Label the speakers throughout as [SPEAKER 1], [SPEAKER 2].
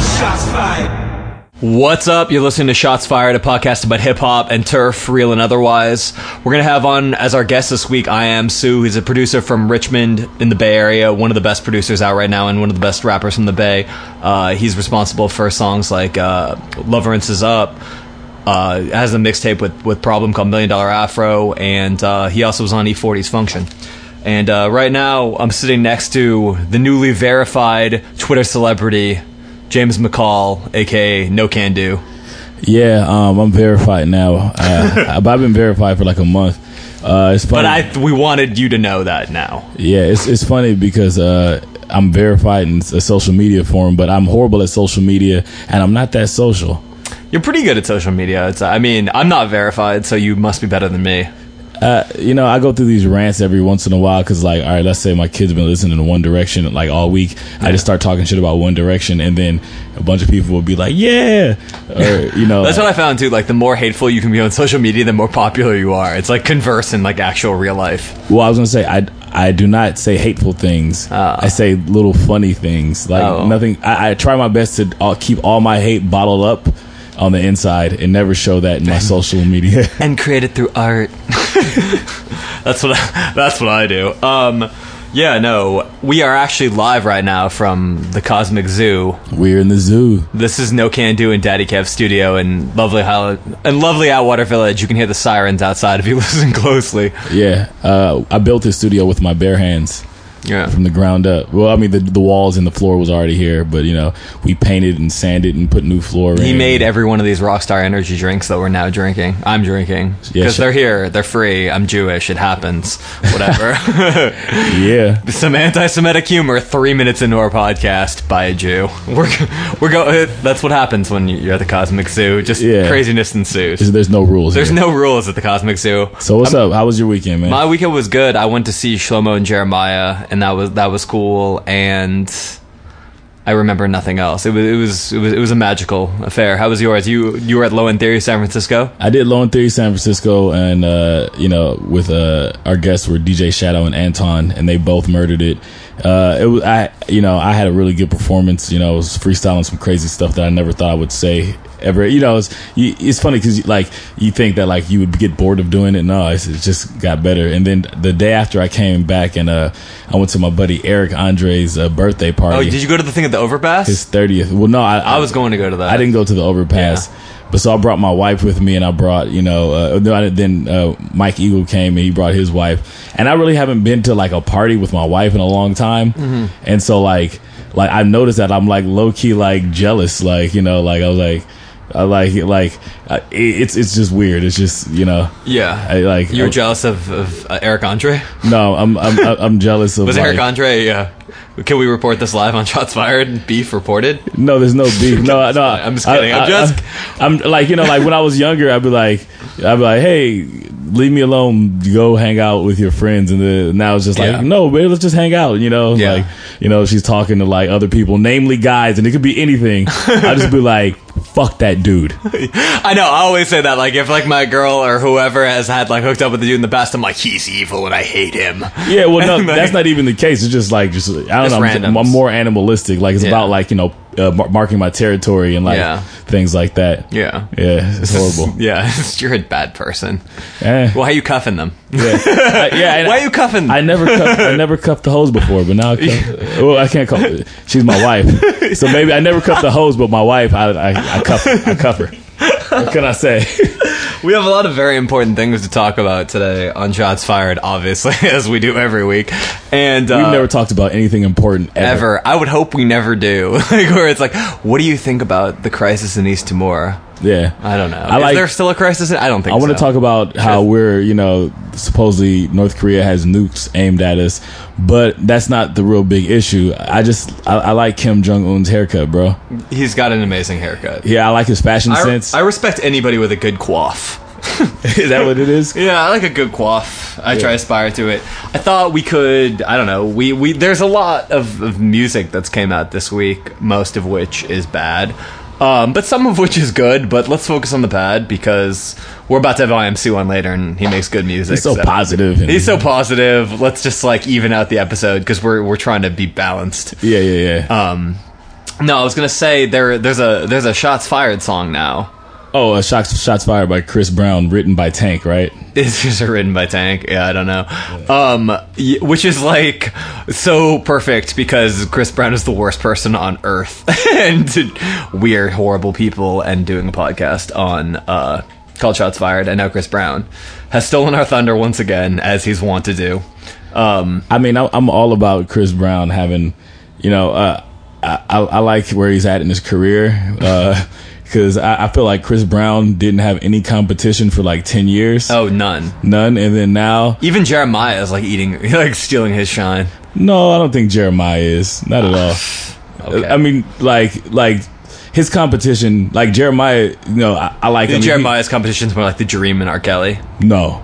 [SPEAKER 1] Shots fired.
[SPEAKER 2] What's up? You're listening to Shots Fired, a podcast about hip hop and turf, real and otherwise. We're going to have on as our guest this week, I am Sue. He's a producer from Richmond in the Bay Area, one of the best producers out right now, and one of the best rappers from the Bay. Uh, he's responsible for songs like uh, Loverance is Up. Uh, has a mixtape with, with Problem called Million Dollar Afro, and uh, he also was on E40's Function. And uh, right now, I'm sitting next to the newly verified Twitter celebrity, James McCall, aka No Can Do.
[SPEAKER 3] Yeah, um, I'm verified now. Uh, but I've been verified for like a month. Uh, it's funny.
[SPEAKER 2] But I we wanted you to know that now.
[SPEAKER 3] yeah, it's it's funny because uh, I'm verified in a social media form, but I'm horrible at social media, and I'm not that social.
[SPEAKER 2] You're pretty good at social media. It's, I mean, I'm not verified, so you must be better than me.
[SPEAKER 3] Uh, you know, I go through these rants every once in a while because, like, all right, let's say my kids been listening to One Direction like all week. I just start talking shit about One Direction, and then a bunch of people will be like, "Yeah," or you know,
[SPEAKER 2] That's what I found too. Like the more hateful you can be on social media, the more popular you are. It's like converse in like actual real life.
[SPEAKER 3] Well, I was gonna say I I do not say hateful things. I say little funny things, like
[SPEAKER 2] Ah. Oh.
[SPEAKER 3] nothing. I, I try my best to all, keep all my hate bottled up on the inside and never show that in my social media.
[SPEAKER 2] and created through art. that's what I, that's what I do. Um, yeah, no, we are actually live right now from the Cosmic Zoo.
[SPEAKER 3] We're in the zoo.
[SPEAKER 2] This is No Can Do in Daddy Kev Studio in lovely Hol- in lovely Outwater Village. You can hear the sirens outside if you listen closely.
[SPEAKER 3] Yeah, uh, I built this studio with my bare hands
[SPEAKER 2] Yeah,
[SPEAKER 3] from the ground up. Well, I mean the the walls and the floor was already here, but you know we painted and sanded and put new floor.
[SPEAKER 2] he
[SPEAKER 3] in.
[SPEAKER 2] made every one of these Rockstar Energy drinks that we're now drinking. I'm drinking
[SPEAKER 3] Yeah,
[SPEAKER 2] because
[SPEAKER 3] sure.
[SPEAKER 2] they're here, they're free. I'm Jewish. It happens. Whatever.
[SPEAKER 3] yeah.
[SPEAKER 2] some anti-Semitic humor three minutes into our podcast by a Jew. We're we're go. uh, That's what happens when you're at the Cosmic Zoo. Just
[SPEAKER 3] Yeah.
[SPEAKER 2] craziness ensues.
[SPEAKER 3] There's no rules.
[SPEAKER 2] There's
[SPEAKER 3] here.
[SPEAKER 2] no rules at the Cosmic Zoo.
[SPEAKER 3] So what's up? How was your weekend, man?
[SPEAKER 2] My weekend was good. I went to see Shlomo and Jeremiah, and that was that was cool. And I remember nothing else. It was it was it was, it was a magical affair. How was yours? You you were at Low End Theory, San Francisco.
[SPEAKER 3] I did Lone Theory San Francisco, and uh, you know, with uh, our guests were DJ Shadow and Anton, and they both murdered it. Uh, it was I, you know, I had a really good performance. You know, I was freestyling some crazy stuff that I never thought I would say ever. You know, it's you, it's funny because like you think that like you would get bored of doing it. No, it's, it just got better. And then the day after, I came back and uh, I went to my buddy Eric Andre's uh, birthday party.
[SPEAKER 2] Oh, did you go to the thing at the overpass?
[SPEAKER 3] his thirtieth? Well, no, I,
[SPEAKER 2] I was going to go to that.
[SPEAKER 3] I didn't go to the overpass. But so I brought my wife with me, and I brought you know uh, no, I didn't- then uh, Mike Eagle came and he brought his wife, and I really haven't been to like a party with my wife in a long time,
[SPEAKER 2] Mm-hmm.
[SPEAKER 3] and so like like I noticed that I'm like low key like jealous, like you know like I was like I like like I, it- it's it's just weird, it's just you know
[SPEAKER 2] Yeah.
[SPEAKER 3] I, like
[SPEAKER 2] you were
[SPEAKER 3] I-
[SPEAKER 2] jealous of, of uh, Eric Andre?
[SPEAKER 3] no I'm I'm I'm- I'm jealous of
[SPEAKER 2] Was
[SPEAKER 3] like,
[SPEAKER 2] Eric Andre? Uh, can we report this live on Shots Fired? Beef reported.
[SPEAKER 3] No, there's no beef. No, no.
[SPEAKER 2] I'm just kidding. I'm just-
[SPEAKER 3] I, am like you know, like when I was younger, I'd be like, I'd be like, hey, leave me alone. Go hang out with your friends. And then now it's just like,
[SPEAKER 2] Yeah.
[SPEAKER 3] no, babe, let's just hang out. You know,
[SPEAKER 2] Yeah.
[SPEAKER 3] like you know, she's talking to like other people, namely guys, and it could be anything. I just be like, fuck that dude.
[SPEAKER 2] I know. I always say that. Like if like my girl or whoever has had like hooked up with the dude in the past, I'm like he's evil and I hate him.
[SPEAKER 3] Yeah, well, no,
[SPEAKER 2] Like-
[SPEAKER 3] that's not even the case. It's just like just I don't know. I'm, just-
[SPEAKER 2] randoms.
[SPEAKER 3] I'm more animalistic. Like it's
[SPEAKER 2] Yeah.
[SPEAKER 3] about like you know, uh, mar- marking my territory and like
[SPEAKER 2] Yeah.
[SPEAKER 3] things like that.
[SPEAKER 2] Yeah.
[SPEAKER 3] Yeah, it's horrible.
[SPEAKER 2] Yeah, you're a bad person.
[SPEAKER 3] Eh.
[SPEAKER 2] Why are you cuffing them?
[SPEAKER 3] Yeah, Uh, yeah. and
[SPEAKER 2] Why are you cuffing?
[SPEAKER 3] I
[SPEAKER 2] them?
[SPEAKER 3] never cuffed, I never cuffed the hose before, but now I cuff, well I can't cuff. She's my wife, so maybe I never cuffed the hose, but my wife I I, I cuff her. I cuff her. What can I say?
[SPEAKER 2] we have a lot of very important things to talk about today on Shots Fired, obviously, as we do every week. And uh,
[SPEAKER 3] We've never talked about anything important ever.
[SPEAKER 2] ever. I would hope we never do. like where it's like, what do you think about the crisis in East Timor?
[SPEAKER 3] Yeah,
[SPEAKER 2] I don't know.
[SPEAKER 3] I
[SPEAKER 2] Is
[SPEAKER 3] like-
[SPEAKER 2] there still a crisis? In- I don't think.
[SPEAKER 3] I want to
[SPEAKER 2] so.
[SPEAKER 3] talk about how we're, you know, supposedly North Korea has nukes aimed at us, but that's not the real big issue. I just, I, I like Kim Jong Un's haircut, bro.
[SPEAKER 2] He's got an amazing haircut.
[SPEAKER 3] Yeah, I like his fashion
[SPEAKER 2] I,
[SPEAKER 3] sense.
[SPEAKER 2] I respect anybody with a good quaff.
[SPEAKER 3] is that what it is?
[SPEAKER 2] Yeah, I like a good quaff. I try to aspire to it. I thought we could. I don't know. We, we there's a lot of, of music that's came out this week. Most of which is bad, um, but some of which is good. But let's focus on the bad because we're about to have IMC on later, and he makes good music.
[SPEAKER 3] He's so positive and-
[SPEAKER 2] He's so positive. Let's just like even out the episode because we're we're trying to be balanced.
[SPEAKER 3] Yeah, yeah, yeah.
[SPEAKER 2] Um, No, I was gonna say there. There's a there's a shots fired song now.
[SPEAKER 3] Oh, uh, shots shots fired by Chris Brown, written by Tank, right?
[SPEAKER 2] It's just written by Tank. Yeah, I don't know. Um, y- which is like so perfect because Chris Brown is the worst person on earth, and we're horrible people. And doing a podcast on uh, called Shots Fired, and now Chris Brown has stolen our thunder once again, as he's wont to do. Um,
[SPEAKER 3] I mean, I, I'm all about Chris Brown having, you know, uh, I, I, I like where he's at in his career because I, I feel like Chris Brown didn't have any competition for like ten years,
[SPEAKER 2] oh, none.
[SPEAKER 3] none, and then now,
[SPEAKER 2] Even Jeremiah is like eating, like stealing his shine.
[SPEAKER 3] no, I don't think Jeremiah is not at all.
[SPEAKER 2] Okay.
[SPEAKER 3] I mean, like like his competition, like Jeremiah, you know, I, I like I mean, he-
[SPEAKER 2] Jeremiah's competition's more like the Dream and R. Kelly.
[SPEAKER 3] no,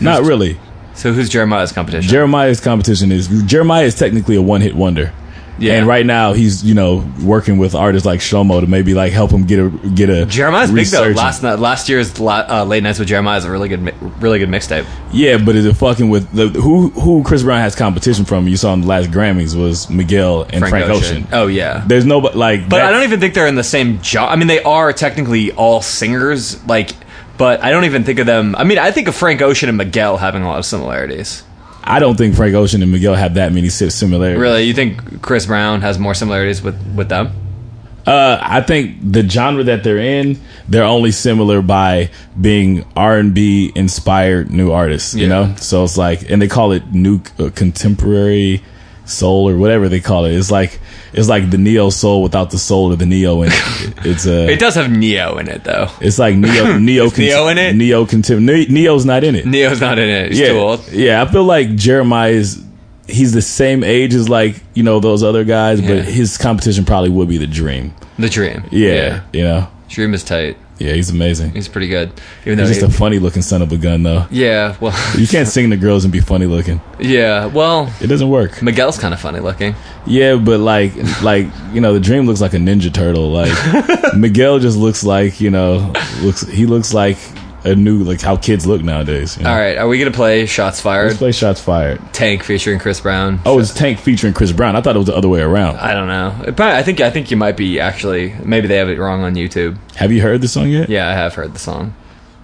[SPEAKER 3] not really.
[SPEAKER 2] So who's Jeremiah's competition?
[SPEAKER 3] Jeremiah's competition is Jeremiah is technically a one hit wonder.
[SPEAKER 2] Yeah.
[SPEAKER 3] And right now he's you know working with artists like Shomo to maybe like help him get a get a
[SPEAKER 2] Jeremiah's big though.
[SPEAKER 3] resurgence.
[SPEAKER 2] Last night, last year's la- uh, late nights with Jeremiah is a really good, mi- really good mixtape.
[SPEAKER 3] yeah, but is it fucking with the who who Chris Brown has competition from? You saw in the last Grammys was Miguel and Frank, Ocean.
[SPEAKER 2] Oh yeah,
[SPEAKER 3] There's no like,
[SPEAKER 2] but I don't even think they're in the same job. I mean, they are technically all singers, like, but I don't even think of them. I mean, I think of Frank Ocean and Miguel having a lot of similarities.
[SPEAKER 3] I don't think Frank Ocean and Miguel have that many si- similarities.
[SPEAKER 2] Really, you think Chris Brown has more similarities with with them?
[SPEAKER 3] Uh, I think the genre that they're in, they're only similar by being R and B inspired new artists.
[SPEAKER 2] Yeah.
[SPEAKER 3] You know, so it's like, and they call it new uh, contemporary soul or whatever they call it. It's like it's like the neo soul without the soul or the neo in it. It's a.
[SPEAKER 2] It does have Neo in it though.
[SPEAKER 3] it's like neo neo contem-
[SPEAKER 2] Neo in it?
[SPEAKER 3] neo contem- ne- neo's not in it.
[SPEAKER 2] Neo's not in it. He's
[SPEAKER 3] yeah,
[SPEAKER 2] too old.
[SPEAKER 3] yeah. I feel like Jeremiah is he's the same age as like you know those other guys,
[SPEAKER 2] Yeah.
[SPEAKER 3] but his competition probably would be the Dream.
[SPEAKER 2] The Dream.
[SPEAKER 3] yeah. you know.
[SPEAKER 2] Dream is tight.
[SPEAKER 3] Yeah, he's amazing.
[SPEAKER 2] He's pretty good. Even though
[SPEAKER 3] He's just
[SPEAKER 2] he-
[SPEAKER 3] a funny looking son of a gun, though.
[SPEAKER 2] yeah, well,
[SPEAKER 3] You can't sing to girls and be funny looking.
[SPEAKER 2] yeah, well,
[SPEAKER 3] It doesn't work.
[SPEAKER 2] Miguel's kind of funny looking.
[SPEAKER 3] Yeah, but like, like you know, the dream looks like a ninja turtle. Like Miguel just looks like you know, looks he looks like a new like how kids look nowadays. you know?
[SPEAKER 2] All right, are we gonna play Shots Fired?
[SPEAKER 3] let's play shots fired.
[SPEAKER 2] Tank featuring Chris Brown.
[SPEAKER 3] Oh, it's Tank featuring Chris Brown. I thought it was the other way around.
[SPEAKER 2] I don't know. It probably, I think I think you might be actually. Maybe they have it wrong on YouTube.
[SPEAKER 3] Have you heard this song yet?
[SPEAKER 2] Yeah, I have heard the song.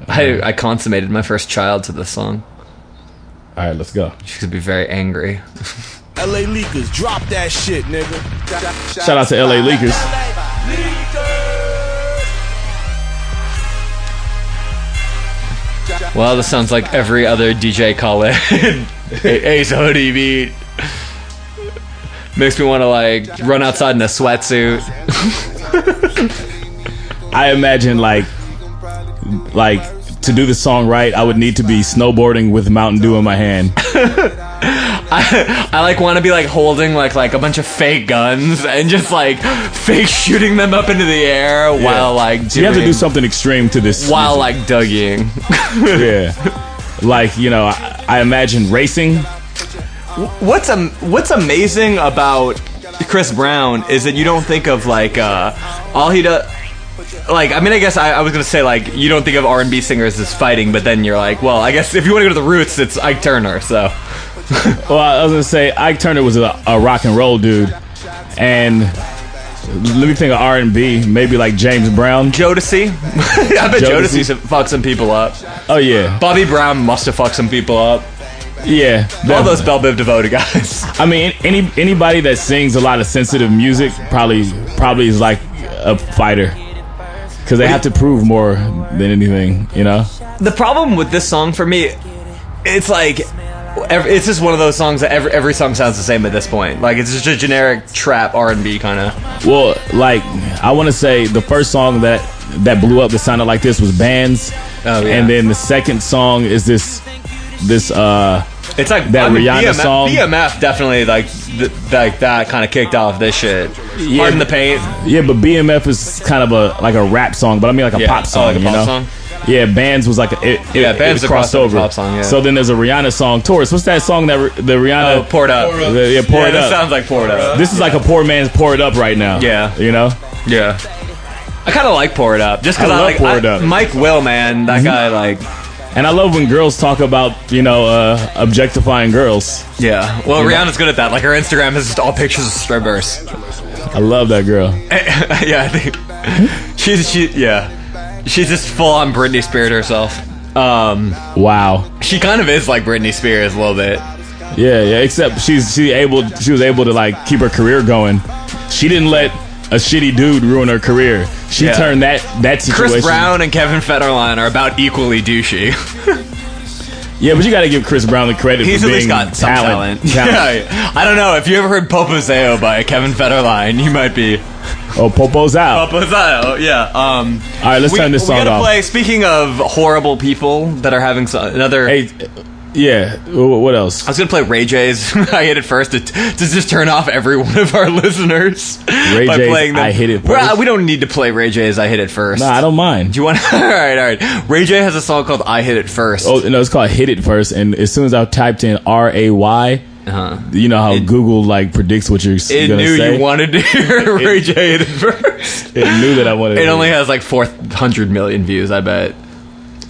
[SPEAKER 2] I, I consummated my first child to this song.
[SPEAKER 3] All right, let's go.
[SPEAKER 2] She's gonna be very angry.
[SPEAKER 1] LA Leakers, drop that shit, nigga.
[SPEAKER 3] Shout out to LA Leakers.
[SPEAKER 2] Well, this sounds like every other DJ Khaled Ace Hoodie beat. Makes me want to like run outside in a sweatsuit.
[SPEAKER 3] I imagine like like to do the song right, I would need to be snowboarding with Mountain Dew in my hand.
[SPEAKER 2] I, I like want to be like holding like like a bunch of fake guns and just like fake shooting them up into the air while like doing,
[SPEAKER 3] You have to do something extreme to this.
[SPEAKER 2] while like dougieing.
[SPEAKER 3] yeah. Like you know, I, I imagine racing.
[SPEAKER 2] what's um what's amazing about Chris Brown is that you don't think of like uh all he does. Like I mean, I guess I, I was gonna say like you don't think of R and B singers as fighting, but then you're like, well, I guess if you want to go to the roots, it's Ike Turner. So
[SPEAKER 3] Well, I was gonna say Ike Turner was a, a rock and roll dude, and let me think of R and B. Maybe like James Brown.
[SPEAKER 2] Jodeci, I bet
[SPEAKER 3] Jodeci.
[SPEAKER 2] Jodeci fucked some people up.
[SPEAKER 3] Oh yeah,
[SPEAKER 2] Bobby Brown must have fucked some people up.
[SPEAKER 3] yeah.
[SPEAKER 2] All those
[SPEAKER 3] definitely.
[SPEAKER 2] Bell Biv DeVoe guys.
[SPEAKER 3] I mean, any anybody that sings a lot of sensitive music probably probably is like a fighter because they have to prove more than anything. You know,
[SPEAKER 2] the problem with this song for me, it's like. ev it's just one of those songs that every, every song sounds the same at this point. Like it's just a generic trap R and B kind of.
[SPEAKER 3] Well, like I want to say the first song that that blew up that sounded like this was Bands,
[SPEAKER 2] Oh, yeah.
[SPEAKER 3] and then the second song is this this uh
[SPEAKER 2] It's like
[SPEAKER 3] That Rihanna
[SPEAKER 2] BMF,
[SPEAKER 3] song.
[SPEAKER 2] BMF definitely like th- like that kind of kicked off this shit.
[SPEAKER 3] Yeah.
[SPEAKER 2] Pardon the paint.
[SPEAKER 3] yeah, but BMF is kind of a like a rap song, but I mean like a
[SPEAKER 2] Yeah.
[SPEAKER 3] pop
[SPEAKER 2] Oh,
[SPEAKER 3] song,
[SPEAKER 2] like a
[SPEAKER 3] you
[SPEAKER 2] pop
[SPEAKER 3] know.
[SPEAKER 2] song?
[SPEAKER 3] Yeah, Bands was like a, it, it-
[SPEAKER 2] Yeah,
[SPEAKER 3] it
[SPEAKER 2] Bands is
[SPEAKER 3] was
[SPEAKER 2] a
[SPEAKER 3] crossed
[SPEAKER 2] crossover
[SPEAKER 3] over.
[SPEAKER 2] pop song, yeah.
[SPEAKER 3] So then there's a Rihanna song, Taurus. What's that song that Ri- the Rihanna
[SPEAKER 2] Oh, poured up.
[SPEAKER 3] The- yeah, pour
[SPEAKER 2] yeah,
[SPEAKER 3] it
[SPEAKER 2] that
[SPEAKER 3] up.
[SPEAKER 2] sounds like poured up.
[SPEAKER 3] this is like a poor man's pour it up right now.
[SPEAKER 2] Yeah.
[SPEAKER 3] you know.
[SPEAKER 2] Yeah. I kind of like pour it up just because
[SPEAKER 3] I
[SPEAKER 2] I,
[SPEAKER 3] love
[SPEAKER 2] like
[SPEAKER 3] Pour It
[SPEAKER 2] I-
[SPEAKER 3] Up. Mm-hmm.
[SPEAKER 2] Mike Will, man, that guy like
[SPEAKER 3] And I love when girls talk about you know uh, objectifying girls.
[SPEAKER 2] yeah. Well, Rihanna's good at that. Like her Instagram is just all pictures of strippers.
[SPEAKER 3] I love that girl.
[SPEAKER 2] yeah, I think she's she yeah, she's just full on Britney Spears herself. Um,
[SPEAKER 3] Wow.
[SPEAKER 2] she kind of is like Britney Spears a little bit.
[SPEAKER 3] Yeah, yeah. Except she's she able she was able to like keep her career going. She didn't let a shitty dude ruin her career. She
[SPEAKER 2] Yeah.
[SPEAKER 3] turned that that situation.
[SPEAKER 2] Chris Brown and Kevin Federline are about equally douchey.
[SPEAKER 3] Yeah, but you got to give Chris Brown the credit
[SPEAKER 2] He's
[SPEAKER 3] for
[SPEAKER 2] at
[SPEAKER 3] being
[SPEAKER 2] least got some talent.
[SPEAKER 3] Talent.
[SPEAKER 2] Yeah, I don't know if you ever heard "Popozeo" by Kevin Federline, you might be
[SPEAKER 3] Oh, Popo's out.
[SPEAKER 2] Popozeo. Yeah. Um,
[SPEAKER 3] All right, let's
[SPEAKER 2] we,
[SPEAKER 3] turn this
[SPEAKER 2] we
[SPEAKER 3] song
[SPEAKER 2] gotta
[SPEAKER 3] off.
[SPEAKER 2] play. Speaking of horrible people that are having so, another.
[SPEAKER 3] Hey, yeah. wh- What else?
[SPEAKER 2] I was gonna play Ray J's. I hit it first to, to just turn off every one of our listeners
[SPEAKER 3] Ray
[SPEAKER 2] by
[SPEAKER 3] J's
[SPEAKER 2] playing them.
[SPEAKER 3] I Hit It
[SPEAKER 2] Well,
[SPEAKER 3] First?
[SPEAKER 2] we don't need to play Ray J's. I hit it first.
[SPEAKER 3] Nah, I don't mind.
[SPEAKER 2] Do you want? all right, all right. Ray J has a song called "I Hit It First.
[SPEAKER 3] Oh no, it's called "Hit It" first, and as soon as I typed in R A Y,
[SPEAKER 2] Uh-huh.
[SPEAKER 3] you know how Google like predicts what you're s-
[SPEAKER 2] It
[SPEAKER 3] gonna
[SPEAKER 2] knew
[SPEAKER 3] say.
[SPEAKER 2] you wanted to hear Ray J hit it first.
[SPEAKER 3] it knew that I wanted.
[SPEAKER 2] It
[SPEAKER 3] to-
[SPEAKER 2] only has like 400 million views, I bet.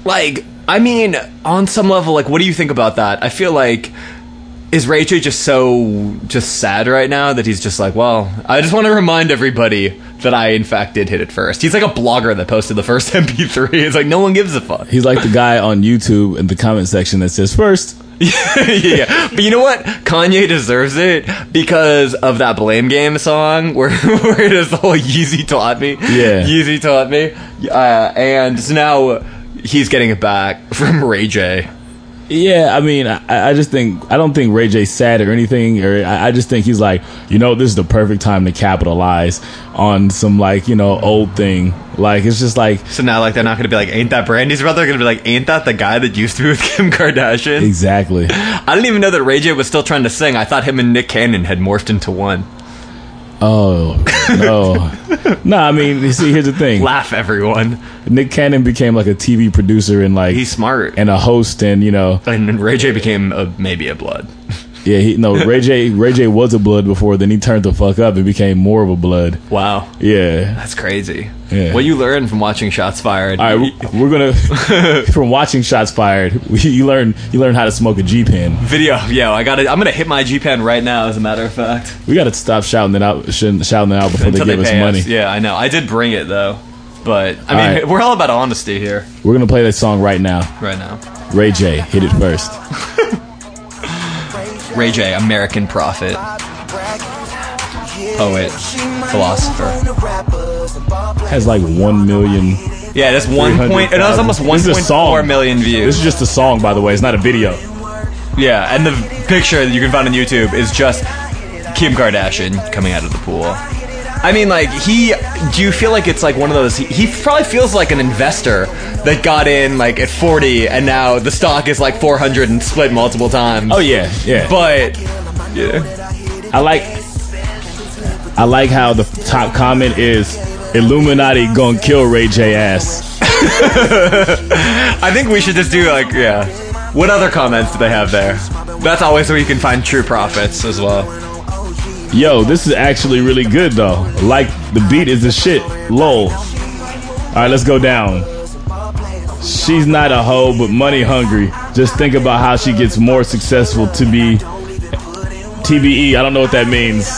[SPEAKER 2] Like, I mean, on some level, like, what do you think about that? I feel like. Is Ray J just so just sad right now that he's just like, well, I just want to remind everybody that I in fact did hit it first. He's like a blogger that posted the first MP3. It's like no one gives a fuck.
[SPEAKER 3] He's like the guy on YouTube in the comment section that says first.
[SPEAKER 2] yeah, but you know what? Kanye deserves it because of that blame game song where where it is the whole Yeezy taught me.
[SPEAKER 3] Yeah.
[SPEAKER 2] Yeezy taught me, uh, and so now he's getting it back from Ray J.
[SPEAKER 3] Yeah, I mean, I, I just think I don't think Ray J's sad or anything, or I, I just think he's like, you know, this is the perfect time to capitalize on some like you know old thing. Like it's just like
[SPEAKER 2] So now like they're not gonna be like, ain't that Brandy's brother? They're gonna be like, ain't that the guy that used to be with Kim Kardashian?
[SPEAKER 3] exactly.
[SPEAKER 2] I didn't even know that Ray J was still trying to sing. I thought him and Nick Cannon had morphed into one.
[SPEAKER 3] Oh no, no. I mean, you see, here's the thing.
[SPEAKER 2] Laugh, everyone.
[SPEAKER 3] Nick Cannon became like a TV producer and like
[SPEAKER 2] He's smart.
[SPEAKER 3] and a host, and you know,
[SPEAKER 2] And, and Ray J became a, maybe a blood.
[SPEAKER 3] yeah, he no Ray J. Ray J. was a blood before, then he turned the fuck up and became more of a blood.
[SPEAKER 2] Wow.
[SPEAKER 3] Yeah.
[SPEAKER 2] That's crazy.
[SPEAKER 3] Yeah.
[SPEAKER 2] What you learn from watching Shots Fired.
[SPEAKER 3] All right, we- we're gonna from watching shots fired. You learn you learn how to smoke a G pen.
[SPEAKER 2] Video. Yo, I got to I'm gonna hit my G pen right now. As a matter of fact,
[SPEAKER 3] We got to stop shouting it out, shouldn't- shouting it out before they give us
[SPEAKER 2] pay
[SPEAKER 3] money.
[SPEAKER 2] us. Yeah, I know. I did bring it though, but I
[SPEAKER 3] All
[SPEAKER 2] mean,
[SPEAKER 3] right.
[SPEAKER 2] we're all about honesty here
[SPEAKER 3] We're gonna play that song right now.
[SPEAKER 2] right now.
[SPEAKER 3] Ray J, hit it first.
[SPEAKER 2] Ray J, American Prophet. Poet, philosopher.
[SPEAKER 3] Has like one million.
[SPEAKER 2] Yeah, that's one point. It was almost
[SPEAKER 3] 300,000. This is a
[SPEAKER 2] 1.4
[SPEAKER 3] song.
[SPEAKER 2] million views.
[SPEAKER 3] This is just a song, by the way. It's not a video.
[SPEAKER 2] yeah, and the picture that you can find on YouTube is just Kim Kardashian coming out of the pool. I mean, like he. Do you feel like it's like one of those? He, he probably feels like an investor that got in like at 40, and now the stock is like 400 and split multiple times.
[SPEAKER 3] Oh yeah, yeah.
[SPEAKER 2] but yeah,
[SPEAKER 3] I like I like how the top comment is Illuminati gonna kill Ray J ass.
[SPEAKER 2] I think we should just do like yeah. What other comments do they have there? That's always where you can find true profits as well.
[SPEAKER 3] Yo, this is actually really good though. Like the beat is the shit. Lol. Alright, let's go down. She's not a hoe, but money hungry. Just think about how she gets more successful to be TBE. I don't know what that means.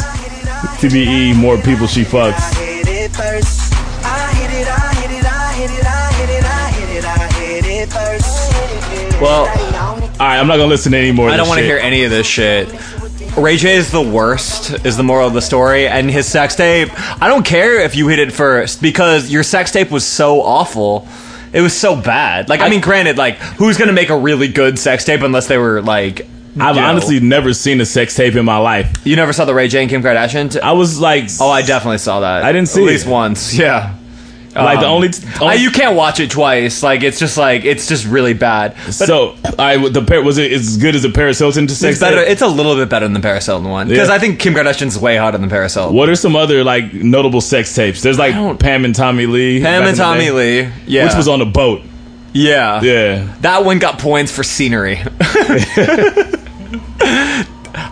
[SPEAKER 3] TBE, E, more people she fucks.
[SPEAKER 4] hit it first. I hit it, I hit it, I hit it, I hit it, I hit it, I hit it first.
[SPEAKER 2] Well,
[SPEAKER 3] Alright, I'm not gonna listen to any more. Of
[SPEAKER 2] I don't
[SPEAKER 3] want to
[SPEAKER 2] hear any of this shit. Ray J is the worst, is the moral of the story, and his sex tape. I don't care if you hit it first because your sex tape was so awful. It was so bad. Like, I, mean, granted, like, who's gonna make a really good sex tape unless they were like.
[SPEAKER 3] I've
[SPEAKER 2] you know-
[SPEAKER 3] honestly never seen a sex tape in my life.
[SPEAKER 2] You never saw the Ray J and Kim Kardashian? t-
[SPEAKER 3] I was like,
[SPEAKER 2] oh, I definitely saw that.
[SPEAKER 3] I didn't see
[SPEAKER 2] At least
[SPEAKER 3] it.
[SPEAKER 2] once, yeah.
[SPEAKER 3] like the
[SPEAKER 2] Um,
[SPEAKER 3] only. t-
[SPEAKER 2] I-
[SPEAKER 3] only-
[SPEAKER 2] you can't watch it twice. Like, it's just like, it's just really bad. But
[SPEAKER 3] so I the pair was it as good as a Paris Hilton to sex
[SPEAKER 2] it's better.
[SPEAKER 3] tape?
[SPEAKER 2] It's a little bit better than the Paris Hilton one because
[SPEAKER 3] Yeah.
[SPEAKER 2] I think Kim Kardashian's way hotter than Paris Hilton.
[SPEAKER 3] What are some other like notable sex tapes? There's like
[SPEAKER 2] don't-
[SPEAKER 3] Pam and Tommy Lee.
[SPEAKER 2] Pam and
[SPEAKER 3] back in the
[SPEAKER 2] Tommy
[SPEAKER 3] day,
[SPEAKER 2] Lee. Yeah.
[SPEAKER 3] which was on a boat.
[SPEAKER 2] Yeah.
[SPEAKER 3] Yeah,
[SPEAKER 2] That one got points for scenery.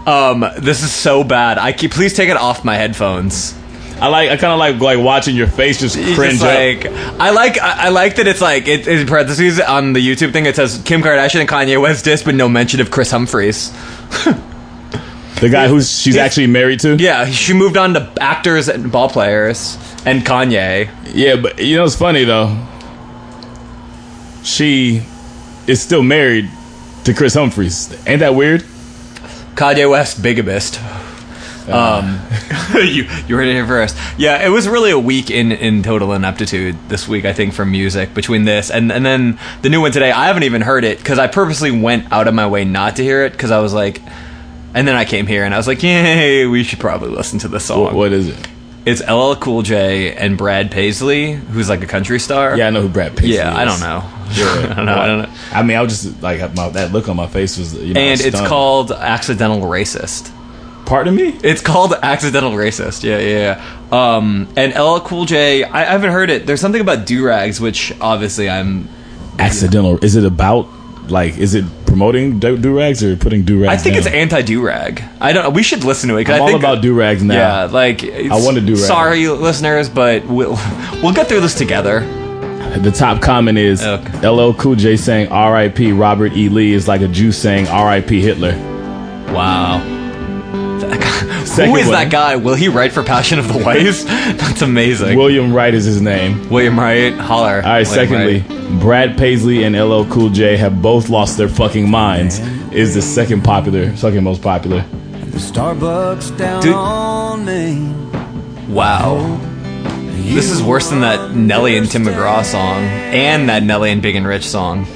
[SPEAKER 2] um, this is so bad. I keep, please take it off my headphones.
[SPEAKER 3] I like. I kind of like like watching your face just
[SPEAKER 2] It's
[SPEAKER 3] cringe
[SPEAKER 2] just
[SPEAKER 3] up.
[SPEAKER 2] like I like I, I like that it's like it, in parentheses on the YouTube thing it says Kim Kardashian and Kanye West diss, but no mention of Chris Humphries.
[SPEAKER 3] The guy who's she's actually married to.
[SPEAKER 2] Yeah, she moved on to actors and ball players and Kanye.
[SPEAKER 3] Yeah, but you know it's funny though. She is still married to Chris Humphries. Ain't that weird?
[SPEAKER 2] Kanye West, bigamist. Um, you you heard it here first. Yeah, it was really a week in in total ineptitude this week. I think for music between this and and then the new one today. I haven't even heard it because I purposely went out of my way not to hear it because I was like, and then I came here and I was like, yay, we should probably listen to this song.
[SPEAKER 3] What is it?
[SPEAKER 2] It's LL Cool J and Brad Paisley, who's like a country star.
[SPEAKER 3] Yeah, I know who Brad Paisley
[SPEAKER 2] yeah,
[SPEAKER 3] is.
[SPEAKER 2] I don't know. I don't know. I don't know.
[SPEAKER 3] I mean, I was just like uh, my, that look on my face was. You know,
[SPEAKER 2] And it's
[SPEAKER 3] stunned.
[SPEAKER 2] called Accidental Racist.
[SPEAKER 3] Pardon me.
[SPEAKER 2] It's called Accidental Racist. Yeah, yeah, yeah. Um, and LL Cool J, I, I haven't heard it. There's something about do rags, which obviously I'm.
[SPEAKER 3] Accidental. Is it about like? Is it promoting do rags or putting do
[SPEAKER 2] I
[SPEAKER 3] rags?
[SPEAKER 2] think it's anti do rag. I don't. We should listen to it. 'cause I
[SPEAKER 3] I'm all
[SPEAKER 2] think,
[SPEAKER 3] about do rags now.
[SPEAKER 2] Yeah, like I
[SPEAKER 3] want a do-rag.
[SPEAKER 2] Sorry, listeners, but we'll we'll get through this together.
[SPEAKER 3] The top comment is
[SPEAKER 2] Okay.
[SPEAKER 3] LL Cool J saying R.I.P. Robert E. Lee is like a Jew saying R.I.P. Hitler.
[SPEAKER 2] Wow. Who
[SPEAKER 3] Second
[SPEAKER 2] is
[SPEAKER 3] one.
[SPEAKER 2] that guy? Will he write for Passion of the Ways? That's amazing.
[SPEAKER 3] William Wright is his name.
[SPEAKER 2] William Wright, holler.
[SPEAKER 3] All right. secondly, Brad Paisley and LL Cool J have both lost their fucking minds. Is the second popular, second most popular.
[SPEAKER 4] Starbucks down
[SPEAKER 2] Dude.
[SPEAKER 4] on me.
[SPEAKER 2] Wow. This is worse than that Nelly and Tim McGraw song and that Nelly and Big and Rich song.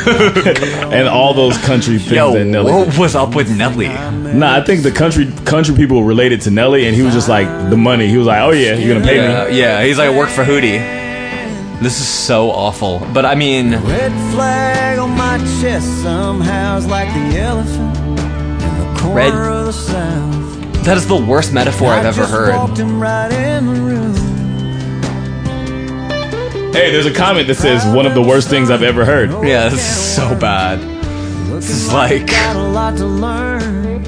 [SPEAKER 3] And all those country things
[SPEAKER 2] Yo,
[SPEAKER 3] that Nelly.
[SPEAKER 2] what was up with Nelly?
[SPEAKER 3] Nah, I think the country country people related to Nelly, and he was just like the money. He was like, "Oh yeah, you're gonna pay
[SPEAKER 2] Yeah,
[SPEAKER 3] me."
[SPEAKER 2] yeah, he's like, I work for Hootie. This is so awful. But I mean,
[SPEAKER 4] Red flag on my chest somehow is like the elephant in the corner
[SPEAKER 2] Red-
[SPEAKER 4] of the south.
[SPEAKER 2] that is the worst metaphor I've
[SPEAKER 4] I
[SPEAKER 2] ever
[SPEAKER 4] just
[SPEAKER 2] heard.
[SPEAKER 4] walked him right in the room.
[SPEAKER 3] Hey, there's a comment that says one of the worst things I've ever heard.
[SPEAKER 2] Yeah, this is so bad. This is like,
[SPEAKER 4] Got a lot to learn.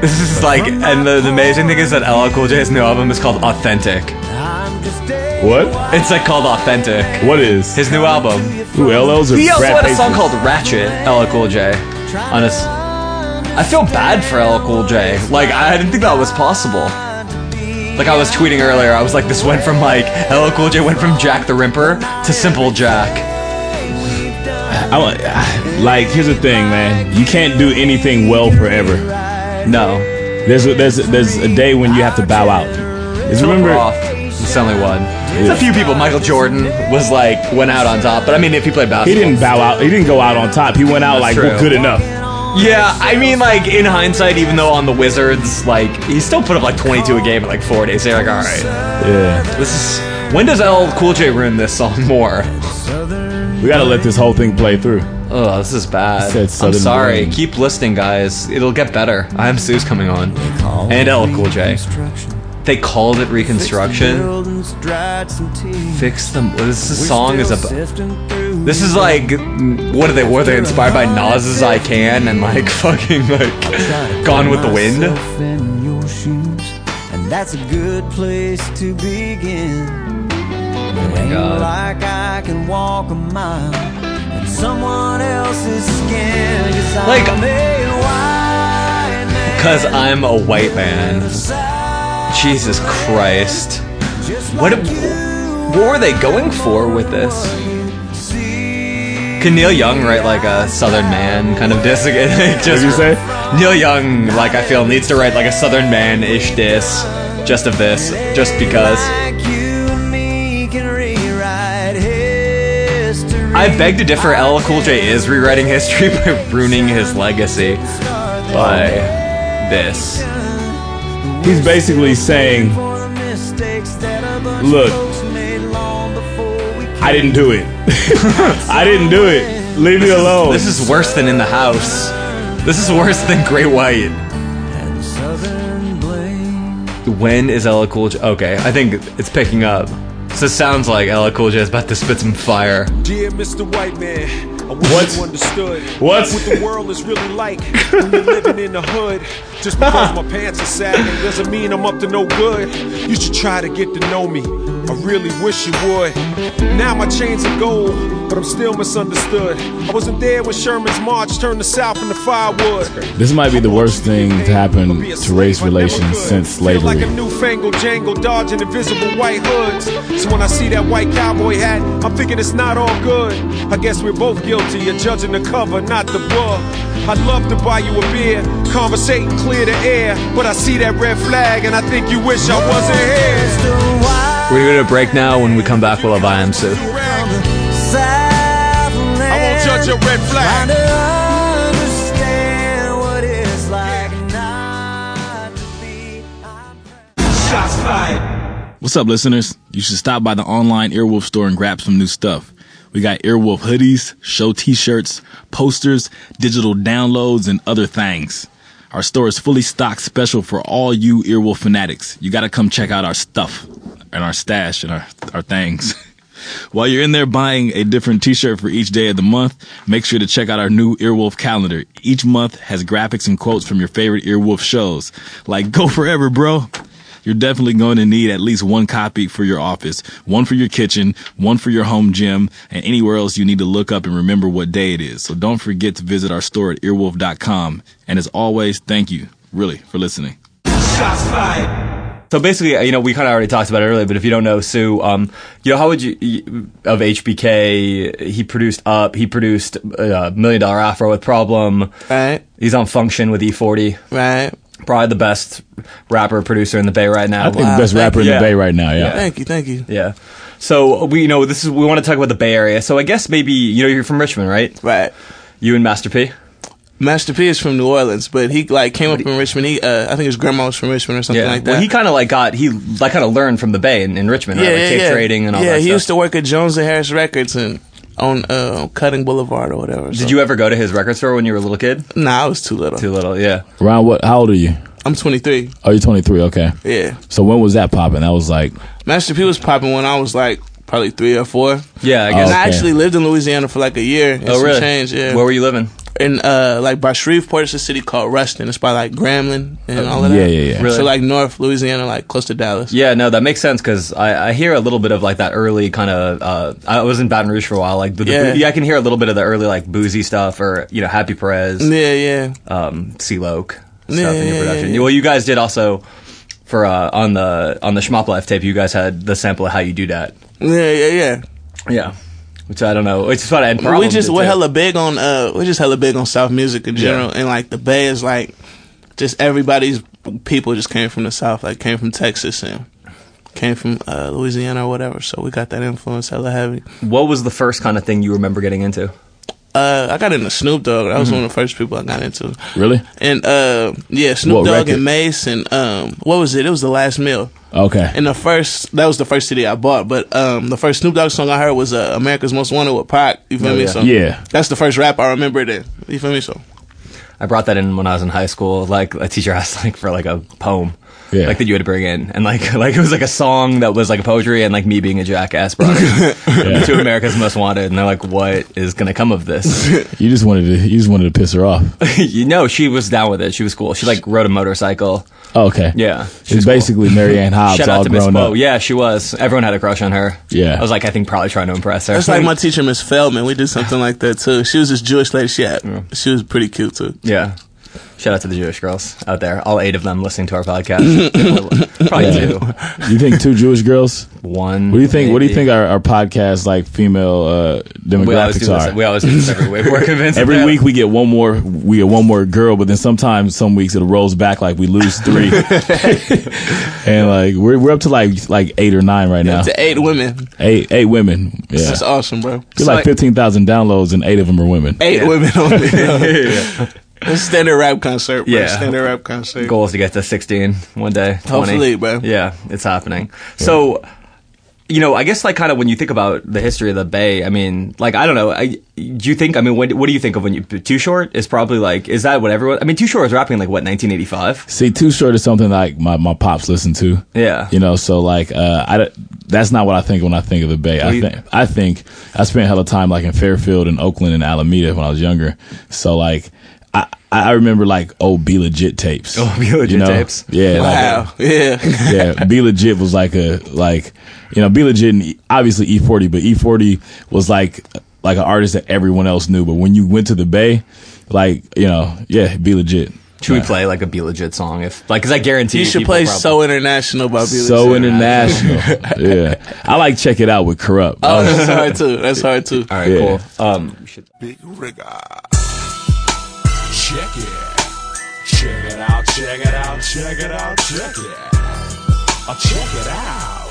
[SPEAKER 2] this is like, and the, the amazing thing is that LL Cool J's new album is called Authentic.
[SPEAKER 4] I'm just a
[SPEAKER 3] What?
[SPEAKER 2] It's like called Authentic.
[SPEAKER 3] What is?
[SPEAKER 2] His new album.
[SPEAKER 3] Who LL's or
[SPEAKER 2] He also
[SPEAKER 3] Brad
[SPEAKER 2] had a
[SPEAKER 3] Paisley?
[SPEAKER 2] song called Ratchet, LL Cool J. On his, I feel bad for LL Cool J. Like I didn't think that was possible. Like I was tweeting earlier, I was like, this went from like LL Cool J went from Jack the Ripper to Simple Jack.
[SPEAKER 3] I want- like, here's the thing, man. You can't do anything well forever.
[SPEAKER 2] No,
[SPEAKER 3] There's a, there's a, there's a day when you have to bow out. Is
[SPEAKER 2] remember
[SPEAKER 3] remember?
[SPEAKER 2] off. It's only one. It's a few people. Michael Jordan was like went out on top, but I mean, if he played
[SPEAKER 3] He
[SPEAKER 2] basketball,
[SPEAKER 3] didn't bow out. He didn't go out on top. He went out
[SPEAKER 2] That's
[SPEAKER 3] like
[SPEAKER 2] true.
[SPEAKER 3] "Well, good enough.
[SPEAKER 2] yeah, I mean, like in hindsight, even though on the Wizards, like he still put up like 22 a game in like four days. They're like, all right.
[SPEAKER 3] Yeah,
[SPEAKER 2] This is when does LL Cool J ruin this song more?
[SPEAKER 3] we gotta let this whole thing play through.
[SPEAKER 2] Oh, this is bad.
[SPEAKER 3] Said
[SPEAKER 2] I'm
[SPEAKER 3] Southern
[SPEAKER 2] sorry.
[SPEAKER 3] Brain.
[SPEAKER 2] Keep listening, guys. It'll get better. I'm Sue's coming on, and LL Cool J. They called it Reconstruction.
[SPEAKER 4] Buildings dried some tears.
[SPEAKER 2] Fix them. This is-
[SPEAKER 4] We're
[SPEAKER 2] song is
[SPEAKER 4] still
[SPEAKER 2] about.
[SPEAKER 4] sifting through
[SPEAKER 2] This is like, what are they? Were they inspired by Nas's "I Can" and like fucking like Gone with the Wind?
[SPEAKER 4] myself in your shoes, and that's a good place to begin. It ain't
[SPEAKER 2] Oh God.
[SPEAKER 4] like I can walk a mile in someone else's skin. 'Cause
[SPEAKER 2] Like- Cause
[SPEAKER 4] I'm a white man.
[SPEAKER 2] I'm a white man. Jesus Christ. What, what were they going for with this? Can Neil Young write like a Southern man kind of diss again? Like, just
[SPEAKER 3] you say?
[SPEAKER 2] Neil Young, like I feel, needs to write like a Southern man ish diss, just of this, just because.
[SPEAKER 4] Like you and me can rewrite history.
[SPEAKER 2] I beg to differ. LL Cool J is rewriting history by ruining his legacy by this.
[SPEAKER 3] He's basically saying,
[SPEAKER 4] For the mistakes that a bunch
[SPEAKER 3] Look.
[SPEAKER 4] of folks made long before we
[SPEAKER 3] "I didn't do it. I didn't do it. Leave me alone."
[SPEAKER 2] Oh, This is worse than in the house. This is worse than Great White.
[SPEAKER 4] Southern blame.
[SPEAKER 2] When is Ella Cool J? Okay, I think it's picking up. So it sounds like Ella Cool J is about to spit some fire.
[SPEAKER 1] Dear Mr. White Man, I wish
[SPEAKER 3] What?
[SPEAKER 1] you understood
[SPEAKER 3] What?
[SPEAKER 1] what the world is really like when you're living in the hood. Just because my pants are sagging doesn't mean I'm up to no good. You should try to get to know me. I really wish you would. Now my chains are gold, but I'm still misunderstood. I wasn't there when Sherman's march turned the South into firewood.
[SPEAKER 3] This might be the worst thing to happen to race relations since
[SPEAKER 1] Feel Like
[SPEAKER 3] slavery.
[SPEAKER 1] a newfangled jangle dodging invisible white hoods. So when I see that white cowboy hat, I'm thinking it's not all good. I guess we're both guilty of judging the cover, not the book. I'd love to buy you a beer, conversate and clear the air. But I see that red flag and I think you wish I wasn't here.
[SPEAKER 4] The wild
[SPEAKER 2] We're gonna break now. When we come back, we'll have I am Sue.
[SPEAKER 4] side of
[SPEAKER 1] I won't judge your
[SPEAKER 4] land.
[SPEAKER 1] red
[SPEAKER 4] Trying
[SPEAKER 1] flag.
[SPEAKER 4] to understand what it's like not to be. I'm
[SPEAKER 1] Shots fired.
[SPEAKER 3] What's up, listeners? You should stop by the online Earwolf store and grab some new stuff. We got Earwolf hoodies, show t shirts, posters, digital downloads, and other things. Our store is fully stocked special for all you Earwolf fanatics. You gotta come check out our stuff and our stash and our, our things. While you're in there buying a different t-shirt for each day of the month, make sure to check out our new Earwolf calendar. Each month has graphics and quotes from your favorite Earwolf shows. Like, go forever, bro. You're definitely going to need at least one copy for your office, one for your kitchen, one for your home gym, and anywhere else you need to look up and remember what day it is. So don't forget to visit our store at earwolf.com. And as always, thank you, really, for listening.
[SPEAKER 2] So basically, you know, we kind of already talked about it earlier, but if you don't know Sue, um, you know, how would you you- of HBK? He produced Up. He produced uh, Million Dollar Afro with Problem.
[SPEAKER 5] Right,
[SPEAKER 2] He's on Function with E E40.
[SPEAKER 5] right.
[SPEAKER 2] Probably the best rapper producer in the Bay right now.
[SPEAKER 3] I think the best
[SPEAKER 5] thank
[SPEAKER 3] rapper in
[SPEAKER 2] you.
[SPEAKER 3] the Bay right now, yeah.
[SPEAKER 5] Thank you, thank you.
[SPEAKER 2] yeah. So we you know this is we want to talk about the Bay Area. So I guess maybe you know you're from Richmond, right?
[SPEAKER 5] Right.
[SPEAKER 2] You and Master P.
[SPEAKER 5] Master P is from New Orleans, but he like came up in Richmond. He, uh, I think his grandma was from Richmond or something like that.
[SPEAKER 2] Well, he kind of like got he like kind of learned from the Bay in, in Richmond, right? like tape trading and all
[SPEAKER 5] yeah,
[SPEAKER 2] that
[SPEAKER 5] he
[SPEAKER 2] stuff.
[SPEAKER 5] used to work at Jones and Harris Records and on uh, Cutting Boulevard or whatever.
[SPEAKER 2] Did you ever go to his record store when you were a little kid?
[SPEAKER 5] Nah, I was too little.
[SPEAKER 2] Too little, yeah.
[SPEAKER 3] Ron, what, how old are you?
[SPEAKER 5] I'm 23.
[SPEAKER 3] Oh, you're 23, okay.
[SPEAKER 5] Yeah,
[SPEAKER 3] So when was that popping? That was like,
[SPEAKER 5] Master P was popping when I was like probably three or four.
[SPEAKER 2] Yeah, I
[SPEAKER 5] And
[SPEAKER 2] guess.
[SPEAKER 3] Okay.
[SPEAKER 5] I actually lived in Louisiana for like a year. And
[SPEAKER 2] oh,
[SPEAKER 5] Oh, some
[SPEAKER 2] really?
[SPEAKER 5] Change, yeah.
[SPEAKER 2] Where were you living?
[SPEAKER 5] in uh, like by Shreveport, it's a city called Ruston. It's by like Grambling and
[SPEAKER 2] Oh,
[SPEAKER 5] all of that.
[SPEAKER 3] yeah, yeah, yeah.
[SPEAKER 2] Really?
[SPEAKER 5] So like North Louisiana, like close to Dallas.
[SPEAKER 2] Yeah, no, that makes sense because I, I hear a little bit of like that early kind of. Uh, I was in Baton Rouge for a while. Like, the, the,
[SPEAKER 5] Yeah.
[SPEAKER 2] yeah. I can hear a little bit of the early like boozy stuff or you know Happy Perez,
[SPEAKER 5] Yeah, yeah.
[SPEAKER 2] um, C Loke stuff
[SPEAKER 5] Yeah,
[SPEAKER 2] in
[SPEAKER 5] yeah,
[SPEAKER 2] your
[SPEAKER 5] yeah,
[SPEAKER 2] production.
[SPEAKER 5] yeah.
[SPEAKER 2] Well, you guys did also for uh, on the on the Schmop Life tape. You guys had the sample of how you do that.
[SPEAKER 5] Yeah, yeah, yeah.
[SPEAKER 2] Yeah, which I don't know. It's fun and
[SPEAKER 5] we just we're hella big on uh we're just hella big on South music in general and like the Bay is like just everybody's people just came from the South, like came from Texas and came from uh Louisiana or whatever. So we got that influence hella heavy.
[SPEAKER 2] What was the first kind of thing you remember getting into?
[SPEAKER 5] Uh I got into Snoop Dogg, that was one of the first people I got into.
[SPEAKER 3] Mm-hmm. really?
[SPEAKER 5] And uh yeah,
[SPEAKER 3] What
[SPEAKER 5] Snoop Dogg
[SPEAKER 3] record?
[SPEAKER 5] and Mace and um what was it? It was the last meal.
[SPEAKER 3] Okay.
[SPEAKER 5] And the first that was the first CD I bought, but um the first Snoop Dogg song I heard was uh, America's Most Wanted with Pac. You feel me?
[SPEAKER 2] Oh, yeah.
[SPEAKER 5] So
[SPEAKER 3] Yeah.
[SPEAKER 5] that's the first rap I remember then. You feel me? So
[SPEAKER 2] I brought that in when I was in high school. Like a teacher asked like for like a poem.
[SPEAKER 3] Yeah.
[SPEAKER 2] Like that you had to bring in, and like like it was like a song that was like poetry, and like me being a jackass brought it
[SPEAKER 3] Yeah.
[SPEAKER 2] to America's Most Wanted, and they're like, "What is gonna come of this?"
[SPEAKER 3] You just wanted to, you just wanted to piss her off.
[SPEAKER 2] you know, she was down with it. She was cool. She like rode a motorcycle.
[SPEAKER 3] Oh, okay.
[SPEAKER 2] Yeah,
[SPEAKER 3] It's basically Marianne Hobbs
[SPEAKER 2] shout
[SPEAKER 3] all
[SPEAKER 2] out to Miss
[SPEAKER 3] grown
[SPEAKER 2] Bo.
[SPEAKER 3] up.
[SPEAKER 2] Yeah, she was. Everyone had a crush on her.
[SPEAKER 3] Yeah.
[SPEAKER 2] I was like, I think probably trying to impress her.
[SPEAKER 5] That's like my teacher, Miss Feldman. We did something like that too. She was this Jewish lady. She had, she was pretty cute too.
[SPEAKER 2] Yeah. Shout out to the Jewish girls out there. All eight of them listening to our podcast. Probably
[SPEAKER 3] Yeah. You think two Jewish girls?
[SPEAKER 2] two. One.
[SPEAKER 3] What do you think? What do you
[SPEAKER 2] maybe.
[SPEAKER 3] think our, our podcast like female uh,
[SPEAKER 2] We always do
[SPEAKER 3] demographics
[SPEAKER 2] this.
[SPEAKER 3] are?
[SPEAKER 2] We always do this every week. We're convinced.
[SPEAKER 3] Every
[SPEAKER 2] of that.
[SPEAKER 3] week we get one more, we get one more girl, but then sometimes some weeks it rolls back like we lose three, and like we're we're up to like like eight or nine right now.
[SPEAKER 5] To eight women,
[SPEAKER 3] Eight eight women. Yeah,
[SPEAKER 5] that's awesome, bro.
[SPEAKER 3] We're
[SPEAKER 2] So,
[SPEAKER 3] like
[SPEAKER 2] like-
[SPEAKER 3] fifteen thousand downloads and eight of them are women.
[SPEAKER 5] Eight women on the It's standard rap concert, bro.
[SPEAKER 2] Yeah.
[SPEAKER 5] Standard rap concert.
[SPEAKER 2] goal is to get to 16 one day. 20.
[SPEAKER 5] Hopefully, bro.
[SPEAKER 2] Yeah, it's happening. So, you know, I guess like kind of when you think about the history of the Bay, I mean, like I don't know. I, do you think? I mean, what, what do you think of when you Too Short is probably like is that what everyone? I mean, Too Short was rapping like what 1985.
[SPEAKER 3] See, Too Short is something like my, my pops listen to.
[SPEAKER 2] Yeah.
[SPEAKER 3] You know, so like, uh, I, don't- that's not what I think when I think of the Bay. I
[SPEAKER 2] you-
[SPEAKER 3] think, I think I spent hella time like in Fairfield and Oakland and Alameda when I was younger. So like, I, I, I remember like old Be Legit tapes.
[SPEAKER 2] Oh, Be Legit tapes?
[SPEAKER 3] Yeah, like,
[SPEAKER 5] Wow. Yeah.
[SPEAKER 3] yeah, Be Legit was like a like you know Be Legit and E- obviously E40, but E40 was like like an artist that everyone else knew. But when you went to the Bay, like you know, yeah, Be Legit.
[SPEAKER 2] Should we play like a Be Legit song? If like, because I guarantee
[SPEAKER 5] You should
[SPEAKER 2] people
[SPEAKER 5] play
[SPEAKER 2] probably-
[SPEAKER 5] So International by Billy
[SPEAKER 3] So international, yeah. I like check it out with corrupt.
[SPEAKER 5] Oh, that's hard too. That's hard too.
[SPEAKER 2] All right,
[SPEAKER 3] Yeah.
[SPEAKER 2] cool. Um, you should-
[SPEAKER 6] Big Rigger. Check it. Check it out, check it out, check it out, check it. Uh, check it out.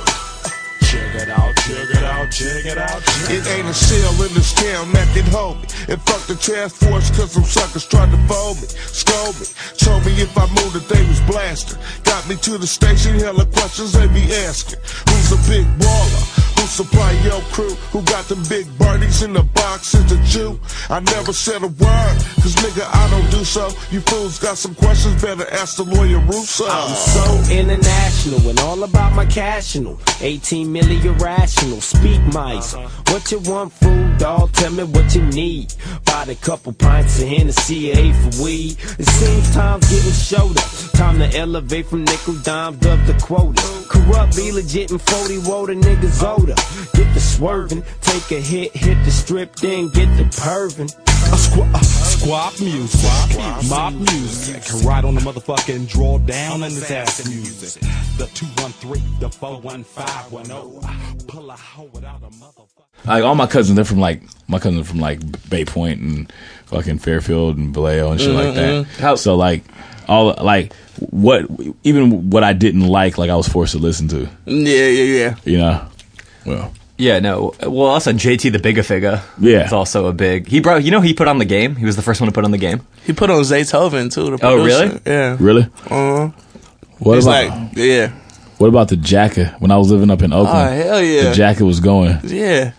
[SPEAKER 6] Check it out, check it out, check it out, check
[SPEAKER 7] It ain't a shell in this town that can hold me. And fuck the task force, cause some suckers tried to fold me, scold me. Told me if I moved that they was blasting. Got me to the station, hella questions they be asking. Who's a big baller? Who supply your crew? Who got them big birdies in the box? Is the Jew? I never said a word, cause nigga, I don't do so. You fools got some questions, better ask the lawyer Russo.
[SPEAKER 8] I'm so international and all about my cashinal. 18 million rational, speak mice. What you want, fool, dog? Tell me what you need. Bought a couple pints of Hennessy, eight for weed. It seems time's getting shoulder. Time to elevate from nickel dime up the quota. Corrupt, be legit, and 40 woe the niggas older. Get the swerving, take a hit, hit the strip, then get the pervin'.
[SPEAKER 6] Squat, squat uh, music, mob music, right on the motherfucking draw down in this ass music. The 213, the 411510. oh. Pull a hoe without a motherfucker.
[SPEAKER 3] like all my cousins, they're from like my cousins are from like Bay Point and fucking Fairfield and Vallejo and shit like that.
[SPEAKER 5] Mm-hmm,
[SPEAKER 2] How-
[SPEAKER 3] so like all like what even what I didn't like, like I was forced to listen to.
[SPEAKER 5] Yeah, yeah, yeah.
[SPEAKER 3] You know, well,
[SPEAKER 2] yeah, no. Well, also JT the Bigger Figure.
[SPEAKER 3] Yeah.
[SPEAKER 2] it's also a big. He brought. You know, he put on the game. He was the first one to put on the game.
[SPEAKER 5] He put on Zaytoven too. The
[SPEAKER 2] Oh, really?
[SPEAKER 5] producer. Yeah.
[SPEAKER 3] really.
[SPEAKER 5] Uh-huh.
[SPEAKER 3] What
[SPEAKER 5] It's
[SPEAKER 3] about
[SPEAKER 5] like, yeah.
[SPEAKER 3] what about the jacket? When I was living up in Oakland,
[SPEAKER 5] Oh, hell
[SPEAKER 3] the
[SPEAKER 5] yeah.
[SPEAKER 3] jacket was going.
[SPEAKER 5] yeah.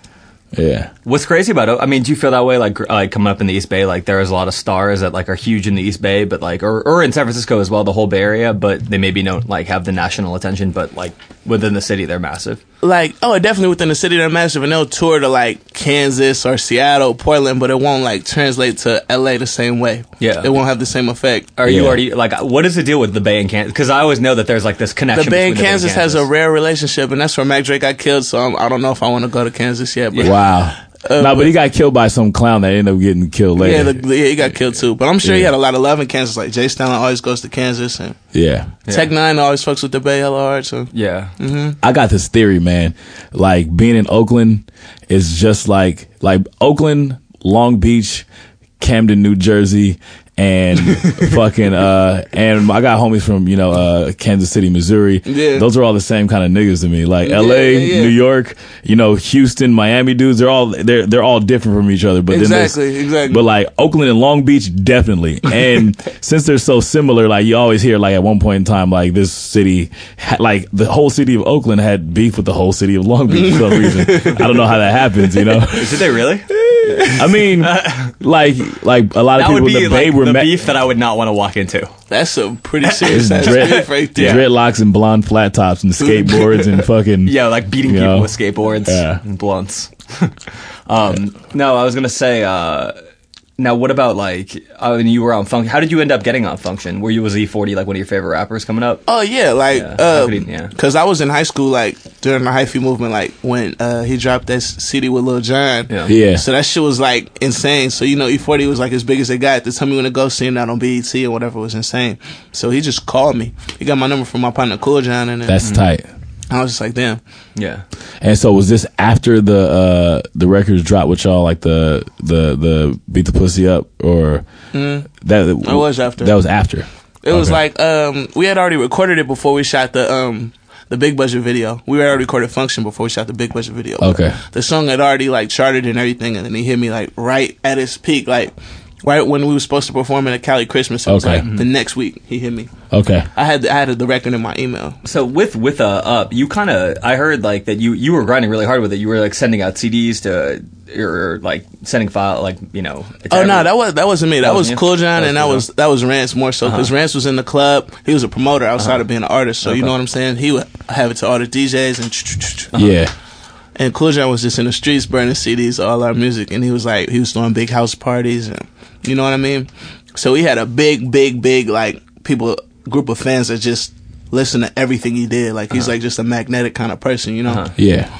[SPEAKER 3] Yeah,
[SPEAKER 2] What's crazy about it? I mean, do you feel that way? Like, gr- like coming up in the East Bay, like there is a lot of stars that like are huge in the East Bay, but like, or, or in San Francisco as well, the whole Bay Area, but they maybe don't like have the national attention, but like within the city, they're massive.
[SPEAKER 5] Like, oh, definitely within the city they're massive, and they'll tour to like Kansas or Seattle, Portland, but it won't like translate to LA the same way.
[SPEAKER 2] Yeah.
[SPEAKER 5] It won't have the same effect.
[SPEAKER 2] Are you
[SPEAKER 3] Yeah.
[SPEAKER 2] already like? What is the deal with the Bay and Kansas? Because I always know that there's like this connection.
[SPEAKER 5] the Bay in
[SPEAKER 2] between
[SPEAKER 5] Kansas
[SPEAKER 2] the Bay and
[SPEAKER 5] has a rare relationship, and that's where Mac Drake got killed. So I'm, I don't know if I want to go to Kansas yet. But yeah,
[SPEAKER 3] wow. no, but he got killed by some clown that ended up getting killed later. Yeah,
[SPEAKER 5] the, yeah, he got killed too. But I'm sure he
[SPEAKER 3] Yeah.
[SPEAKER 5] had a lot of love in Kansas. Like Jay Stalin always goes to Kansas, and Tech Nine always fucks with the Bay hella hard. So
[SPEAKER 2] yeah.
[SPEAKER 3] I got this theory, man. Like being in Oakland is just like like Oakland, Long Beach, Camden, New Jersey, and fucking uh and I got homies from, you know, uh Kansas City, Missouri.
[SPEAKER 5] Yeah.
[SPEAKER 3] Those are all the same kind of niggas to me. Like LA,
[SPEAKER 5] yeah, yeah.
[SPEAKER 3] New York, you know, Houston, Miami dudes, they're all they're they're all different from each other. But then there's-
[SPEAKER 5] Exactly, exactly.
[SPEAKER 3] But like Oakland and Long Beach, definitely. And since they're so similar, like you always hear, like at one point in time, like this city, had, like the whole city of Oakland had beef with the whole city of Long Beach for some reason. I don't know how that happens, you know.
[SPEAKER 2] Did they really?
[SPEAKER 3] I mean, like like a lot of
[SPEAKER 2] That would
[SPEAKER 3] people in
[SPEAKER 2] be
[SPEAKER 3] the Bay
[SPEAKER 2] like,
[SPEAKER 3] were
[SPEAKER 2] the
[SPEAKER 3] ma-
[SPEAKER 2] beef that I would not want to walk into.
[SPEAKER 5] that's a pretty
[SPEAKER 3] It's
[SPEAKER 5] serious ass
[SPEAKER 3] dread,
[SPEAKER 5] beef right there.
[SPEAKER 3] dreadlocks and blonde flat tops and skateboards and fucking
[SPEAKER 2] Yeah, like beating
[SPEAKER 3] Yeah.
[SPEAKER 2] people with skateboards
[SPEAKER 3] Yeah.
[SPEAKER 2] and blunts. um, no, I was gonna say. Uh, now, what about like? I mean, you were on Function. How did you end up getting on Function? Were you was E40 like one of your favorite rappers coming up?
[SPEAKER 5] Oh yeah, like
[SPEAKER 2] Yeah, I
[SPEAKER 5] uh
[SPEAKER 2] could even- yeah.
[SPEAKER 5] 'cause cause I was in high school, like during the hyphy movement, like when uh, he dropped that s- CD with Lil Jon.
[SPEAKER 2] Yeah.
[SPEAKER 3] Yeah.
[SPEAKER 5] So that shit was like insane. So you know, E40 was like as big as they got. At The time we went to go see him out on BET or whatever was insane. So he just called me. He got my number from my partner Cool John, and
[SPEAKER 2] Mm-hmm.
[SPEAKER 5] then
[SPEAKER 3] that's tight.
[SPEAKER 5] I was just like, damn.
[SPEAKER 2] Yeah.
[SPEAKER 3] And so was this after the uh the records dropped with y'all like the the the beat the pussy up or
[SPEAKER 2] Mm-hmm.
[SPEAKER 3] that it
[SPEAKER 5] was after.
[SPEAKER 3] That was after.
[SPEAKER 5] It was
[SPEAKER 3] Okay.
[SPEAKER 5] like um, we had already recorded it before we shot the um, the big budget video. We already recorded function before we shot the big budget video.
[SPEAKER 3] Okay.
[SPEAKER 5] the song had already like charted and everything, and then he hit me like right at its peak, like right when we were supposed to perform at a Cali Christmas. It was
[SPEAKER 3] Okay.
[SPEAKER 5] like the next week he hit me.
[SPEAKER 3] Okay.
[SPEAKER 5] I had I had the record in my email.
[SPEAKER 2] So with with uh up, you kind of I heard like that you you were grinding really hard with it. You were like sending out CDs to or, or, like sending file like you know. to
[SPEAKER 5] Oh no,
[SPEAKER 2] every-
[SPEAKER 5] that was that wasn't me. That, was
[SPEAKER 2] wasn't you?
[SPEAKER 5] Cool
[SPEAKER 2] That
[SPEAKER 5] John,
[SPEAKER 2] was
[SPEAKER 5] and that
[SPEAKER 2] Cool
[SPEAKER 5] was that was Rance more so because Rance was in the club. He was a promoter outside of being an artist, so you know what I'm saying. He would have it to all the DJs and.
[SPEAKER 3] Yeah.
[SPEAKER 2] Uh-huh.
[SPEAKER 5] And Cool John was just in the streets burning CDs, all our music, and he was like, he was throwing big house parties, and you know what I mean. So he had a big, big, big like people group of fans that just listen to everything he did. Like he's like just a magnetic kind of person, you know.
[SPEAKER 3] Yeah.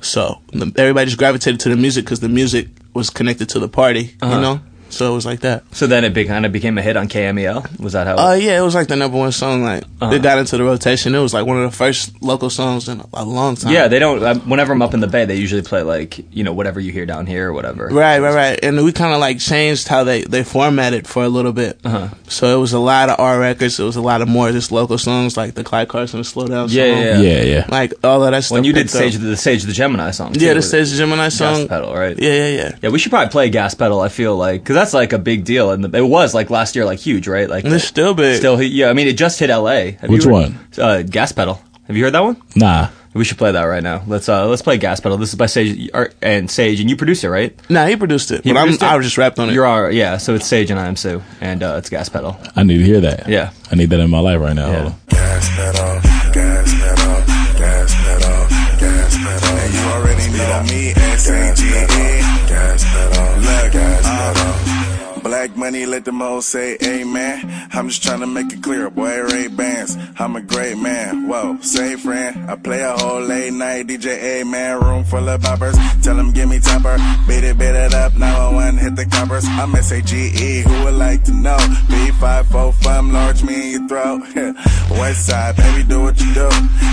[SPEAKER 5] So the, everybody just gravitated to the music because the music was connected to the party, you know. So it was like that.
[SPEAKER 2] So then it be, kind of became a hit on KMEL. Was that how?
[SPEAKER 5] Uh, yeah, it was like the number one song. Like it got into the rotation. It was like one of the first local songs in a long time.
[SPEAKER 2] yeah, they don't. I, whenever I'm up in the Bay, they usually play like you know whatever you hear down here or whatever.
[SPEAKER 5] Right, right, right. And we kind of like changed how they they formatted for a little bit.
[SPEAKER 2] Uh-huh.
[SPEAKER 5] So it was a lot of R records. It was a lot of more just local songs like the Clyde Carson Slow Down
[SPEAKER 2] Yeah,
[SPEAKER 5] song.
[SPEAKER 2] yeah,
[SPEAKER 3] Yeah. Yeah.
[SPEAKER 5] Like all of that stuff.
[SPEAKER 2] When you did
[SPEAKER 5] picked up.
[SPEAKER 2] stage the stage of the Gemini song.
[SPEAKER 5] um, Yeah,
[SPEAKER 2] too,
[SPEAKER 5] the
[SPEAKER 2] with it.
[SPEAKER 5] Stage Gemini song.
[SPEAKER 2] pedal, right?
[SPEAKER 5] Yeah, yeah, yeah.
[SPEAKER 2] Yeah, we should probably play gas pedal. I feel like because that's like a big deal, and the, it was like last year, like huge, right? Like
[SPEAKER 5] And it's still big.
[SPEAKER 2] still, hit- yeah. I mean, it just hit L.A. Have
[SPEAKER 3] Which
[SPEAKER 2] you heard-
[SPEAKER 3] one?
[SPEAKER 2] Uh, gas pedal. Have you heard that one?
[SPEAKER 3] Nah.
[SPEAKER 2] We should play that right now. Let's uh let's play gas pedal. This is by Sage or, and Sage, and you produce it, right?
[SPEAKER 5] Nah, he produced it.
[SPEAKER 2] He
[SPEAKER 5] but
[SPEAKER 2] produced it?
[SPEAKER 5] I'm, I was just rapped on it.
[SPEAKER 2] You're our yeah. So it's Sage and I am Sue, and uh, it's gas pedal.
[SPEAKER 3] I need to hear that.
[SPEAKER 2] Yeah.
[SPEAKER 3] I need that in my life right now. Hold
[SPEAKER 2] Yeah.
[SPEAKER 3] on.
[SPEAKER 9] Gas pedal, gas pedal, gas pedal, gas pedal. And you already know me, S-A-G-E. Gas pedal, E. look, gas pedal. Black money, let them hoes say amen. I'm just trying to make it clear, boy, Ray Bans. I'm a great man, whoa, say friend. I play a whole late night DJ A-man, room full of boppers. Tell them give me topper, beat it, beat it up, 911, hit the coppers. I'm S-A-G-E, E, who would like to know? B545, I'm large, me in your throat. West side, baby, do what you do.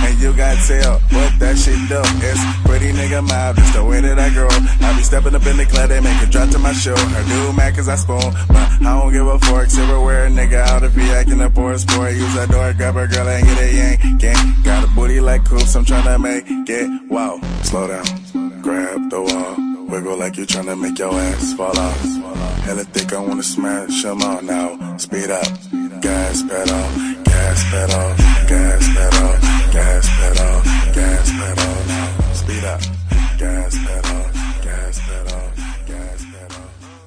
[SPEAKER 9] And you got tell what that shit do. It's pretty nigga mob, just the way that I grow. I be stepping up in the club, they make it drop to my shoe. Her new Mac is I spoon, but I don't give a fork. Silverware, nigga, out if he acting up or a sport. Use a door, grab a girl, and get a yank. Gang, got a booty like coops, I'm tryna make it. Wow, slow down, grab the wall. Wiggle like you tryna make your ass fall off. Hella thick, I wanna smash 'em all now. Speed up, gas pedal, gas pedal, gas pedal, gas pedal, gas pedal now. Speed up, gas pedal, gas pedal, gas pedal.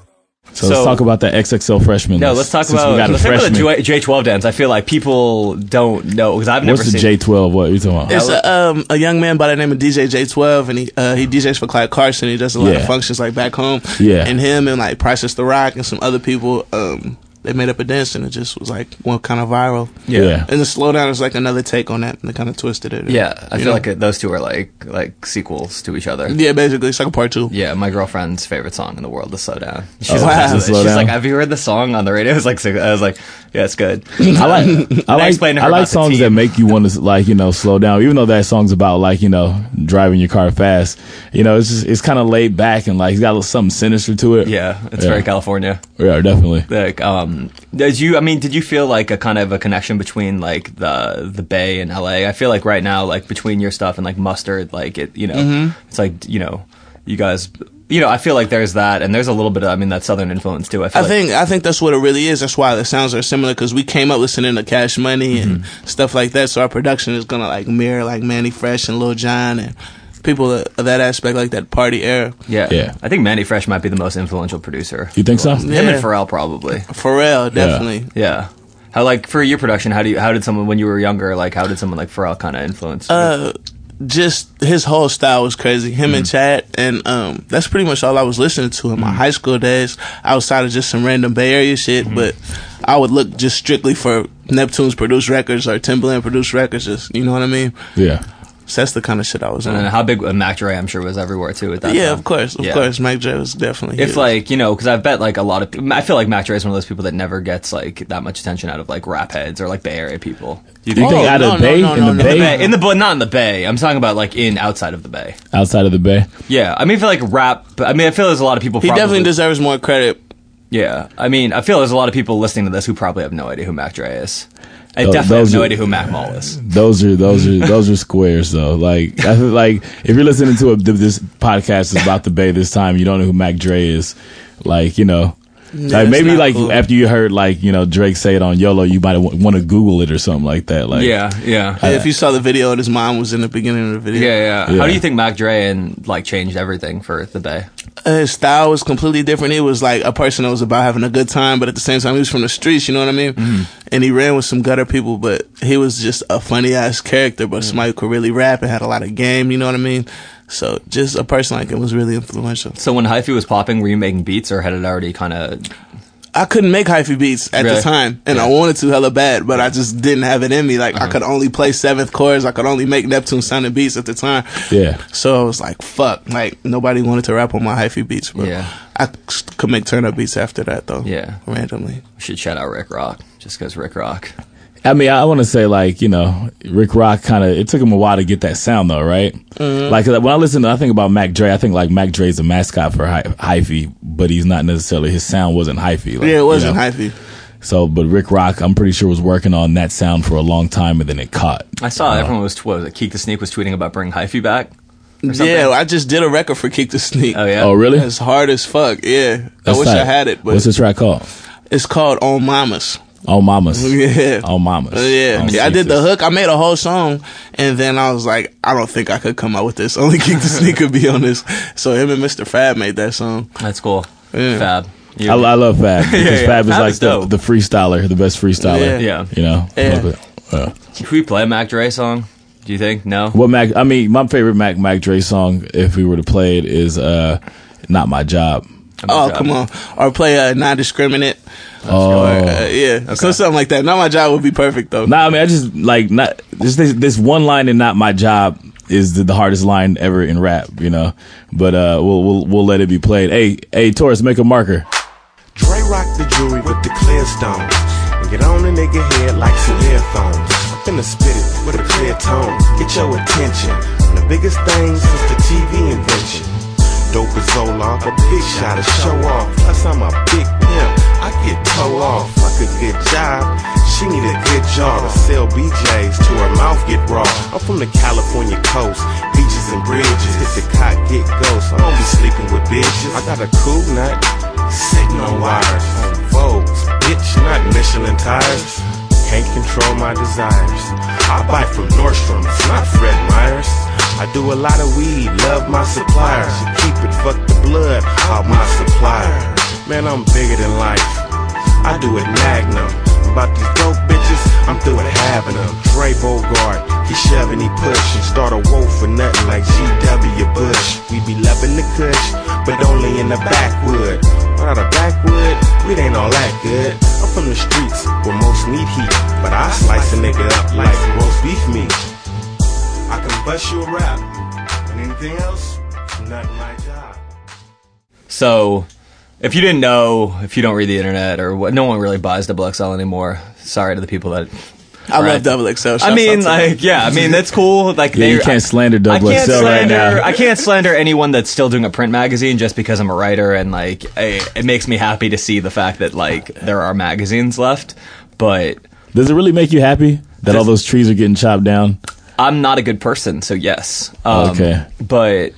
[SPEAKER 3] So, let's
[SPEAKER 2] So-
[SPEAKER 3] talk about that XXL freshman.
[SPEAKER 2] No,
[SPEAKER 3] list,
[SPEAKER 2] let's talk
[SPEAKER 3] since
[SPEAKER 2] about
[SPEAKER 3] we got a
[SPEAKER 2] let's talk about
[SPEAKER 3] freshman.
[SPEAKER 2] the J twelve dance. I feel like people don't know because I've never
[SPEAKER 3] What's the
[SPEAKER 2] seen.
[SPEAKER 3] J twelve? What are you talking about?
[SPEAKER 5] It's a, um, a young man by the name of DJ J12, and he uh, he DJs for Clyde Carson. He does a lot
[SPEAKER 3] Yeah.
[SPEAKER 5] of functions like back home.
[SPEAKER 3] Yeah.
[SPEAKER 5] And him and like Priceless the Rock and some other people, um, they made up a dance, and it just was like one kind of viral.
[SPEAKER 3] Yeah.
[SPEAKER 5] And the slowdown is like another take on that, and they kind of twisted it.
[SPEAKER 2] yeah, I
[SPEAKER 5] You
[SPEAKER 2] feel
[SPEAKER 5] know?
[SPEAKER 2] like it, those two are like like sequels to each other.
[SPEAKER 5] Yeah, basically, it's like a part two.
[SPEAKER 2] Yeah, my girlfriend's favorite song in the world is "Slow Down." She's,
[SPEAKER 3] Oh,
[SPEAKER 2] like,
[SPEAKER 3] wow.
[SPEAKER 2] she's
[SPEAKER 3] Slow Down.
[SPEAKER 2] like, "Have you heard the song on the radio?" I was like, "I was like, yeah, it's good."
[SPEAKER 3] I like
[SPEAKER 2] I
[SPEAKER 3] I like
[SPEAKER 2] explained to her
[SPEAKER 3] I like
[SPEAKER 2] about the
[SPEAKER 3] songs that
[SPEAKER 2] team.
[SPEAKER 3] make you want to like you know slow down. Even though that song's about like you know driving your car fast, you know it's just, it's kind of laid back and like it's got a little something sinister to it.
[SPEAKER 2] Yeah, it's
[SPEAKER 3] Yeah.
[SPEAKER 2] very California.
[SPEAKER 3] yeah, definitely.
[SPEAKER 2] Like, um, did you? I mean, did you feel like a kind of a connection between like the the Bay and LA? I feel like right now, like between your stuff and like Mustard, like it, you know,
[SPEAKER 3] Mm-hmm.
[SPEAKER 2] it's like you know, you guys, you know, I feel like there's that, and there's a little bit of, I mean, that Southern influence too. I feel
[SPEAKER 5] I
[SPEAKER 2] like,
[SPEAKER 5] think I think that's what it really is. That's why the sounds are similar because we came up listening to Cash Money and
[SPEAKER 2] Mm-hmm.
[SPEAKER 5] stuff like that. So our production is gonna like mirror like Manny Fresh and Lil Jon and people that- of that aspect, like that party era.
[SPEAKER 2] yeah,
[SPEAKER 3] Yeah.
[SPEAKER 2] I think Manny Fresh might be the most influential producer.
[SPEAKER 3] You think so?
[SPEAKER 2] Him
[SPEAKER 5] Yeah.
[SPEAKER 2] and Pharrell probably.
[SPEAKER 5] Pharrell, definitely.
[SPEAKER 2] Yeah. How like for your production? How do you? How did someone when you were younger? Like how did someone like Pharrell kind of influence? you?
[SPEAKER 5] Uh, just his whole style was crazy. Him
[SPEAKER 2] Mm-hmm.
[SPEAKER 5] and Chad, and um, that's pretty much all I was listening to in my high school days. Outside of just some random Bay Area shit,
[SPEAKER 2] Mm-hmm.
[SPEAKER 5] but I would look just strictly for Neptune's produced records or Timbaland produced records. Just you know what I mean?
[SPEAKER 3] Yeah.
[SPEAKER 5] So that's the kind of shit I was on.
[SPEAKER 2] and how big uh, Mac Dre? I'm sure was everywhere too at that.
[SPEAKER 5] Yeah,
[SPEAKER 2] time.
[SPEAKER 5] of course, of
[SPEAKER 2] Yeah.
[SPEAKER 5] course. Mike J was definitely.
[SPEAKER 2] If
[SPEAKER 5] huge.
[SPEAKER 2] like you know, because I bet like a lot of I feel like Mac Dre is one of those people that never gets like that much attention out of like rap heads or like Bay Area people. Do you
[SPEAKER 3] You
[SPEAKER 2] think?
[SPEAKER 3] think
[SPEAKER 5] Oh,
[SPEAKER 3] out of
[SPEAKER 5] no,
[SPEAKER 3] the
[SPEAKER 5] no,
[SPEAKER 3] bay
[SPEAKER 5] no,
[SPEAKER 3] in
[SPEAKER 5] no,
[SPEAKER 3] the
[SPEAKER 5] no.
[SPEAKER 3] bay
[SPEAKER 2] Bay- in the but not in the Bay. I'm talking about like in outside of the Bay.
[SPEAKER 3] outside of the bay?
[SPEAKER 2] Yeah, I mean I feel like rap. I mean I feel there's a lot of people.
[SPEAKER 5] he
[SPEAKER 2] probably,
[SPEAKER 5] definitely deserves more credit.
[SPEAKER 2] Yeah, I mean I feel there's a lot of people listening to this who probably have no idea who Mac Dre is. I
[SPEAKER 3] Tho-
[SPEAKER 2] definitely have
[SPEAKER 3] those
[SPEAKER 2] no
[SPEAKER 3] are-
[SPEAKER 2] idea who Mac Mall is.
[SPEAKER 3] Those are those are those are squares though. Like I feel like if you're listening to a, this podcast is about the bay this time, you don't know who Mac Dre is. Like you know. like
[SPEAKER 5] it's
[SPEAKER 3] maybe
[SPEAKER 5] not
[SPEAKER 3] like
[SPEAKER 5] cool.
[SPEAKER 3] after you heard like you know Drake say it on YOLO, you might want to Google it or something like that. Like
[SPEAKER 2] Yeah, yeah.
[SPEAKER 5] if you saw the video, and his mom was in the beginning of the video.
[SPEAKER 2] Yeah, yeah.
[SPEAKER 3] Yeah.
[SPEAKER 2] How do you think Mac Dre and like changed everything for the Bay?
[SPEAKER 5] Uh, His style was completely different. It was like a person that was about having a good time, but at the same time, he was from the streets. You know what I mean? And he ran with some gutter people, but he was just a funny ass character. But somebody who could really rap and had a lot of game. You know what I mean? So just a person like him was really influential.
[SPEAKER 2] So when hyphy was popping, were you making beats or had it already kind of?
[SPEAKER 5] I couldn't make hyphy beats at
[SPEAKER 2] Really?
[SPEAKER 5] the time, and I wanted to hella bad, but I just didn't have it in me. Like I could only play seventh chords. I could only make Neptune sounding beats at the time.
[SPEAKER 3] Yeah.
[SPEAKER 5] So I was like, fuck. Like nobody wanted to rap on my hyphy beats, but
[SPEAKER 2] Yeah.
[SPEAKER 5] I c- could make turn up beats after that though.
[SPEAKER 2] Yeah.
[SPEAKER 5] randomly.
[SPEAKER 2] We should shout out Rick Rock just because Rick Rock.
[SPEAKER 3] I mean, I want to say like you know, Rick Rock kind of. It took him a while to get that sound though, right?
[SPEAKER 5] Mm-hmm.
[SPEAKER 3] Like when I listen, to, I think about Mac Dre. I think like Mac Dre's a mascot for hy- hyphy, but he's not necessarily his sound wasn't hyphy. Like,
[SPEAKER 5] Yeah,
[SPEAKER 3] you
[SPEAKER 5] it wasn't
[SPEAKER 3] know?
[SPEAKER 5] hyphy.
[SPEAKER 3] So, but Rick Rock, I'm pretty sure was working on that sound for a long time, and then it caught.
[SPEAKER 2] I saw everyone was, what was it, Keek the Snake was tweeting about bringing hyphy back. or something?
[SPEAKER 5] Yeah, I just did a record for Kick the Sneak.
[SPEAKER 2] Oh, yeah.
[SPEAKER 3] Oh, really?
[SPEAKER 5] It's hard as fuck. Yeah, I
[SPEAKER 3] That's
[SPEAKER 5] wish I
[SPEAKER 3] tight.
[SPEAKER 5] had it, but
[SPEAKER 3] what's the track called?
[SPEAKER 5] it's called On Mamas.
[SPEAKER 3] Oh, mamas.
[SPEAKER 5] Yeah.
[SPEAKER 3] Oh, mamas.
[SPEAKER 5] Uh, Yeah,
[SPEAKER 3] On
[SPEAKER 5] yeah. I did the
[SPEAKER 3] Cetus.
[SPEAKER 5] hook. I made a whole song, and then I was like, I don't think I could come out with this. Only Kick the Sneak could be on this. So him and Mr. Fab made that song.
[SPEAKER 2] That's cool.
[SPEAKER 5] Yeah.
[SPEAKER 2] Fab. You-
[SPEAKER 3] I, I love Fab because
[SPEAKER 2] yeah.
[SPEAKER 3] Fab is
[SPEAKER 2] Fab
[SPEAKER 3] like
[SPEAKER 2] is
[SPEAKER 3] the,
[SPEAKER 2] dope.
[SPEAKER 3] the freestyler, the best freestyler.
[SPEAKER 2] Yeah.
[SPEAKER 3] You know.
[SPEAKER 5] Yeah.
[SPEAKER 3] Love it. Yeah.
[SPEAKER 2] Can we play a Mac Dre song? Do you think? No?
[SPEAKER 3] What Mac? I mean, my favorite Mac Mac Dre song, if we were to play it, is uh, "Not My Job."
[SPEAKER 5] Oh
[SPEAKER 2] job.
[SPEAKER 5] come on, or play uh, non-discriminate.
[SPEAKER 3] Oh,
[SPEAKER 5] Or, uh, yeah, so something like that. Not my job would be perfect though.
[SPEAKER 3] nah. I mean, I just like not just this this one line in "Not My Job" is the, the hardest line ever in rap, you know. But uh, we'll we'll we'll let it be played. Hey, hey, Taurus, make a marker.
[SPEAKER 6] Dre rock the jewelry with the clear stones. And get on a nigga head like some earphones. I'm finna spit it with a clear tone. Get your attention. One of the biggest things since the TV invention. Dope is Zoloft, a big shot to show off. Plus I'm a big pimp. I get toe off. Fuck a good job. She need a good job to sell BJs to her mouth get raw. I'm from the California coast. Beaches and bridges. Hit the cot, get ghost. I don't be sleeping with bitches. I got a cool nut sitting on wires. On Vogues, bitch, not Michelin tires. Can't control my desires. I buy from Nordstrom, it's not Fred Myers. I do a lot of weed, love my supplier. She keep it, fuck the blood, out my supplier. Man, I'm bigger than life. I do it magnum. About these dope bitches, I'm through with having them. Dre Bogart, he shoving, he pushing. Start a war for nothing like G.W. Bush. We be loving the kush, but only in the backwood. Without a backwood, we ain't all that good. I'm from the streets where most need heat, but I slice a nigga up like roast beef meat. I can bust you a rap, and anything else, not my job.
[SPEAKER 2] So, if you didn't know, if you don't read the internet or what, no one really buys XXL anymore. Sorry to the people that.
[SPEAKER 5] I
[SPEAKER 2] right.
[SPEAKER 5] love Double XL. Shouts
[SPEAKER 2] I
[SPEAKER 5] out
[SPEAKER 2] mean,
[SPEAKER 5] to them.
[SPEAKER 2] like, yeah, I mean, that's cool. Like,
[SPEAKER 3] Yeah,
[SPEAKER 2] they,
[SPEAKER 3] you can't slander
[SPEAKER 2] I
[SPEAKER 3] Double
[SPEAKER 2] can't
[SPEAKER 3] XL right
[SPEAKER 2] slander,
[SPEAKER 3] now.
[SPEAKER 2] I can't slander anyone that's still doing a print magazine just because I'm a writer and like I, it makes me happy to see the fact that like there are magazines left, but
[SPEAKER 3] Does it really make you happy that all those trees are getting chopped down?
[SPEAKER 2] I'm not a good person, so yes. Um,
[SPEAKER 3] Okay.
[SPEAKER 2] But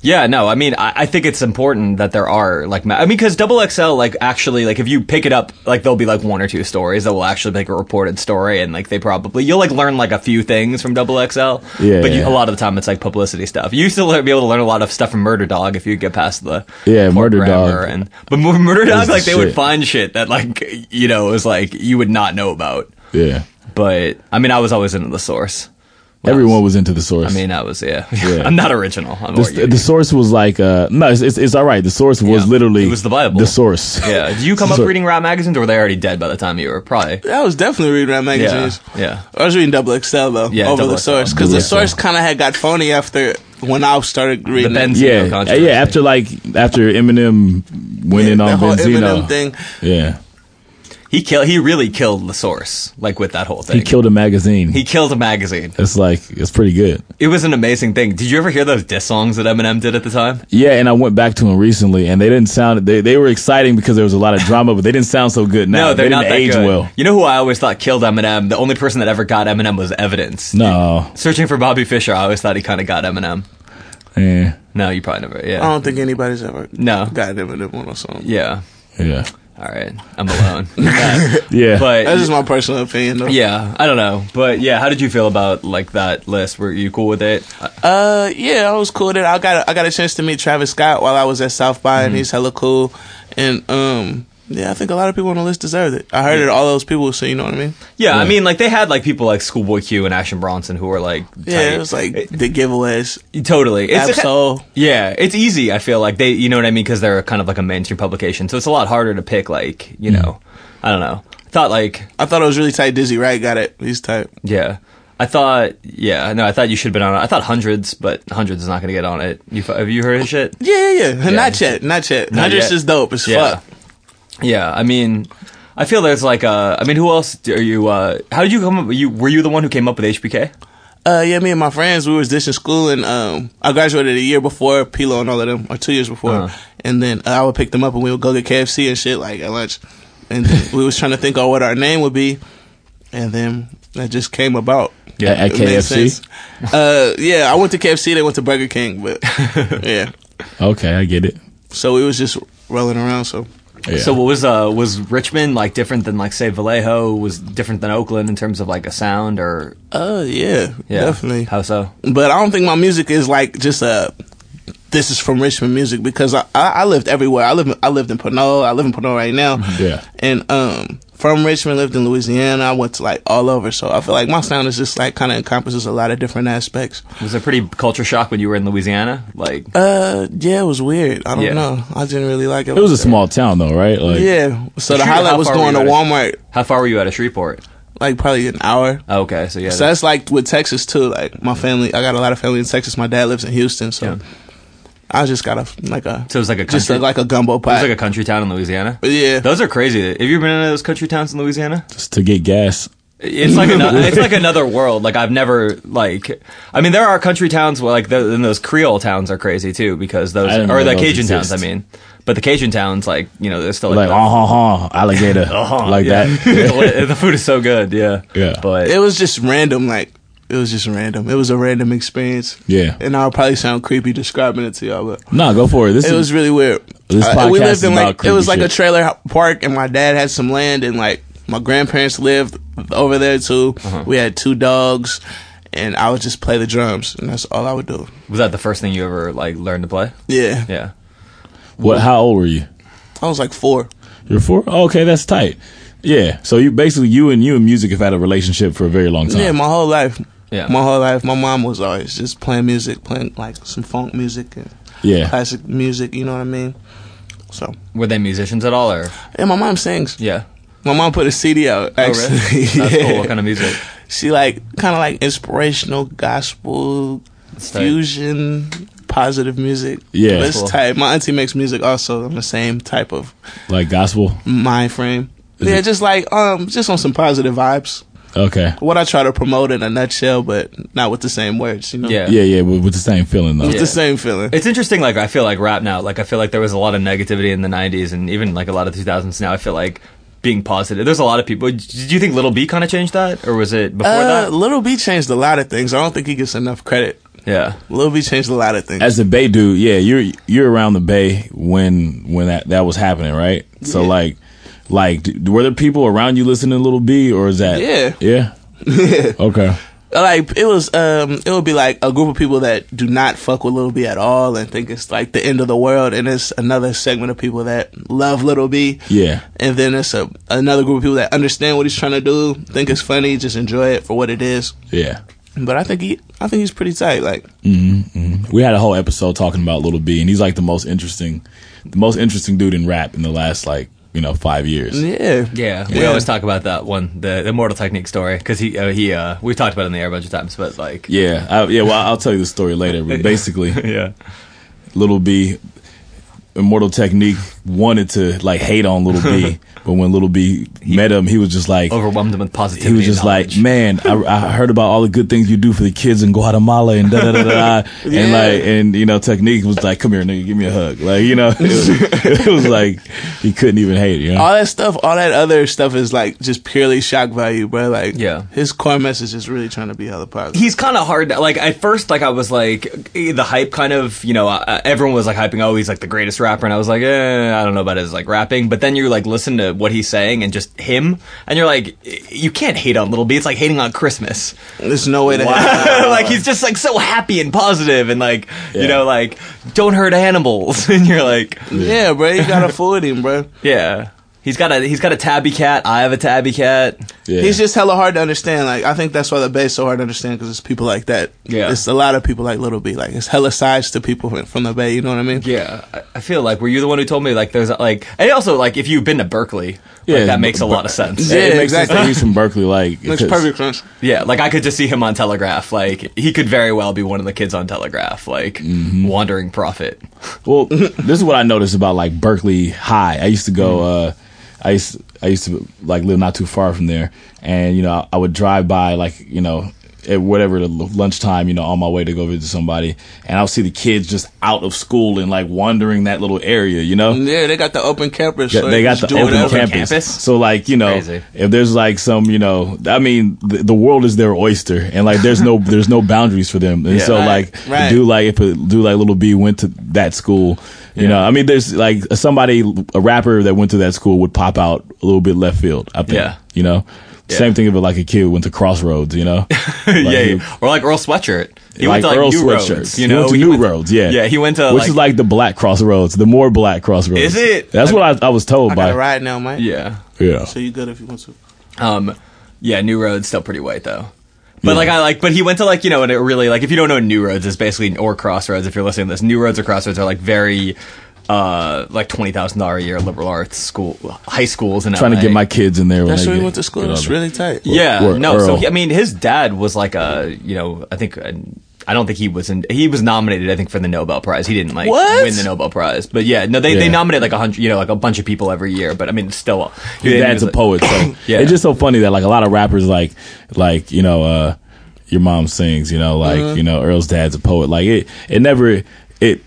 [SPEAKER 2] yeah, no, I mean, I, I think it's important that there are like, ma- I mean, because Double XL, like, actually, like, if you pick it up, like, there'll be like one or two stories that will actually be like a reported story, and like, they probably you'll like learn like a few things from Double XL.
[SPEAKER 3] Yeah,
[SPEAKER 2] But You, a
[SPEAKER 3] yeah.
[SPEAKER 2] lot of the time, it's like publicity stuff. You used to learn, be able to learn a lot of stuff from Murder Dog if you get past the
[SPEAKER 3] Yeah,
[SPEAKER 2] poor
[SPEAKER 3] Murder
[SPEAKER 2] grammar
[SPEAKER 3] Dog.
[SPEAKER 2] and but Mur- Murder Dog,
[SPEAKER 3] the
[SPEAKER 2] like, they would
[SPEAKER 3] shit.
[SPEAKER 2] find shit that like you know was like you would not know about.
[SPEAKER 3] Yeah.
[SPEAKER 2] But I mean, I was always into the source.
[SPEAKER 3] Everyone was into the source.
[SPEAKER 2] I mean, oh, I was yeah.
[SPEAKER 3] Yeah.
[SPEAKER 2] I'm not original. I'm more
[SPEAKER 3] the,
[SPEAKER 2] unique.
[SPEAKER 3] the source was like uh no it's, it's, it's all right the source was
[SPEAKER 2] Yeah.
[SPEAKER 3] literally
[SPEAKER 2] It was the Bible.
[SPEAKER 3] the source
[SPEAKER 2] yeah. Did you come up
[SPEAKER 3] So-
[SPEAKER 2] reading rap magazines, or were they already dead by the time you were probably?
[SPEAKER 5] I was definitely reading rap
[SPEAKER 2] Yeah,
[SPEAKER 5] magazines.
[SPEAKER 2] yeah.
[SPEAKER 5] I was reading Double XL though
[SPEAKER 2] Yeah,
[SPEAKER 5] over
[SPEAKER 2] Double
[SPEAKER 5] the
[SPEAKER 2] XL.
[SPEAKER 5] source because the
[SPEAKER 3] Double XL.
[SPEAKER 5] source kind of had got phony after when I started
[SPEAKER 2] The
[SPEAKER 5] reading. it.
[SPEAKER 2] Benzino
[SPEAKER 3] yeah
[SPEAKER 2] controversy.
[SPEAKER 3] yeah after like after Eminem went in
[SPEAKER 5] that
[SPEAKER 3] on
[SPEAKER 5] whole
[SPEAKER 3] Benzino
[SPEAKER 5] Eminem thing.
[SPEAKER 3] yeah
[SPEAKER 2] he killed. He really killed the source, like with that whole thing.
[SPEAKER 3] he killed a magazine
[SPEAKER 2] He killed a magazine.
[SPEAKER 3] it's like it's pretty good
[SPEAKER 2] It was an amazing thing. Did you ever hear those diss songs that Eminem did at the time?
[SPEAKER 3] yeah and I went back to him recently and they didn't sound they, they were exciting because there was a lot of drama but they didn't sound so good now
[SPEAKER 2] no, they're
[SPEAKER 3] they didn't
[SPEAKER 2] not that
[SPEAKER 3] age
[SPEAKER 2] good.
[SPEAKER 3] well
[SPEAKER 2] You know who I always thought killed Eminem? The only person that ever got Eminem was Evidence.
[SPEAKER 3] no
[SPEAKER 2] Searching for Bobby Fischer, I always thought he kind of got Eminem.
[SPEAKER 3] yeah
[SPEAKER 2] No, you probably never.
[SPEAKER 5] I
[SPEAKER 2] Yeah.
[SPEAKER 5] don't think anybody's ever
[SPEAKER 2] No.
[SPEAKER 5] got Eminem on a song.
[SPEAKER 2] yeah.
[SPEAKER 3] yeah
[SPEAKER 2] All right. I'm alone. Yeah.
[SPEAKER 3] yeah
[SPEAKER 2] but
[SPEAKER 5] That's just my personal opinion though.
[SPEAKER 2] Yeah, I don't know, but yeah, how did you feel about like that list? Were you cool with it? I-
[SPEAKER 5] Uh, yeah, I was cool. Then
[SPEAKER 2] Mm-hmm.
[SPEAKER 5] I got a, I got a chance to meet Travis Scott while I was at South by, and he's hella cool. And um, Yeah, I think a lot of people on the list deserved it. I heard it. All those people, so you know what I mean.
[SPEAKER 2] Yeah, I mean, like they had like people like Schoolboy Q and Action Bronson who were like,
[SPEAKER 5] Yeah,
[SPEAKER 2] tight.
[SPEAKER 5] it was like
[SPEAKER 2] It-
[SPEAKER 5] the giveaways.
[SPEAKER 2] totally. It's
[SPEAKER 5] Absol.
[SPEAKER 2] yeah, it's easy. I feel like they, you know what I mean, because they're kind of like a mainstream publication, so it's a lot harder to pick. Like,
[SPEAKER 5] Mm.
[SPEAKER 2] you know, I don't know. I thought like,
[SPEAKER 5] I thought it was really tight. Dizzy Wright got it. He's tight.
[SPEAKER 2] yeah, I thought, yeah, no, I thought you should have been on. it. I thought hundreds, but hundreds is not going to get on it. You f- have you heard his shit?
[SPEAKER 5] Yeah, yeah, yeah. Not yet. Not yet.
[SPEAKER 2] Not
[SPEAKER 5] Hundreds
[SPEAKER 2] yet.
[SPEAKER 5] is dope as
[SPEAKER 2] Yeah.
[SPEAKER 5] fuck.
[SPEAKER 2] Yeah, I mean, I feel there's like uh, I mean, who else do- are you? Uh, how did you come up? You were you the one who came up with HBK?
[SPEAKER 5] Uh, yeah, me and my friends, we was dishing school, and um, I graduated a year before Pilo and all of them, or two years before.
[SPEAKER 2] Uh-huh.
[SPEAKER 5] And then uh, I would pick them up, and we would go get KFC and shit, like at lunch. And then we was trying to think of what our name would be, and then that just came about.
[SPEAKER 3] Yeah. At- at
[SPEAKER 5] It made
[SPEAKER 3] KFC?
[SPEAKER 5] sense. Uh, yeah, I went to KFC, they went to Burger King, but yeah.
[SPEAKER 3] Okay, I get it.
[SPEAKER 5] So we was just rolling around. So
[SPEAKER 3] Yeah.
[SPEAKER 2] So what was uh was Richmond like different than like say Vallejo was different than Oakland in terms of like a sound or
[SPEAKER 5] uh, yeah,
[SPEAKER 2] yeah
[SPEAKER 5] definitely.
[SPEAKER 2] how so
[SPEAKER 5] but I don't think my music is like just a this is from Richmond music because I, I, I lived everywhere. I live I lived in Pinole. I live in Pinole right now.
[SPEAKER 3] Yeah.
[SPEAKER 5] And um from Richmond, lived in Louisiana. I went to like all over. So I feel like my sound is just like kind of encompasses a lot of different aspects.
[SPEAKER 2] was it pretty culture shock when you were in Louisiana like
[SPEAKER 5] Uh, yeah, it was weird. I don't
[SPEAKER 2] Yeah.
[SPEAKER 5] know. I didn't really like it.
[SPEAKER 3] it was a small town though, right? Like,
[SPEAKER 5] yeah. So the
[SPEAKER 2] Sure, how
[SPEAKER 5] highlight was
[SPEAKER 2] far
[SPEAKER 5] going to
[SPEAKER 2] were you
[SPEAKER 5] Walmart
[SPEAKER 2] how far were you out of Shreveport
[SPEAKER 5] like probably an hour.
[SPEAKER 2] oh, okay so yeah
[SPEAKER 5] So that's like with Texas too. Like my family, I got a lot of family in Texas. My dad lives in Houston, so
[SPEAKER 2] Yeah.
[SPEAKER 5] I just got a like a
[SPEAKER 2] So it was like a
[SPEAKER 5] just
[SPEAKER 2] country-
[SPEAKER 5] like a gumbo
[SPEAKER 2] it was
[SPEAKER 5] pot.
[SPEAKER 2] like a country town in Louisiana
[SPEAKER 5] yeah,
[SPEAKER 2] those are crazy have you ever been to those country towns in Louisiana
[SPEAKER 3] just to get gas.
[SPEAKER 2] It's like another, it's like another world. Like I've never like. I mean, there are country towns where like the, and those Creole towns are crazy too because those
[SPEAKER 3] I didn't
[SPEAKER 2] or
[SPEAKER 3] know
[SPEAKER 2] the
[SPEAKER 3] those
[SPEAKER 2] Cajun towns. I
[SPEAKER 3] exist.
[SPEAKER 2] mean, but the Cajun towns like you know they're still
[SPEAKER 3] Like, uh huh, huh, alligator, like
[SPEAKER 2] yeah.
[SPEAKER 3] that.
[SPEAKER 2] The- the food is so good. Yeah.
[SPEAKER 3] Yeah.
[SPEAKER 2] But
[SPEAKER 5] it was just random. Like it was just random. It was a random experience.
[SPEAKER 3] Yeah.
[SPEAKER 5] and I'll probably sound creepy describing it to y'all, but
[SPEAKER 3] nah, go for it. This
[SPEAKER 5] it
[SPEAKER 3] is
[SPEAKER 5] was really weird. Uh,
[SPEAKER 3] This podcast
[SPEAKER 5] we
[SPEAKER 3] is
[SPEAKER 5] lived in
[SPEAKER 3] about
[SPEAKER 5] like it
[SPEAKER 3] creepy
[SPEAKER 5] was like a
[SPEAKER 3] shit.
[SPEAKER 5] trailer ho- park, and my dad had some land, and like my grandparents lived over there too.
[SPEAKER 3] Uh-huh.
[SPEAKER 5] We had two dogs, and I would just play the drums, and that's all I would do.
[SPEAKER 2] was that the first thing you ever like learned to play?
[SPEAKER 5] Yeah,
[SPEAKER 2] Yeah.
[SPEAKER 3] what? How old were you?
[SPEAKER 5] I was like four.
[SPEAKER 3] You're four. Oh, okay, that's tight. Yeah. So you basically you and you and music have had a relationship for a very long time.
[SPEAKER 5] Yeah, my whole life.
[SPEAKER 2] Yeah.
[SPEAKER 5] My whole life, my mom was always just playing music, playing like some funk music and
[SPEAKER 3] Yeah.
[SPEAKER 5] classic music. You know what I mean? So,
[SPEAKER 2] Were they musicians at all or?
[SPEAKER 5] yeah, my mom sings.
[SPEAKER 2] Yeah.
[SPEAKER 5] My mom put a CD out
[SPEAKER 2] Oh,
[SPEAKER 5] actually.
[SPEAKER 2] really? That's
[SPEAKER 5] Yeah.
[SPEAKER 2] cool. What kind of music?
[SPEAKER 5] She like kind of like inspirational gospel
[SPEAKER 2] tight.
[SPEAKER 5] fusion. Positive music,
[SPEAKER 3] Yeah.
[SPEAKER 5] This
[SPEAKER 2] Cool.
[SPEAKER 5] type. My auntie makes music also. on the same type of
[SPEAKER 3] Like gospel.
[SPEAKER 5] mind frame.
[SPEAKER 3] Is
[SPEAKER 5] yeah,
[SPEAKER 3] it-
[SPEAKER 5] just like um, just on some positive vibes.
[SPEAKER 3] Okay.
[SPEAKER 5] What I try to promote in a nutshell, but not with the same words. You know,
[SPEAKER 2] Yeah.
[SPEAKER 3] Yeah, yeah, with, with the same feeling though.
[SPEAKER 5] It's
[SPEAKER 2] Yeah.
[SPEAKER 5] the same feeling.
[SPEAKER 2] It's interesting. Like I feel like rap now. Like I feel like there was a lot of negativity in the '90s and even like a lot of 2000s. Now I feel like being positive. There's a lot of people. Did you think Little B kind of changed that, or was it before
[SPEAKER 5] Uh,
[SPEAKER 2] that?
[SPEAKER 5] Little B changed a lot of things. I don't think he gets enough credit.
[SPEAKER 2] Yeah.
[SPEAKER 5] Little B changed a lot of things.
[SPEAKER 3] As a Bay dude, yeah, you're you're around the Bay when when that that was happening, right? So
[SPEAKER 5] Yeah.
[SPEAKER 3] like like d- were there people around you listening to Little B or is that
[SPEAKER 5] Yeah.
[SPEAKER 3] Yeah. Okay.
[SPEAKER 5] like it was, um, it would be like a group of people that do not fuck with Little B at all and think it's like the end of the world, and it's another segment of people that love Little B.
[SPEAKER 3] Yeah.
[SPEAKER 5] And then it's a another group of people that understand what he's trying to do, think it's funny, just enjoy it for what it is.
[SPEAKER 3] Yeah. Mm-hmm,
[SPEAKER 5] But I think he, I think he's pretty tight. Like
[SPEAKER 3] We had a whole episode talking about Little B and he's like the most interesting the most interesting dude in rap in the last like, you know, 5 years.
[SPEAKER 5] yeah,
[SPEAKER 2] Yeah, we
[SPEAKER 5] Yeah.
[SPEAKER 2] always talk about that one, the the Mortal Technique story, because he uh, he uh, we talked about it in the air a bunch of times, but like
[SPEAKER 3] Yeah, I, yeah. Well, I'll tell you the story later. But basically,
[SPEAKER 2] yeah,
[SPEAKER 3] Little B, Immortal Technique wanted to like hate on Little B, but when Little B met him, he was just like,
[SPEAKER 2] overwhelmed him with positivity.
[SPEAKER 3] he was
[SPEAKER 2] and
[SPEAKER 3] just like,
[SPEAKER 2] knowledge.
[SPEAKER 3] man, I, I heard about all the good things you do for the kids in Guatemala and da da da da, da." and
[SPEAKER 5] Yeah.
[SPEAKER 3] like, and you know, Technique was like, come here, nigga, give me a hug, like you know, it was, it was like he couldn't even hate, it, you know.
[SPEAKER 5] all that stuff, all that other stuff is like just purely shock value, bro. Like,
[SPEAKER 2] Yeah.
[SPEAKER 5] his core message is really trying to be hella positive.
[SPEAKER 2] he's kind of hard. To, like at first, like I was like eh, the hype kind of you know uh, everyone was like hyping. Oh, he's like the greatest rapper, and I was like, eh, I don't know about his like rapping. But then you like listen to what he's saying and just him, and you're like, eh, you can't hate on Little B. It's like hating on Christmas.
[SPEAKER 5] There's no way to.
[SPEAKER 2] like he's just like so happy and positive, and like you
[SPEAKER 3] Yeah.
[SPEAKER 2] know like don't hurt animals, and you're like,
[SPEAKER 5] yeah, bro, you gotta fool with him, bro.
[SPEAKER 2] yeah. He's got a he's got a tabby cat. I have a tabby cat.
[SPEAKER 3] Yeah.
[SPEAKER 5] He's just hella hard to understand. Like I think that's why the Bay's so hard to understand because it's people like that.
[SPEAKER 2] Yeah.
[SPEAKER 5] it's a lot of people like Little B. Like it's hella sides to people from- from the Bay. You know what I mean?
[SPEAKER 2] Yeah, I- I feel like were you the one who told me like there's like and also like if you've been to Berkeley,
[SPEAKER 3] Yeah,
[SPEAKER 2] like, that makes a
[SPEAKER 3] but-
[SPEAKER 2] lot of sense.
[SPEAKER 5] Yeah,
[SPEAKER 3] it makes
[SPEAKER 5] exactly.
[SPEAKER 3] sense that he's from Berkeley. Like,
[SPEAKER 5] makes
[SPEAKER 3] because-
[SPEAKER 5] perfect sense.
[SPEAKER 2] Yeah, like I could just see him on Telegraph. Like he could very well be one of the kids on Telegraph, like
[SPEAKER 3] Mm-hmm.
[SPEAKER 2] wandering prophet.
[SPEAKER 3] Well, this is what I noticed about like Berkeley High. I used to go. Uh, I used I used to like live not too far from there, and you know I, I would drive by like you know at whatever the l- lunchtime you know on my way to go visit somebody, and I would see the kids just out of school and like wandering that little area. You know,
[SPEAKER 5] Yeah, they got the open campus.
[SPEAKER 3] yeah,
[SPEAKER 5] so
[SPEAKER 3] they
[SPEAKER 5] you
[SPEAKER 3] got
[SPEAKER 5] just
[SPEAKER 3] the
[SPEAKER 5] do
[SPEAKER 3] open
[SPEAKER 5] whatever.
[SPEAKER 3] campus.
[SPEAKER 2] campus?
[SPEAKER 3] So like you know,
[SPEAKER 2] Crazy.
[SPEAKER 3] if there's like some you know, I mean, the, the world is their oyster, and like there's no there's no boundaries for them. And
[SPEAKER 2] Yeah.
[SPEAKER 3] so
[SPEAKER 2] Right,
[SPEAKER 3] like
[SPEAKER 5] right.
[SPEAKER 3] do like if a do like little B went to that school, you know, I mean, there's like somebody a rapper that went to that school would pop out a little bit left field. I think.
[SPEAKER 2] Yeah.
[SPEAKER 3] You know.
[SPEAKER 2] Yeah.
[SPEAKER 3] Same thing if like a kid went to Crossroads, you know, Like,
[SPEAKER 2] yeah,
[SPEAKER 3] he-
[SPEAKER 2] yeah. or like Earl Sweatshirt. He went
[SPEAKER 3] like
[SPEAKER 2] to like
[SPEAKER 3] Earl
[SPEAKER 2] New
[SPEAKER 3] Sweatshirt.
[SPEAKER 2] Roads.
[SPEAKER 3] He
[SPEAKER 2] You know,
[SPEAKER 3] went to
[SPEAKER 2] He
[SPEAKER 3] New
[SPEAKER 2] went to-
[SPEAKER 3] Roads. Yeah,
[SPEAKER 2] yeah. He went to
[SPEAKER 3] which
[SPEAKER 2] like,
[SPEAKER 3] is like the black crossroads, the more black crossroads.
[SPEAKER 2] Is it?
[SPEAKER 3] That's
[SPEAKER 2] I
[SPEAKER 3] what I, I was told
[SPEAKER 5] I
[SPEAKER 3] by.
[SPEAKER 5] got a ride now, Mike.
[SPEAKER 2] yeah,
[SPEAKER 3] Yeah,
[SPEAKER 5] So you good if you want to?
[SPEAKER 2] um, yeah. New Roads still pretty white though. But like I like, but he went to like you know, and it really like if you don't know New Roads, it's basically or Crossroads. If you're listening to this, New Roads or Crossroads are like very. Uh, like twenty thousand dollar a year liberal arts school, high schools, and
[SPEAKER 3] trying to get my kids in there. When
[SPEAKER 5] That's
[SPEAKER 3] they
[SPEAKER 5] where we
[SPEAKER 3] get-
[SPEAKER 5] went to school.
[SPEAKER 3] get
[SPEAKER 5] That's
[SPEAKER 3] older.
[SPEAKER 5] really tight.
[SPEAKER 2] Yeah,
[SPEAKER 3] Or-
[SPEAKER 2] no. So
[SPEAKER 3] Earl.
[SPEAKER 2] he, I mean, his dad was like a you know, I think uh, I don't think he was in. He was nominated, I think, for the Nobel Prize. He didn't like
[SPEAKER 5] What?
[SPEAKER 2] win the Nobel Prize, but yeah, no, they they
[SPEAKER 3] Yeah.
[SPEAKER 2] nominate like a hundred, you know, like a bunch of people every year. But I mean, still,
[SPEAKER 3] His
[SPEAKER 2] he was,
[SPEAKER 3] dad's a
[SPEAKER 2] like-
[SPEAKER 3] poet, so
[SPEAKER 2] Yeah.
[SPEAKER 3] it's just so funny that like a lot of rappers like like you know uh your mom sings, you know, like
[SPEAKER 5] Mm-hmm.
[SPEAKER 3] you know Earl's dad's a poet. Like it it never it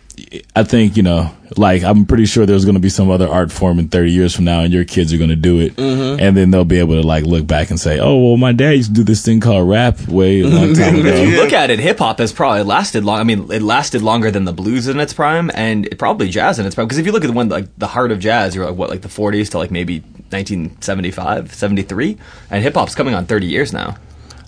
[SPEAKER 3] I think, you know, like I'm pretty sure there's going to be some other art form in 30 years from now and your kids are going to do it
[SPEAKER 5] Mm-hmm.
[SPEAKER 3] and then they'll be able to like look back and say, "Oh, well my dad used to do this thing called rap way a long time ago."
[SPEAKER 2] If you look at it, hip hop has probably lasted long. I mean, it lasted longer than the blues in its prime, and it probably jazz in its prime. Because if you look at the one like the heart of jazz, you're like what, like the 40s to like maybe 1975, 73, and hip hop's coming on 30 years now.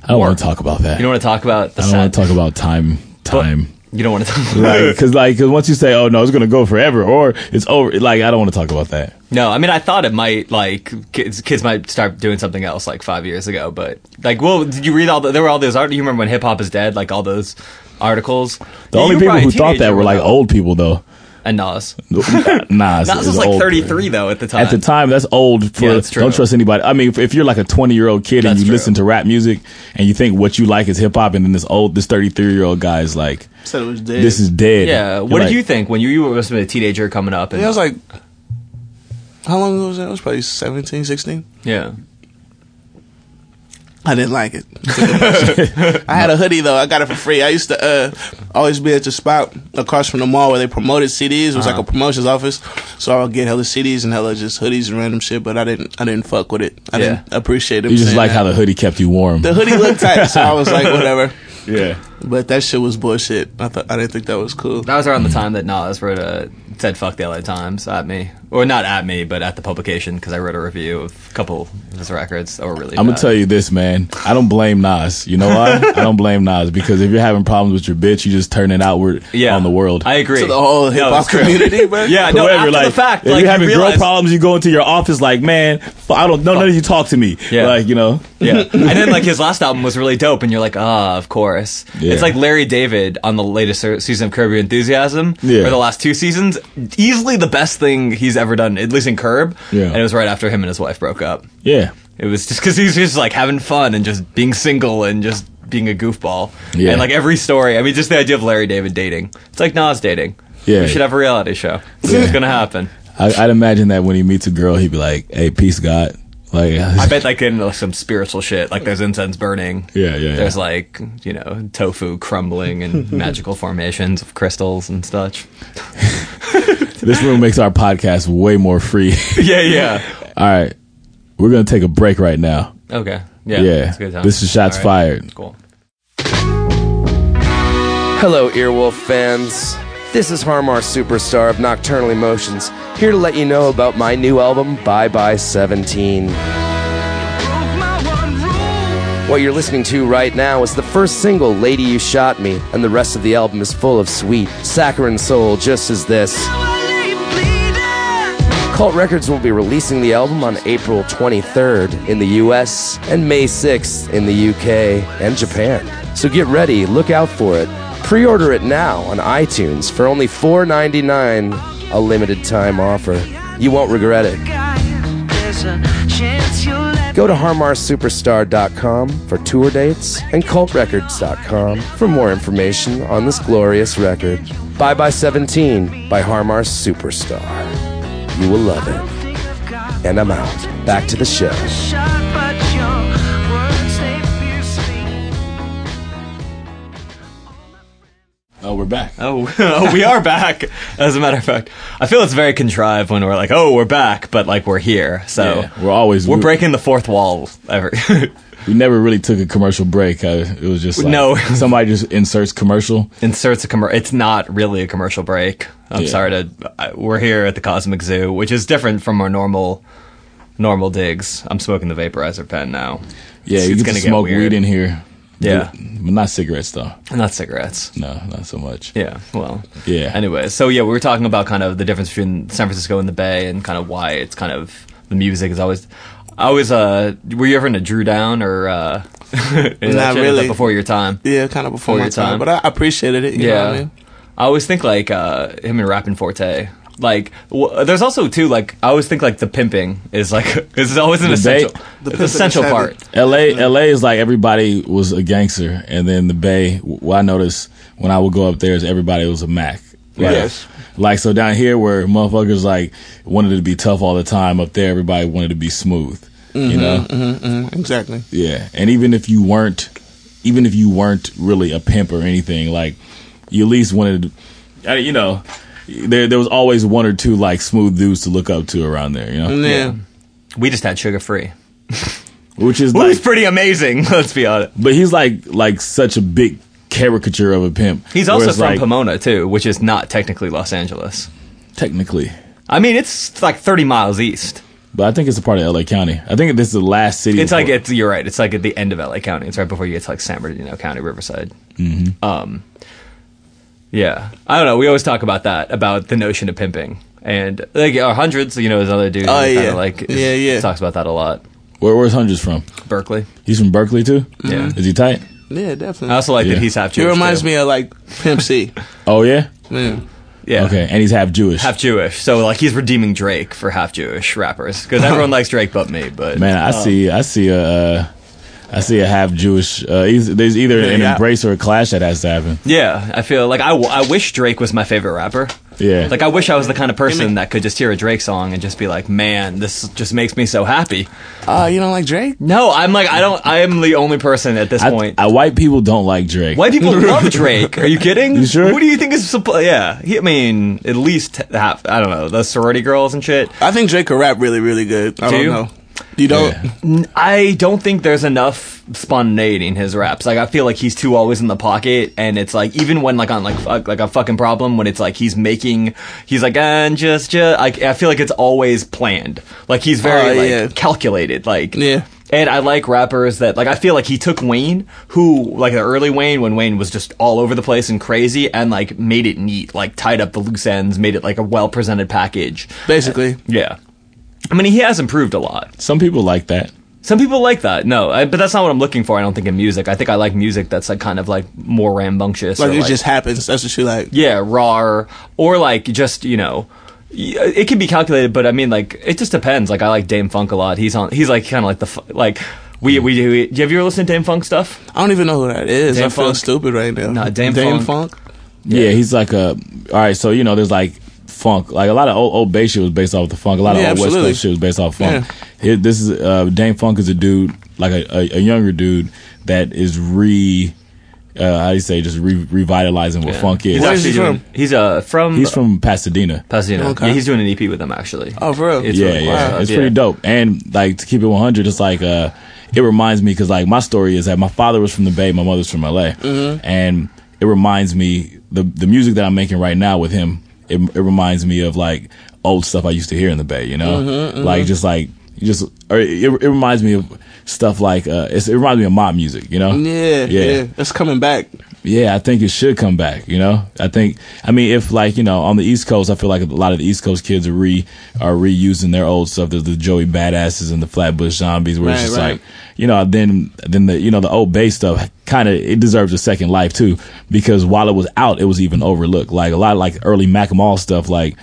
[SPEAKER 3] I don't want to talk about that.
[SPEAKER 2] You don't want to talk about the
[SPEAKER 3] I don't
[SPEAKER 2] sad
[SPEAKER 3] want to talk about time time.
[SPEAKER 2] You don't want to talk.
[SPEAKER 3] like because like 'cause once you say oh no it's gonna go forever or it's over like i don't want to talk about that
[SPEAKER 2] No, I mean I thought it might like kids, kids might start doing something else like five years ago, but like, well, did you read all? The, there were all those art. You remember when hip hop is dead? Like all those articles.
[SPEAKER 3] the only people who thought that were like old people though
[SPEAKER 2] and Nas.
[SPEAKER 3] nah it's-
[SPEAKER 2] Nas
[SPEAKER 3] it's
[SPEAKER 2] was like
[SPEAKER 3] old.
[SPEAKER 2] thirty three though at the time.
[SPEAKER 3] at the time that's old for
[SPEAKER 2] Yeah, that's true.
[SPEAKER 3] don't trust anybody i mean if, if you're like a 20 year old kid and
[SPEAKER 2] That's
[SPEAKER 3] you
[SPEAKER 2] true.
[SPEAKER 3] listen to rap music and you think what you like is hip-hop and then this old this 33 year old guy is like
[SPEAKER 5] Said it was dead.
[SPEAKER 3] this is dead
[SPEAKER 2] yeah.
[SPEAKER 3] You're
[SPEAKER 2] What
[SPEAKER 3] like,
[SPEAKER 2] did you think when you, you were listening to teenager coming up? And,
[SPEAKER 5] Yeah, I was like, how long ago was that? It was probably 17, 16.
[SPEAKER 2] yeah.
[SPEAKER 5] I didn't like it. I had a hoodie though. I got it for free. I used to uh, always be at the spot across from the mall where they promoted CDs. It was like a promotions office, so I would get hella CDs and hella just hoodies and random shit. But I didn't. I didn't fuck with it. I
[SPEAKER 2] Yeah.
[SPEAKER 5] didn't appreciate it.
[SPEAKER 3] you just like how the hoodie kept you warm
[SPEAKER 5] the hoodie looked tight, so I was like, whatever.
[SPEAKER 3] yeah
[SPEAKER 5] But that shit was bullshit. I thought I didn't think that was cool.
[SPEAKER 2] That was around the time that Nas wrote a said "fuck the LA Times" at me, or not at me, but at the publication because I wrote a review of a couple of his records that were really.
[SPEAKER 3] I'm
[SPEAKER 2] bad.
[SPEAKER 3] gonna tell you this, man. I don't blame Nas. You know why? I don't blame Nas because if you're having problems with your bitch, you just turn it outward
[SPEAKER 2] yeah,
[SPEAKER 3] on the world.
[SPEAKER 2] I agree.
[SPEAKER 5] To the whole hip
[SPEAKER 2] No,
[SPEAKER 5] hop
[SPEAKER 2] it's true.
[SPEAKER 5] community, bro.
[SPEAKER 2] Yeah, no,
[SPEAKER 3] Whoever,
[SPEAKER 2] after
[SPEAKER 3] like,
[SPEAKER 2] the fact,
[SPEAKER 3] if
[SPEAKER 2] like,
[SPEAKER 3] you're
[SPEAKER 2] you
[SPEAKER 3] having
[SPEAKER 2] realize-
[SPEAKER 3] girl problems, you go into your office like, man, f- I don't know none of you talk to me.
[SPEAKER 2] Yeah.
[SPEAKER 3] Like, you know,
[SPEAKER 2] Yeah, and then like his last album was really dope, and you're like, ah, of course.
[SPEAKER 3] Yeah.
[SPEAKER 2] It's like Larry David on the latest ser- season of Curb Your Enthusiasm,
[SPEAKER 3] Yeah.
[SPEAKER 2] or the last two seasons, easily the best thing he's ever done, at least in Curb.
[SPEAKER 3] Yeah.
[SPEAKER 2] and it was right after him and his wife broke up.
[SPEAKER 3] yeah,
[SPEAKER 2] It was just because he's just like having fun and just being single and just being a goofball.
[SPEAKER 3] Yeah.
[SPEAKER 2] and like every story, I mean, just the idea of Larry David dating, it's like Nas dating.
[SPEAKER 3] Yeah.
[SPEAKER 2] we should have a reality show. This is gonna happen.
[SPEAKER 3] I, I'd imagine that when he meets a girl, he'd be like, "Hey, peace, God." Like,
[SPEAKER 2] I bet like in like, some spiritual shit, like there's incense burning.
[SPEAKER 3] Yeah, yeah, yeah.
[SPEAKER 2] There's like you know tofu crumbling and magical formations of crystals and such.
[SPEAKER 3] this room makes our podcast way more free.
[SPEAKER 2] yeah, yeah.
[SPEAKER 3] All right, we're gonna take a break right now.
[SPEAKER 2] Okay. Yeah.
[SPEAKER 3] Yeah.
[SPEAKER 2] it's a good time.
[SPEAKER 3] This is Shots
[SPEAKER 2] All
[SPEAKER 3] Fired.
[SPEAKER 2] Cool.
[SPEAKER 10] Hello, Earwolf fans. This is Harmar Superstar of Nocturnal Emotions, here to let you know about my new album, Bye Bye 17. What you're listening to right now is the first single, Lady You Shot Me, and the rest of the album is full of sweet, saccharine soul, just as this. Cult Records will be releasing the album on April 23rd in the US and May 6th in the UK and Japan. So get ready, look out for it. Pre order it now on iTunes for only $4.99, a limited time offer. You won't regret it.
[SPEAKER 4] There's a chance you'll let
[SPEAKER 10] Go to harmarsuperstar.com for tour dates and cultrecords.com for more information on this glorious record. Bye Bye 17 by Harmar Superstar. You will love it. And I'm out. Back to the show.
[SPEAKER 4] shot, but your words they pierce me.
[SPEAKER 3] Oh, we're back.
[SPEAKER 2] Oh, oh, we are back. As a matter of fact, I feel it's very contrived when we're like, "Oh, we're back," but like we're here. So
[SPEAKER 3] Yeah, we're always
[SPEAKER 2] we're
[SPEAKER 3] we-
[SPEAKER 2] breaking the fourth wall. Every
[SPEAKER 3] We never really took a commercial break. I, it was just like
[SPEAKER 2] No.
[SPEAKER 3] somebody just inserts commercial.
[SPEAKER 2] inserts a commercial. It's not really a commercial break. I'm
[SPEAKER 3] Yeah.
[SPEAKER 2] sorry to. I, we're here at the Cosmic Zoo, which is different from our normal normal digs. I'm smoking the vaporizer pen now.
[SPEAKER 3] Yeah,
[SPEAKER 2] It's
[SPEAKER 3] you get
[SPEAKER 2] gonna
[SPEAKER 3] to
[SPEAKER 2] get
[SPEAKER 3] smoke
[SPEAKER 2] weird.
[SPEAKER 3] weed in here.
[SPEAKER 2] Yeah.
[SPEAKER 3] but not cigarettes though.
[SPEAKER 2] Not cigarettes.
[SPEAKER 3] No, not so much.
[SPEAKER 2] Yeah. Well.
[SPEAKER 3] Yeah.
[SPEAKER 2] Anyway, so yeah, we were talking about kind of the difference between San Francisco and the Bay, and kind of why it's kind of the music is always. I always uh, were you ever into Drew Down or uh, that shit?
[SPEAKER 5] Not really.
[SPEAKER 2] before your time?
[SPEAKER 5] Yeah, kind of before
[SPEAKER 2] For
[SPEAKER 5] my
[SPEAKER 2] your time.
[SPEAKER 5] time, but I appreciated it. You know what I mean?
[SPEAKER 2] I always think like uh, him and Rappin' Forte. Like, w- there's also too like I always think like the pimping is like is always an
[SPEAKER 3] The Bay-
[SPEAKER 2] essential, it's
[SPEAKER 5] The pimping
[SPEAKER 2] essential
[SPEAKER 5] is heavy.
[SPEAKER 2] part.
[SPEAKER 3] L.A. L.A. is like everybody was a gangster, and then the Bay. What I noticed when I would go up there is everybody was a Mac. Like,
[SPEAKER 5] Yes.
[SPEAKER 3] Like so down here where motherfuckers like wanted to be tough all the time. Up there, everybody wanted to be smooth. you
[SPEAKER 5] Mm-hmm.
[SPEAKER 3] know.
[SPEAKER 5] Exactly.
[SPEAKER 3] Yeah, and even if you weren't, even if you weren't really a pimp or anything, like you at least wanted, I- you know, there there was always one or two like smooth dudes to look up to around there, you know,
[SPEAKER 5] Yeah.
[SPEAKER 2] We just had sugar free,
[SPEAKER 3] which is
[SPEAKER 2] which
[SPEAKER 3] like,
[SPEAKER 2] was pretty amazing. Let's be honest.
[SPEAKER 3] but he's like like such a big caricature of a pimp.
[SPEAKER 2] He's also
[SPEAKER 3] Whereas,
[SPEAKER 2] from
[SPEAKER 3] like,
[SPEAKER 2] Pomona too, which is not technically Los Angeles.
[SPEAKER 3] technically,
[SPEAKER 2] I mean, it's like 30 miles east.
[SPEAKER 3] but I think it's a part of L.A. County. I think this is the last city.
[SPEAKER 2] It's like
[SPEAKER 3] before-
[SPEAKER 2] it's you're right. It's like at the end of LA County. It's right before you get to like San Bernardino County, Riverside. Mm-hmm. Um, yeah, I don't know. We always talk about that about the notion of pimping and like our hundreds. You know, there's another dude.
[SPEAKER 5] Oh,
[SPEAKER 2] who kinda,
[SPEAKER 5] yeah.
[SPEAKER 2] like is-
[SPEAKER 5] Yeah, yeah.
[SPEAKER 2] Talks about that a lot.
[SPEAKER 3] where where's Hundreds from?
[SPEAKER 2] Berkeley.
[SPEAKER 3] He's from Berkeley too.
[SPEAKER 2] Yeah.
[SPEAKER 3] is he tight?
[SPEAKER 5] Yeah, definitely.
[SPEAKER 2] I also like
[SPEAKER 3] Yeah.
[SPEAKER 2] that he's half
[SPEAKER 5] It
[SPEAKER 2] Jewish.
[SPEAKER 5] reminds
[SPEAKER 2] too.
[SPEAKER 5] me of like Pimp C.
[SPEAKER 3] Oh yeah.
[SPEAKER 5] Man.
[SPEAKER 2] Yeah.
[SPEAKER 3] Okay, and he's half Jewish.
[SPEAKER 2] Half Jewish, so like he's redeeming Drake for half Jewish rappers because everyone likes Drake but me. But
[SPEAKER 3] Man, I see, I see a, uh, I see a half Jewish. Uh, eith- there's either an
[SPEAKER 5] Yeah.
[SPEAKER 3] embrace or a clash that has to happen.
[SPEAKER 2] yeah, I feel like I, w- I wish Drake was my favorite rapper.
[SPEAKER 3] Yeah,
[SPEAKER 2] Like I wish I was the kind of person that could just hear a Drake song and just be like, "Man, this just makes me so happy."
[SPEAKER 3] Uh,
[SPEAKER 5] Oh, you don't like Drake?
[SPEAKER 2] No, I'm like I don't. I am the only person at this
[SPEAKER 3] I,
[SPEAKER 2] point.
[SPEAKER 3] I- white people don't like Drake.
[SPEAKER 2] White people love Drake. Are you kidding?
[SPEAKER 3] You sure?
[SPEAKER 2] Who do you think is suppl- yeah? He, I mean, at least half. I don't know the sorority girls and shit.
[SPEAKER 5] I think Drake could rap really, really good. I
[SPEAKER 2] Do
[SPEAKER 5] don't
[SPEAKER 2] you?
[SPEAKER 5] know. You don't?
[SPEAKER 3] Yeah.
[SPEAKER 2] I don't think there's enough spontaneity in his raps. Like I feel like he's too always in the pocket, and it's like even when like on like fuck, like a fucking problem when it's like he's making he's like and just just like I feel like it's always planned. Like he's very
[SPEAKER 5] Oh,
[SPEAKER 2] like
[SPEAKER 5] yeah.
[SPEAKER 2] calculated. Like
[SPEAKER 5] Yeah.
[SPEAKER 2] And I like rappers that like I feel like he took Wayne, who like the early Wayne when Wayne was just all over the place and crazy, and like made it neat, like tied up the loose ends, made it like a well presented package.
[SPEAKER 5] Basically.
[SPEAKER 2] Yeah. I mean, he has improved a lot.
[SPEAKER 3] Some people like that.
[SPEAKER 2] Some people like that. No, I, but that's not what I'm looking for. I don't think in music. I think I like music that's like kind of like more rambunctious.
[SPEAKER 5] Like,
[SPEAKER 2] or,
[SPEAKER 5] it just happens. That's what you like.
[SPEAKER 2] yeah, raw or like just you know. y- It can be calculated, but I mean, like, it just depends. Like, I like Dame Funk a lot. He's on. He's like kind of like the fu- like we we do. we- Have you ever listened to Dame Funk stuff?
[SPEAKER 5] I don't even know who that is.
[SPEAKER 2] Dame
[SPEAKER 5] I feel
[SPEAKER 2] Funk.
[SPEAKER 5] stupid right now.
[SPEAKER 2] Nah, Dame Funk.
[SPEAKER 3] Yeah. he's like a. All right, so you know, there's like funk. Like a lot of old, old Bay shit was based off the funk. A lot of
[SPEAKER 5] Yeah,
[SPEAKER 3] old
[SPEAKER 5] absolutely.
[SPEAKER 3] West Coast shit was based off funk. Here- this is uh, Dame Funk is a dude like a, a, a younger dude that is re. Uh, how do you say just re- revitalizing what funk is?
[SPEAKER 2] He's
[SPEAKER 5] Where is
[SPEAKER 2] actually
[SPEAKER 5] he
[SPEAKER 2] doing-
[SPEAKER 5] from?
[SPEAKER 2] He's uh from
[SPEAKER 3] He's from Pasadena.
[SPEAKER 2] Pasadena.
[SPEAKER 5] Okay.
[SPEAKER 2] Yeah, he's doing an EP with them actually.
[SPEAKER 5] Oh, for real?
[SPEAKER 2] It's
[SPEAKER 3] yeah,
[SPEAKER 2] really
[SPEAKER 3] yeah,
[SPEAKER 2] wild.
[SPEAKER 3] it's
[SPEAKER 2] Yeah.
[SPEAKER 3] pretty dope. And like to keep it 100, it's like uh, it reminds me because like my story is that my father was from the Bay, my mother's from LA,
[SPEAKER 2] Mm-hmm.
[SPEAKER 3] and it reminds me the the music that I'm making right now with
[SPEAKER 2] Mm-hmm,
[SPEAKER 3] him. It, it reminds me of like old stuff I used to hear in the Bay, you know, like just like You just or it, it reminds me of stuff like uh, it's, it reminds me of mob music. You know?
[SPEAKER 5] Yeah, yeah, It's coming back.
[SPEAKER 3] Yeah, I think it should come back. You know, I think. I mean, if like you know, on the East Coast, I feel like a lot of the East Coast kids are re are reusing their old stuff. There's the Joey Badasses and the Flatbush Zombies, where it's
[SPEAKER 5] Right,
[SPEAKER 3] just
[SPEAKER 5] right.
[SPEAKER 3] like you know. Then then the you know the old bass stuff kind of it deserves a second life too, because while it was out, it was even overlooked. Like a lot of like early Mac and Mall stuff, like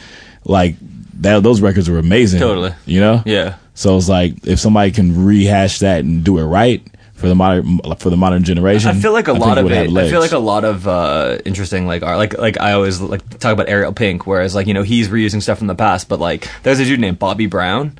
[SPEAKER 3] like that those records were amazing.
[SPEAKER 2] Totally.
[SPEAKER 3] You know.
[SPEAKER 2] Yeah.
[SPEAKER 3] So it's like if somebody can rehash that and do it right for the modern for the modern generation,
[SPEAKER 2] I feel like a
[SPEAKER 3] a
[SPEAKER 2] lot of it. I feel like a lot of uh, interesting like art. Like like I always like to talk about Ariel Pink, whereas like you know he's reusing stuff from the past. But like there's a dude named Bobby Brown,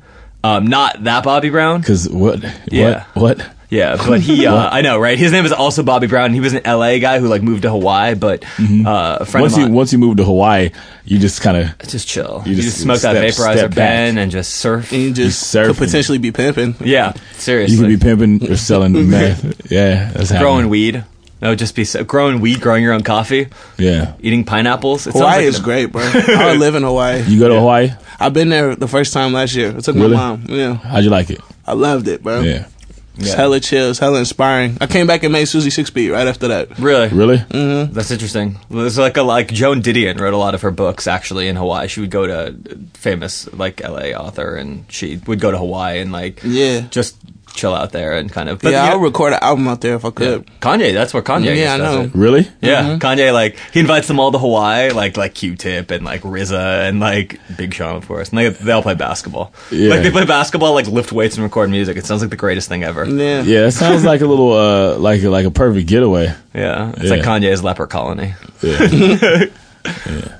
[SPEAKER 2] um, not that Bobby Brown.
[SPEAKER 3] because what
[SPEAKER 2] Yeah.
[SPEAKER 3] what what
[SPEAKER 2] Yeah, but he uh, I know right. His name is also Bobby Brown. He was an L.A. guy who like moved to Hawaii, but uh, a friend
[SPEAKER 3] Mm-hmm. once
[SPEAKER 2] of
[SPEAKER 3] you
[SPEAKER 2] mine.
[SPEAKER 3] once you move to Hawaii, you just kind of
[SPEAKER 2] just chill. You
[SPEAKER 3] You
[SPEAKER 2] just,
[SPEAKER 3] just
[SPEAKER 2] smoke that
[SPEAKER 3] step-
[SPEAKER 2] vaporizer
[SPEAKER 3] step back.
[SPEAKER 2] pen and just surf.
[SPEAKER 5] And you just
[SPEAKER 3] surfing.
[SPEAKER 5] could potentially be pimping.
[SPEAKER 2] Yeah, seriously.
[SPEAKER 3] you can be pimping or selling meth. Yeah, that's
[SPEAKER 2] growing
[SPEAKER 3] happening.
[SPEAKER 2] weed. That would just be so, growing weed, growing your own coffee,
[SPEAKER 3] Yeah,
[SPEAKER 2] eating pineapples. It sounds
[SPEAKER 5] Hawaii
[SPEAKER 2] like
[SPEAKER 5] is
[SPEAKER 2] an-
[SPEAKER 5] great, bro. I live in Hawaii.
[SPEAKER 3] you go to Hawaii.
[SPEAKER 5] I've been there the first time last year. I took
[SPEAKER 3] Really?
[SPEAKER 5] my mom. Yeah,
[SPEAKER 3] How'd you like it?
[SPEAKER 5] I loved it, bro.
[SPEAKER 3] Yeah,
[SPEAKER 5] It's hella chill. It's hella inspiring. I came back and made Susie Six Beat right after that.
[SPEAKER 2] Really,
[SPEAKER 3] really?
[SPEAKER 2] That's interesting. There's like a like Joan Didion wrote a lot of her books actually in Hawaii. She would go to famous like LA author and she would go to Hawaii and like
[SPEAKER 5] Yeah.
[SPEAKER 2] just chill out there and kind of
[SPEAKER 5] yeah,
[SPEAKER 2] you
[SPEAKER 5] I'll
[SPEAKER 2] know,
[SPEAKER 5] record an album out there if I
[SPEAKER 2] yeah.
[SPEAKER 5] could.
[SPEAKER 2] Kanye, that's where Kanye
[SPEAKER 5] Yeah,
[SPEAKER 2] is, does
[SPEAKER 5] I know. Mm-hmm.
[SPEAKER 2] it.
[SPEAKER 3] Really?
[SPEAKER 2] Yeah, Kanye like he invites them all to Hawaii, like like Q Tip and like RZA and like Big Sean of course, and they they all play basketball.
[SPEAKER 3] Yeah.
[SPEAKER 2] Like they play basketball, like lift weights and record music. It sounds like the greatest thing ever. Yeah,
[SPEAKER 5] Yeah.
[SPEAKER 3] Yeah, that sounds like a little uh like like a perfect getaway.
[SPEAKER 2] it's
[SPEAKER 3] Yeah.
[SPEAKER 2] like Kanye's leper colony.
[SPEAKER 3] Yeah.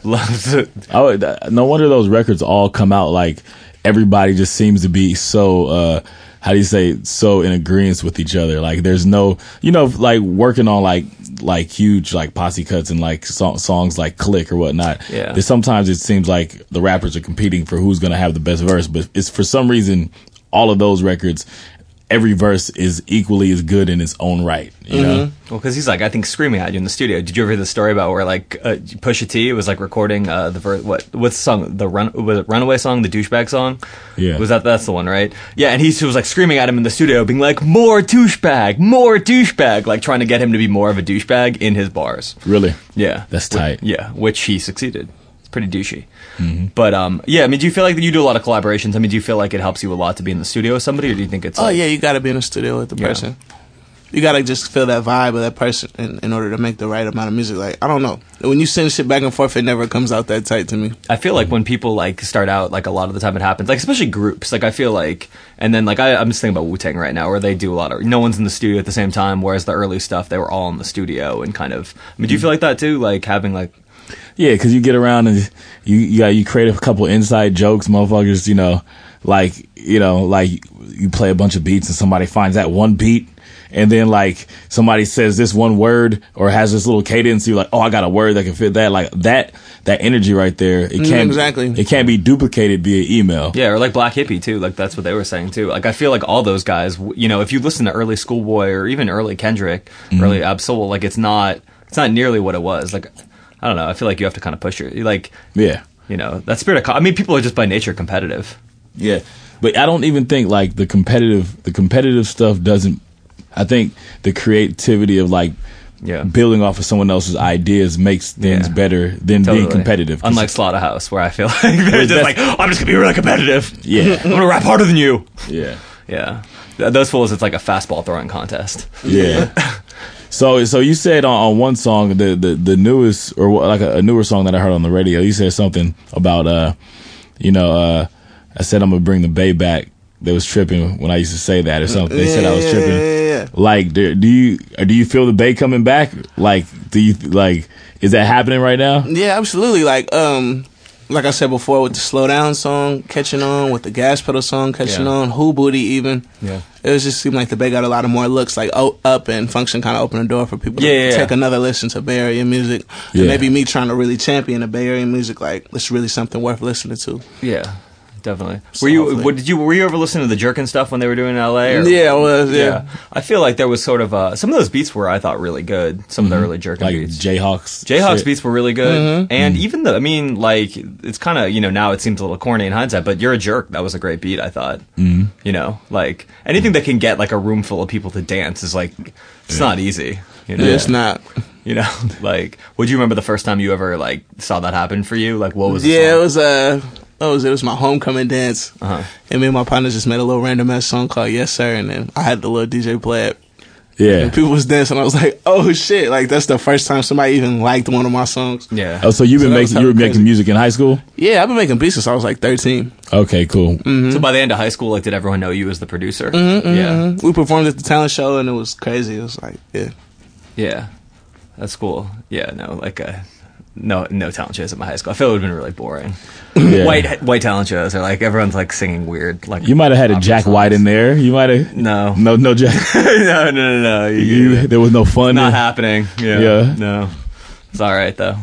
[SPEAKER 2] Loves it.
[SPEAKER 3] I would, Oh, no wonder those records all come out like everybody just seems to be so uh how do you say so in agreement with each other like there's no you know like working on like like huge like posse cuts and like song, songs like click or whatnot
[SPEAKER 2] Yeah.
[SPEAKER 3] there's sometimes it seems like the rappers are competing for who's gonna have the best verse but it's for some reason all of those records every verse is equally as good in its own right you know
[SPEAKER 2] Well, because he's like, I think screaming at you in the studio. Did you ever hear the story about where like uh, Pusha T was like recording uh, the ver- what what song the run was it Runaway song the douchebag song?
[SPEAKER 3] Yeah.
[SPEAKER 2] was that that's the one right? Yeah, and he was like screaming at him in the studio, being like more douchebag, more douchebag, like trying to get him to be more of a douchebag in his bars.
[SPEAKER 3] really
[SPEAKER 2] Yeah,
[SPEAKER 3] that's tight Mm-hmm.
[SPEAKER 2] yeah, which he succeeded. It's pretty douchey. But um, yeah, I mean, do you feel like you do a lot of collaborations? I mean, do you feel like it helps you a lot to be in the studio with somebody, or do you think it's
[SPEAKER 5] Oh
[SPEAKER 2] like,
[SPEAKER 5] yeah, you gotta be in the studio with the
[SPEAKER 2] Yeah.
[SPEAKER 5] person. You gotta just feel that vibe of that person in, in order to make the right amount of music. Like I don't know, when you send shit back and forth, it never comes out that tight to me.
[SPEAKER 2] I feel like when people like start out, like a lot of the time it happens, like especially groups. Like I feel like, and then like I, I'm just thinking about Wu Tang right now, where they do a lot of no one's in the studio at the same time. Whereas the early stuff, they were all in the studio and kind of. I mean, do you feel like that too? Like having like
[SPEAKER 3] Yeah, because you get around and you you, got, you create a couple inside jokes, motherfuckers. You know, like you know, like you play a bunch of beats and somebody finds that one beat, and then like somebody says this one word or has this little cadence. You're like, oh, I got a word that can fit that. Like that that energy right there. It can't
[SPEAKER 5] exactly.
[SPEAKER 3] It can't be duplicated via email.
[SPEAKER 2] yeah, or like Black Hippie too. Like that's what they were saying too. Like I feel like all those guys, w- you know, if you listen to early Schoolboy or even early Kendrick, early Absol, like it's not it's not nearly what it was. Like I don't know. I feel like you have to kind of push your like
[SPEAKER 3] yeah.
[SPEAKER 2] you know that spirit of. Co- I mean, people are just by nature competitive.
[SPEAKER 3] Yeah, but I don't even think like the competitive the competitive stuff doesn't. I think the creativity of like
[SPEAKER 2] Yeah.
[SPEAKER 3] building off of someone else's ideas makes things
[SPEAKER 2] Yeah.
[SPEAKER 3] better than being
[SPEAKER 2] Totally.
[SPEAKER 3] competitive. 'Cause-
[SPEAKER 2] Unlike Slaughterhouse, where I feel like they're just
[SPEAKER 3] that's-
[SPEAKER 2] like, I'm just gonna be really competitive. I'm
[SPEAKER 3] yeah,
[SPEAKER 2] gonna rap harder than you.
[SPEAKER 3] yeah,
[SPEAKER 2] Yeah, Th- those fools, it's like a fastball throwing contest.
[SPEAKER 3] yeah. So, so you said on, on one song the, the the newest or what- like a, a newer song that I heard on the radio. You said something about uh, you know, uh, I said I'm gonna bring the bay back. They was tripping when I used to say that or something. They said I was
[SPEAKER 5] yeah,
[SPEAKER 3] tripping.
[SPEAKER 5] Yeah, yeah,
[SPEAKER 3] Like, do, do you do you feel the Bay coming back? Like, do you like is that happening right now?
[SPEAKER 5] yeah. Yeah, absolutely. Like um, like I said before, with the slow down song catching on, with the gas pedal song catching
[SPEAKER 2] Yeah.
[SPEAKER 5] on, Who Booty even.
[SPEAKER 2] Yeah.
[SPEAKER 5] It was just seemed like the Bay got a lot of more looks, like oh, up and function kind of opened the door for people
[SPEAKER 2] Yeah,
[SPEAKER 5] to
[SPEAKER 2] yeah, yeah.
[SPEAKER 5] take another listen to Bay Area music.
[SPEAKER 3] Yeah.
[SPEAKER 5] And maybe me trying to really champion the Bay Area music, like it's really something worth listening to.
[SPEAKER 2] Yeah, definitely. Were you?
[SPEAKER 5] Hopefully.
[SPEAKER 2] What did you? Were you ever listening to the Jerkin stuff when they were doing it in L.A.? or-
[SPEAKER 5] Yeah, I was, yeah.
[SPEAKER 2] I feel like there was sort of uh, some of those beats were I thought really good. Some of the early Jerkin
[SPEAKER 3] like
[SPEAKER 2] beats.
[SPEAKER 3] Jayhawks.
[SPEAKER 2] Jayhawks
[SPEAKER 3] shit.
[SPEAKER 2] beats were really good, and even the I mean, like it's kind of you know now it seems a little corny in hindsight, but you're a jerk. That was a great beat, I thought. Mm. You know, like anything that can get like a room full of people to dance is like it's not easy. You know,
[SPEAKER 5] It's not.
[SPEAKER 2] you know, like would you remember the first time you ever like saw that happen for you? Like what was the
[SPEAKER 5] Yeah,
[SPEAKER 2] song?
[SPEAKER 5] it was uh, what was it? It was my homecoming dance,
[SPEAKER 2] Uh-huh.
[SPEAKER 5] and me and my partners just made a little random ass song called "Yes Sir," and then I had the little DJ play it.
[SPEAKER 3] Yeah.
[SPEAKER 5] People was dancing. I was like, "Oh shit!" Like that's the first time somebody even liked one of my songs.
[SPEAKER 2] yeah.
[SPEAKER 3] Oh, so you've been
[SPEAKER 5] So that was
[SPEAKER 3] making you were
[SPEAKER 5] kinda
[SPEAKER 3] making
[SPEAKER 5] crazy.
[SPEAKER 3] music in high school?
[SPEAKER 5] Yeah, I've been making beats since I was like 13.
[SPEAKER 3] Okay, cool.
[SPEAKER 2] So by the end of high school, like, did everyone know you as the producer?
[SPEAKER 5] Mm-hmm,
[SPEAKER 2] Yeah,
[SPEAKER 5] We performed at the talent show, and it was crazy. It was like, yeah,
[SPEAKER 2] yeah, that's cool. Yeah, no, like, uh, no, no talent shows at my high school. I feel it would have been really boring.
[SPEAKER 3] Yeah.
[SPEAKER 2] White white talent shows are like everyone's like singing weird. Like
[SPEAKER 3] You might have had a
[SPEAKER 2] opera
[SPEAKER 3] Jack
[SPEAKER 2] songs.
[SPEAKER 3] White in there. You might have
[SPEAKER 2] No, no,
[SPEAKER 3] no no Jack.
[SPEAKER 2] no, no, no. no. You-
[SPEAKER 3] You, there was no fun.
[SPEAKER 2] not
[SPEAKER 3] in-
[SPEAKER 2] happening. Yeah,
[SPEAKER 3] Yeah.
[SPEAKER 2] no. It's all right though.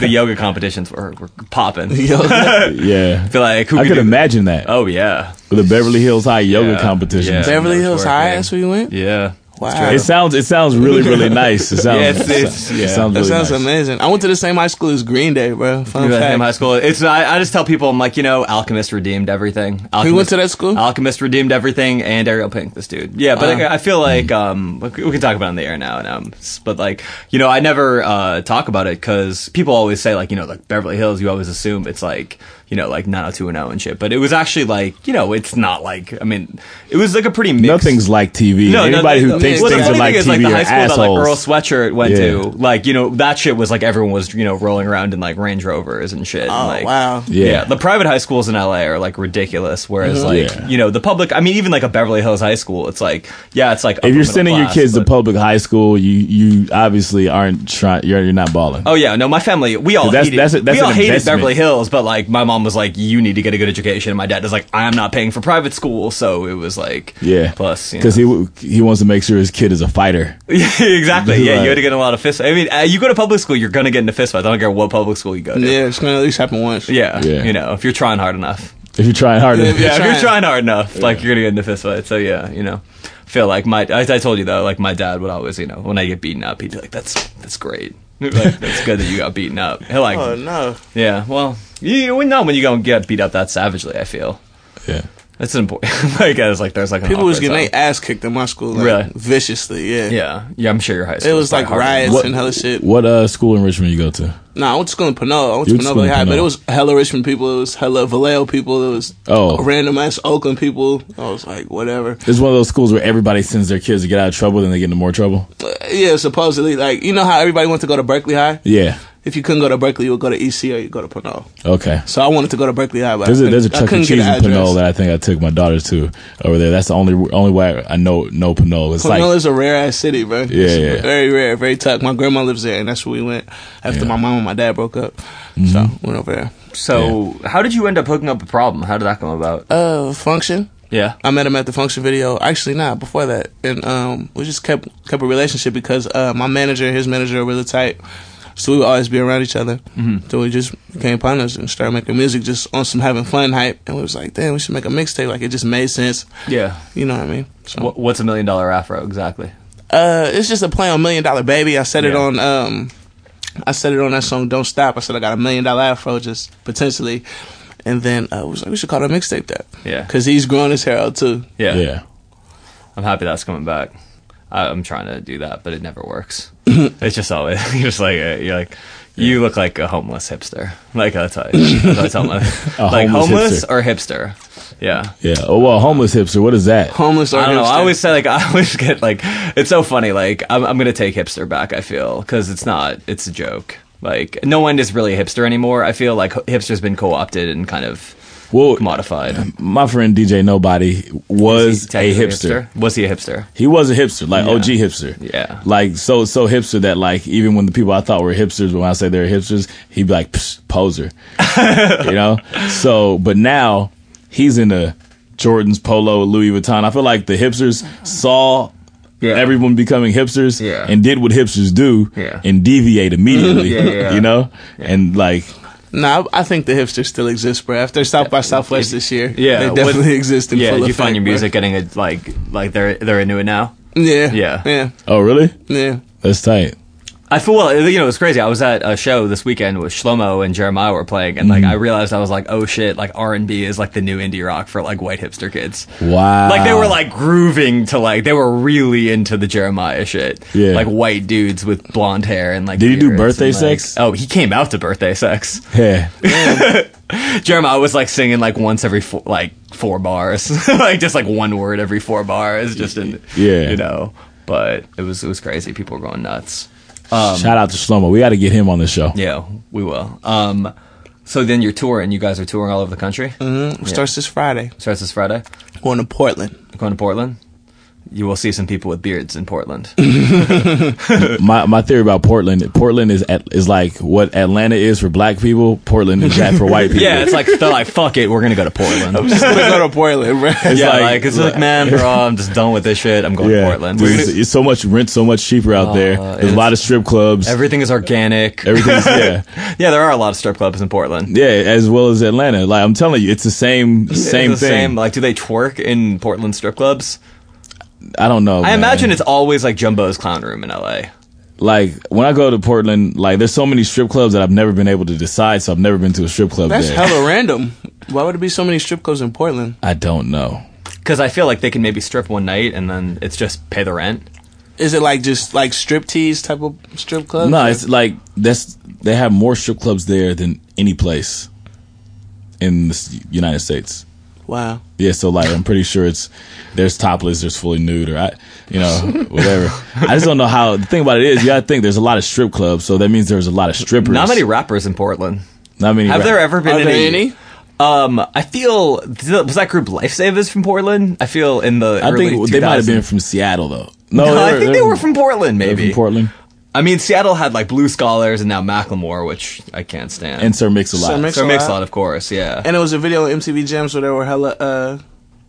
[SPEAKER 2] the yoga competitions were, were popping.
[SPEAKER 3] Yeah.
[SPEAKER 2] feel like who
[SPEAKER 3] I
[SPEAKER 2] could
[SPEAKER 3] could
[SPEAKER 2] do-
[SPEAKER 3] imagine that.
[SPEAKER 2] Oh yeah,
[SPEAKER 3] the Beverly Hills High yoga
[SPEAKER 2] Yeah.
[SPEAKER 3] competitions.
[SPEAKER 2] Yeah.
[SPEAKER 5] Beverly
[SPEAKER 2] That's
[SPEAKER 5] Hills
[SPEAKER 2] where I
[SPEAKER 5] High.
[SPEAKER 2] think-
[SPEAKER 5] That's where you went.
[SPEAKER 2] yeah.
[SPEAKER 5] Wow,
[SPEAKER 3] It sounds it sounds really really nice. It sounds
[SPEAKER 2] Yeah, it's- it's-
[SPEAKER 3] it
[SPEAKER 2] yeah.
[SPEAKER 3] sounds
[SPEAKER 5] that
[SPEAKER 3] really
[SPEAKER 5] sounds
[SPEAKER 3] nice.
[SPEAKER 5] amazing. I went to the same high school as Green Day, bro. Fun
[SPEAKER 2] We were at the same
[SPEAKER 5] fact.
[SPEAKER 2] high school. It's I, I just tell people I'm like you know Alchemist redeemed everything. Alchemist,
[SPEAKER 5] went to that school? Ah.
[SPEAKER 2] Alchemist redeemed everything and Ariel Pink, this dude. Yeah, but like, I feel like um we we can talk about it on the air now. And um, s- but like you know I never uh talk about it because people always say like you know like Beverly Hills. You always assume it's like you know like 90210 and shit. But it was actually like you know it's not like I mean it was like a pretty mixed.
[SPEAKER 3] Nothing's like TV. Anybody who
[SPEAKER 2] the-
[SPEAKER 3] thinks
[SPEAKER 2] well, the
[SPEAKER 3] things
[SPEAKER 2] funny
[SPEAKER 3] are
[SPEAKER 2] thing
[SPEAKER 3] like
[SPEAKER 2] is, the
[SPEAKER 3] TV
[SPEAKER 2] high
[SPEAKER 3] are
[SPEAKER 2] school that like Earl
[SPEAKER 3] assholes.
[SPEAKER 2] Sweatshirt went
[SPEAKER 3] Yeah.
[SPEAKER 2] to, like you know that shit was like everyone was you know rolling around in like Range Rovers and shit.
[SPEAKER 5] Oh
[SPEAKER 2] and, like,
[SPEAKER 5] wow.
[SPEAKER 3] Yeah. Mm-hmm.
[SPEAKER 2] Yeah. the private high schools in LA are like ridiculous. Whereas, like
[SPEAKER 3] Yeah.
[SPEAKER 2] you know, the public. I mean, even like a Beverly Hills high school, it's like yeah, it's like upper
[SPEAKER 3] if you're
[SPEAKER 2] middle
[SPEAKER 3] sending your
[SPEAKER 2] class,
[SPEAKER 3] kids to
[SPEAKER 2] but-
[SPEAKER 3] public high school, you you obviously aren't trying. You're, you're not balling.
[SPEAKER 2] Oh yeah, no, my family we all
[SPEAKER 3] That's-
[SPEAKER 2] hated,
[SPEAKER 3] that's a- that's
[SPEAKER 2] we all
[SPEAKER 3] an
[SPEAKER 2] hated
[SPEAKER 3] investment.
[SPEAKER 2] Beverly Hills, but like my mom was like, you need to get a good education, and my dad was like, I'm not paying for private school, so it was like
[SPEAKER 3] yeah.
[SPEAKER 2] plus you know.
[SPEAKER 3] because he he wants to make sure his kid is a fighter.
[SPEAKER 2] Yeah, exactly. Yeah,
[SPEAKER 3] Right.
[SPEAKER 2] you had to get in a lot of fist. I mean, uh, you go to public school, you're gonna get into fist fights. I don't care what public school you go to.
[SPEAKER 5] Yeah, it's gonna at least happen once.
[SPEAKER 2] Yeah,
[SPEAKER 3] Yeah.
[SPEAKER 2] you know, if you're trying hard enough.
[SPEAKER 3] If you're trying hard,
[SPEAKER 5] Yeah,
[SPEAKER 2] Yeah, if you're
[SPEAKER 5] trying.
[SPEAKER 2] trying hard enough, like you're gonna get into fist fights. So yeah, you know, feel like my. I, I told you though, like my dad would always, you know, when I get beaten up, he'd be like, "That's that's great. Like, that's good that you got beaten up." He'll like,
[SPEAKER 5] Oh no.
[SPEAKER 2] yeah, well, you, you wouldn't know when you go and get beat up that savagely. I feel
[SPEAKER 3] yeah.
[SPEAKER 2] that's an important. like I was like, there's like an
[SPEAKER 5] People was
[SPEAKER 2] awkward
[SPEAKER 5] getting their
[SPEAKER 2] zone.
[SPEAKER 5] ass kicked in my school, like,
[SPEAKER 2] Really?
[SPEAKER 5] viciously. Yeah.
[SPEAKER 2] Yeah, yeah, I'm sure your high school.
[SPEAKER 5] It was like
[SPEAKER 2] probably harder.
[SPEAKER 5] riots
[SPEAKER 3] What-
[SPEAKER 5] and hella shit.
[SPEAKER 3] What uh school in Richmond you go to?
[SPEAKER 5] Nah, I went to school in Pinole. I went
[SPEAKER 3] You went to
[SPEAKER 5] to Pinole
[SPEAKER 3] school in
[SPEAKER 5] Valley High, but it
[SPEAKER 3] Pinole.
[SPEAKER 5] was hella Richmond people. It was hella Vallejo people. It was
[SPEAKER 3] Oh.
[SPEAKER 5] random ass Oakland people. I was like, whatever.
[SPEAKER 3] It's one of those schools where everybody sends their kids to get out of trouble, then they get into more trouble.
[SPEAKER 5] Uh, yeah, supposedly, like you know how everybody went to go to Berkeley High.
[SPEAKER 3] Yeah.
[SPEAKER 5] If you couldn't go to Berkeley, you would go to EC or you go to Pinole.
[SPEAKER 3] Okay.
[SPEAKER 5] So I wanted to go to Berkeley High, but
[SPEAKER 3] There's
[SPEAKER 5] I
[SPEAKER 3] a
[SPEAKER 5] couldn't-
[SPEAKER 3] there's a
[SPEAKER 5] I
[SPEAKER 3] Chuck E.
[SPEAKER 5] couldn't get
[SPEAKER 3] Cheese
[SPEAKER 5] an
[SPEAKER 3] in
[SPEAKER 5] address.
[SPEAKER 3] Pinole that I think I took my daughter to over there. That's the only only way I know know Pinole. It's
[SPEAKER 5] Pinole
[SPEAKER 3] like
[SPEAKER 5] is a rare ass city, bro.
[SPEAKER 3] Yeah,
[SPEAKER 5] It's
[SPEAKER 3] yeah.
[SPEAKER 5] Very rare, very tough. My grandma lives there, and that's where we went after
[SPEAKER 3] Yeah. Mm-hmm.
[SPEAKER 5] my mom and my dad broke up. So went over there.
[SPEAKER 2] So, how did you end up hooking up a problem? How did that come about?
[SPEAKER 5] Uh, function.
[SPEAKER 2] yeah.
[SPEAKER 5] I met him at the function video. Actually, not before that, and um, we just kept kept a relationship because uh, my manager and his manager are really tight, so we would always be around each other. Mm-hmm. So we just became partners and started making music just on some having fun hype, and we was like, damn, we should make a mixtape. Like it just made sense,
[SPEAKER 2] Yeah.
[SPEAKER 5] you know what I mean? So
[SPEAKER 2] Wh- What's a million dollar afro exactly?
[SPEAKER 5] uh, it's just a play on Million Dollar Baby. I said it
[SPEAKER 2] Yeah.
[SPEAKER 5] on um, I said it on that song Don't Stop. I said I got a million dollar afro just potentially. And then uh, I was like, we should call that mixtape that.
[SPEAKER 2] Yeah.
[SPEAKER 5] Because he's growing his hair out too.
[SPEAKER 2] Yeah.
[SPEAKER 3] yeah.
[SPEAKER 2] I'm happy that's coming back. I, I'm trying to do that, but it never works. it's just always you're just like uh, you're like you look like a homeless hipster. Like that's how I, that's how I tell my like homeless
[SPEAKER 3] homeless hipster.
[SPEAKER 2] or hipster. Yeah.
[SPEAKER 3] Yeah. Oh well, homeless hipster. What is that?
[SPEAKER 5] Homeless or
[SPEAKER 2] I don't know.
[SPEAKER 5] hipster.
[SPEAKER 2] I always say like I always get like it's so funny. Like I'm, I'm gonna take hipster back. I feel because it's not. It's a joke. Like no one is really a hipster anymore. I feel like hipster's been co-opted and kind of
[SPEAKER 3] Well,
[SPEAKER 2] modified.
[SPEAKER 3] my friend DJ Nobody was a
[SPEAKER 2] technically
[SPEAKER 3] hipster.
[SPEAKER 2] Was he a hipster?
[SPEAKER 3] He was a hipster, like OG hipster.
[SPEAKER 2] Yeah.
[SPEAKER 3] Like so so hipster that like even when the people I thought were hipsters, when I say they're hipsters, he'd be like Psh, poser. you know? So but now he's in the Jordans, Polo, Louis Vuitton. I feel like the hipsters saw
[SPEAKER 2] Yeah.
[SPEAKER 3] everyone becoming hipsters
[SPEAKER 2] Yeah.
[SPEAKER 3] and did what hipsters do
[SPEAKER 2] Yeah.
[SPEAKER 3] and deviate immediately.
[SPEAKER 2] Yeah, yeah, yeah.
[SPEAKER 3] You know? And like
[SPEAKER 5] No, I I think the hipsters still exist, bro. After South by Southwest this year,
[SPEAKER 2] Yeah,
[SPEAKER 5] they definitely
[SPEAKER 2] what-
[SPEAKER 5] exist in
[SPEAKER 2] yeah,
[SPEAKER 5] full
[SPEAKER 2] you
[SPEAKER 5] effect,
[SPEAKER 2] find your
[SPEAKER 5] bro.
[SPEAKER 2] music getting a, like like they're they're into it now.
[SPEAKER 5] Yeah,
[SPEAKER 2] Yeah.
[SPEAKER 5] yeah,
[SPEAKER 3] Oh, really?
[SPEAKER 5] yeah.
[SPEAKER 3] That's tight.
[SPEAKER 2] I feel well. You know, it's crazy. I was at a show this weekend with Shlomo and Jeremiah were playing, and
[SPEAKER 3] Mm.
[SPEAKER 2] like I realized I was like, oh shit, like R and B is like the new indie rock for like white hipster kids.
[SPEAKER 3] Wow.
[SPEAKER 2] Like they were like grooving to like they were really into the Jeremiah shit.
[SPEAKER 3] Yeah.
[SPEAKER 2] like white dudes with blonde hair and like.
[SPEAKER 3] Did he
[SPEAKER 2] beards
[SPEAKER 3] do
[SPEAKER 2] and,
[SPEAKER 3] birthday
[SPEAKER 2] like-
[SPEAKER 3] sex?
[SPEAKER 2] Oh, he came out to birthday sex.
[SPEAKER 3] Yeah.
[SPEAKER 2] Jeremiah was like singing like once every four, like four bars, like just like one word every four bars, just in
[SPEAKER 3] Yeah.
[SPEAKER 2] you know. But it was it was crazy. People were going nuts.
[SPEAKER 3] Shout out to Shlomo. We got to get him on the show.
[SPEAKER 2] Yeah, we will. Um, so then you're touring. You guys are touring all over the country.
[SPEAKER 3] Mm-hmm.
[SPEAKER 5] Starts this Friday.
[SPEAKER 2] Starts this Friday.
[SPEAKER 5] Going to Portland.
[SPEAKER 2] Going to Portland. You will see some people with beards in Portland.
[SPEAKER 3] My my theory about Portland, Portland is at, is like what Atlanta is for black people. Portland is that for white people.
[SPEAKER 2] yeah, it's like they're like fuck it, we're gonna go to Portland.
[SPEAKER 5] Just gonna go to Portland, bro.
[SPEAKER 2] yeah,
[SPEAKER 3] like-
[SPEAKER 2] like, it's like man, bro, I'm just done with this shit. I'm going
[SPEAKER 3] Yeah.
[SPEAKER 2] to Portland. We're
[SPEAKER 3] Dude, it's,
[SPEAKER 2] gonna-
[SPEAKER 3] it's so much rent, so much cheaper out there. There's a
[SPEAKER 2] it's-
[SPEAKER 3] lot of strip clubs.
[SPEAKER 2] everything is organic.
[SPEAKER 3] Everything's yeah,
[SPEAKER 2] yeah, there are a lot of strip clubs in Portland.
[SPEAKER 3] yeah, as well as Atlanta. Like I'm telling you, it's the same same
[SPEAKER 2] It's the
[SPEAKER 3] thing.
[SPEAKER 2] Like, do they twerk in Portland strip clubs?
[SPEAKER 3] I don't know.
[SPEAKER 2] I
[SPEAKER 3] man.
[SPEAKER 2] imagine it's always like Jumbo's Clown Room in LA.
[SPEAKER 3] like when I go to Portland, like there's so many strip clubs that I've never been able to decide. So I've never been to a strip club
[SPEAKER 5] That's
[SPEAKER 3] there.
[SPEAKER 5] hella random. Why would it be so many strip clubs in Portland?
[SPEAKER 3] I don't know.
[SPEAKER 2] Because I feel like they can maybe strip one night and then it's just pay the rent.
[SPEAKER 5] Is it like just like strip tease type of strip club?
[SPEAKER 3] No, it's like that's they have more strip clubs there than any place in the s- United States.
[SPEAKER 5] wow.
[SPEAKER 3] Yeah, so like I'm pretty sure it's there's topless, there's fully nude, or I, you know, whatever. I just don't know how. The thing about it is, you gotta think there's a lot of strip clubs, so that means there's a lot of strippers.
[SPEAKER 2] Not many rappers in Portland.
[SPEAKER 3] Not many.
[SPEAKER 2] Have
[SPEAKER 3] rap-
[SPEAKER 2] there ever been
[SPEAKER 5] Are
[SPEAKER 2] any?
[SPEAKER 5] there any?
[SPEAKER 2] Um, I feel was that group Lifesavers from Portland? I feel in the
[SPEAKER 3] I
[SPEAKER 2] early
[SPEAKER 3] think they might have
[SPEAKER 2] 2000s.
[SPEAKER 3] been from Seattle though. No,
[SPEAKER 2] No, I think they were from Portland,
[SPEAKER 3] they were
[SPEAKER 2] maybe.
[SPEAKER 3] from Portland
[SPEAKER 2] I mean, Seattle had like Blue Scholars and now Macklemore, which I can't stand.
[SPEAKER 3] and Sir Mix a
[SPEAKER 5] Sir
[SPEAKER 3] lot.
[SPEAKER 5] Mix-
[SPEAKER 2] Sir
[SPEAKER 5] Mix-a-Lot.
[SPEAKER 2] Mix-a-Lot, of course, yeah.
[SPEAKER 5] And it was a video on MTV Jams where there were hella, uh,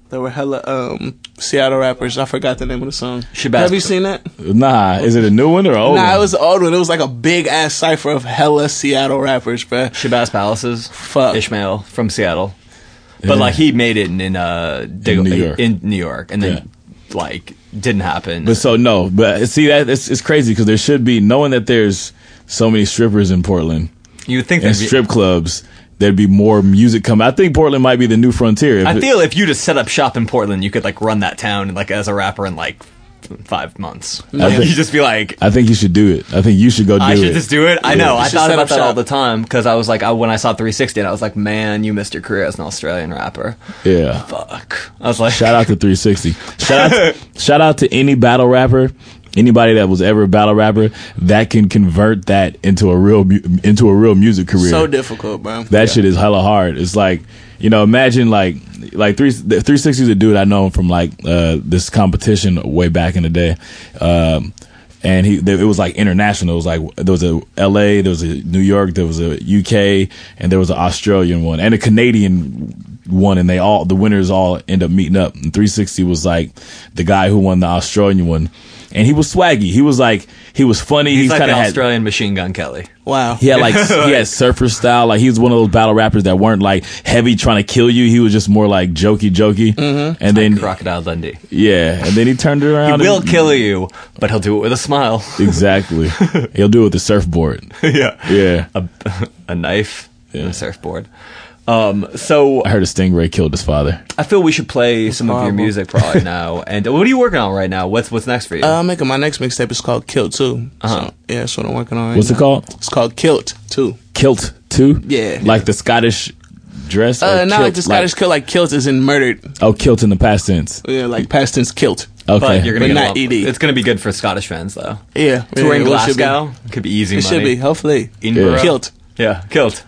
[SPEAKER 5] there were hella um, Seattle rappers. I forgot the name of the song.
[SPEAKER 2] Shabazz-
[SPEAKER 5] Have you seen that?
[SPEAKER 3] Nah, is it a new one or an old?
[SPEAKER 5] nah,
[SPEAKER 3] one?
[SPEAKER 5] it was the old one. It was like a big ass cipher of hella Seattle rappers, bro.
[SPEAKER 2] Shabazz Palaces,
[SPEAKER 5] Fuck.
[SPEAKER 2] Ishmael from Seattle, but like he made it in, in uh Dig-
[SPEAKER 3] New York.
[SPEAKER 2] in New York, and then like didn't happen.
[SPEAKER 3] But so no, but see that it's, it's crazy because there should be knowing that there's so many strippers in Portland
[SPEAKER 2] you would think
[SPEAKER 3] and
[SPEAKER 2] that'd be-
[SPEAKER 3] strip clubs. There'd be more music coming. I think Portland might be the new frontier. If
[SPEAKER 2] I
[SPEAKER 3] it-
[SPEAKER 2] feel if you just set up shop in Portland, you could like run that town like as a rapper in like five months. Like,
[SPEAKER 3] think-
[SPEAKER 2] you just be like.
[SPEAKER 3] I think you should do it. I think you should go do
[SPEAKER 2] I should
[SPEAKER 3] it.
[SPEAKER 2] just do it. I know.
[SPEAKER 3] You
[SPEAKER 2] I
[SPEAKER 5] should
[SPEAKER 2] thought
[SPEAKER 5] set
[SPEAKER 2] about
[SPEAKER 5] up
[SPEAKER 2] that all
[SPEAKER 5] shop.
[SPEAKER 2] the time because I was like, I, when I saw 360, and I was like, man, you missed your career as an Australian rapper.
[SPEAKER 3] yeah.
[SPEAKER 2] Fuck. I was like,
[SPEAKER 3] Shout out to 360. Shout out, to, shout out to any battle rapper, anybody that was ever a battle rapper that can convert that into a real mu- into a real music career.
[SPEAKER 5] So difficult, bro.
[SPEAKER 3] that shit is hella hard. It's like you know, imagine like like three three sixty is a dude I know from like uh, this competition way back in the day. Um, and he, there, it was like international. It was like there was a L.A., there was a New York, there was a U.K., and there was an Australian one and a Canadian one. And they all the winners all end up meeting up. And 360 was like the guy who won the Australian one, and he was swaggy. He was like he was funny.
[SPEAKER 2] he's like
[SPEAKER 3] kind
[SPEAKER 2] the
[SPEAKER 3] of had
[SPEAKER 2] Australian Machine Gun Kelly.
[SPEAKER 5] Wow.
[SPEAKER 3] he had like he had surfer style. Like he was one of those battle rappers that weren't like heavy trying to kill you. He was just more like jokey, jokey. And then
[SPEAKER 2] Crocodile Dundee.
[SPEAKER 3] yeah, and then he turned
[SPEAKER 2] Mm-hmm. He
[SPEAKER 3] around.
[SPEAKER 2] will
[SPEAKER 3] and-
[SPEAKER 2] kill you, but he'll do it with a smile.
[SPEAKER 3] Exactly. He'll do it with the surfboard.
[SPEAKER 2] yeah.
[SPEAKER 3] Yeah.
[SPEAKER 2] A, a knife and a surfboard. Um, so
[SPEAKER 3] I heard a stingray killed his father.
[SPEAKER 2] I feel we should play some of your music probably now. And what are you working on right now? What's what's next for you?
[SPEAKER 5] Uh, I'm making my next mixtape. It's called Kilt 2. So, yeah, that's what I'm working on. right
[SPEAKER 3] What's it
[SPEAKER 5] now.
[SPEAKER 3] called?
[SPEAKER 5] It's Uh-huh. called Kilt 2.
[SPEAKER 3] Kilt too.
[SPEAKER 5] Yeah.
[SPEAKER 3] Like the Scottish dress. or
[SPEAKER 5] Uh, not like
[SPEAKER 3] kilt?
[SPEAKER 5] the Scottish kilt, like kilt is in murdered.
[SPEAKER 3] oh, kilt in the past tense.
[SPEAKER 5] Yeah, like past tense kilt.
[SPEAKER 3] Okay.
[SPEAKER 2] but you're gonna
[SPEAKER 5] But
[SPEAKER 2] get along-
[SPEAKER 5] not ED.
[SPEAKER 2] It's gonna be good for Scottish fans though.
[SPEAKER 5] Yeah.
[SPEAKER 2] Touring
[SPEAKER 5] yeah, well, it should be-
[SPEAKER 2] Glasgow could be easy.
[SPEAKER 5] It
[SPEAKER 2] money.
[SPEAKER 5] should be, hopefully.
[SPEAKER 2] Edinburgh.
[SPEAKER 3] Yeah.
[SPEAKER 5] Kilt.
[SPEAKER 2] Yeah, kilt.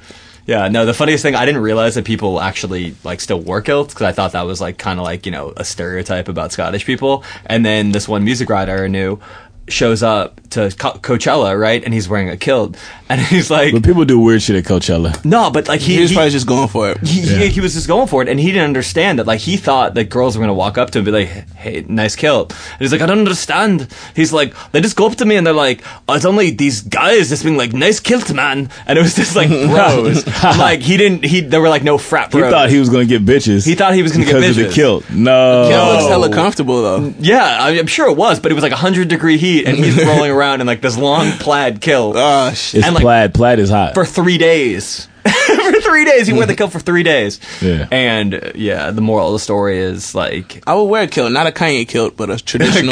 [SPEAKER 2] Yeah, no. The funniest thing, I didn't realize that people actually like still wore kilts because I thought that was like kind of like you know a stereotype about Scottish people. And then this one music writer I knew shows up to Co- Coachella, right? And he's wearing a kilt, and he's like,
[SPEAKER 3] But people do weird shit at Coachella.
[SPEAKER 2] no, but like he,
[SPEAKER 5] He was
[SPEAKER 2] he-
[SPEAKER 5] probably just going for it.
[SPEAKER 2] he,
[SPEAKER 3] Yeah.
[SPEAKER 2] he, he was just going for it, and he didn't understand that. Like he thought that girls were gonna walk up to him and be like, "Hey, nice kilt," and he's like, "I don't understand." He's like, "They just go up to me and they're like, oh, it's only these guys just being like, nice kilt, man," and it was just like bros. I'm like he didn't. He there were like no frat
[SPEAKER 3] He
[SPEAKER 2] bros.
[SPEAKER 3] thought he was gonna get bitches.
[SPEAKER 2] He thought he was gonna get
[SPEAKER 3] because of
[SPEAKER 2] bitches.
[SPEAKER 3] the kilt. No,
[SPEAKER 5] It looks Oh, hella comfortable though.
[SPEAKER 2] yeah, I mean, I'm sure it was, but it was like 100 degree heat, and he's rolling around in like this long plaid kilt
[SPEAKER 5] Oh shit.
[SPEAKER 3] it's
[SPEAKER 2] and, like,
[SPEAKER 3] plaid. Plaid is hot.
[SPEAKER 2] for three days. for three days, he wore the kilt for three days.
[SPEAKER 3] Yeah.
[SPEAKER 2] And uh, yeah, the moral of the story is like
[SPEAKER 5] I would wear a kilt, not a Kanye kilt, but a traditional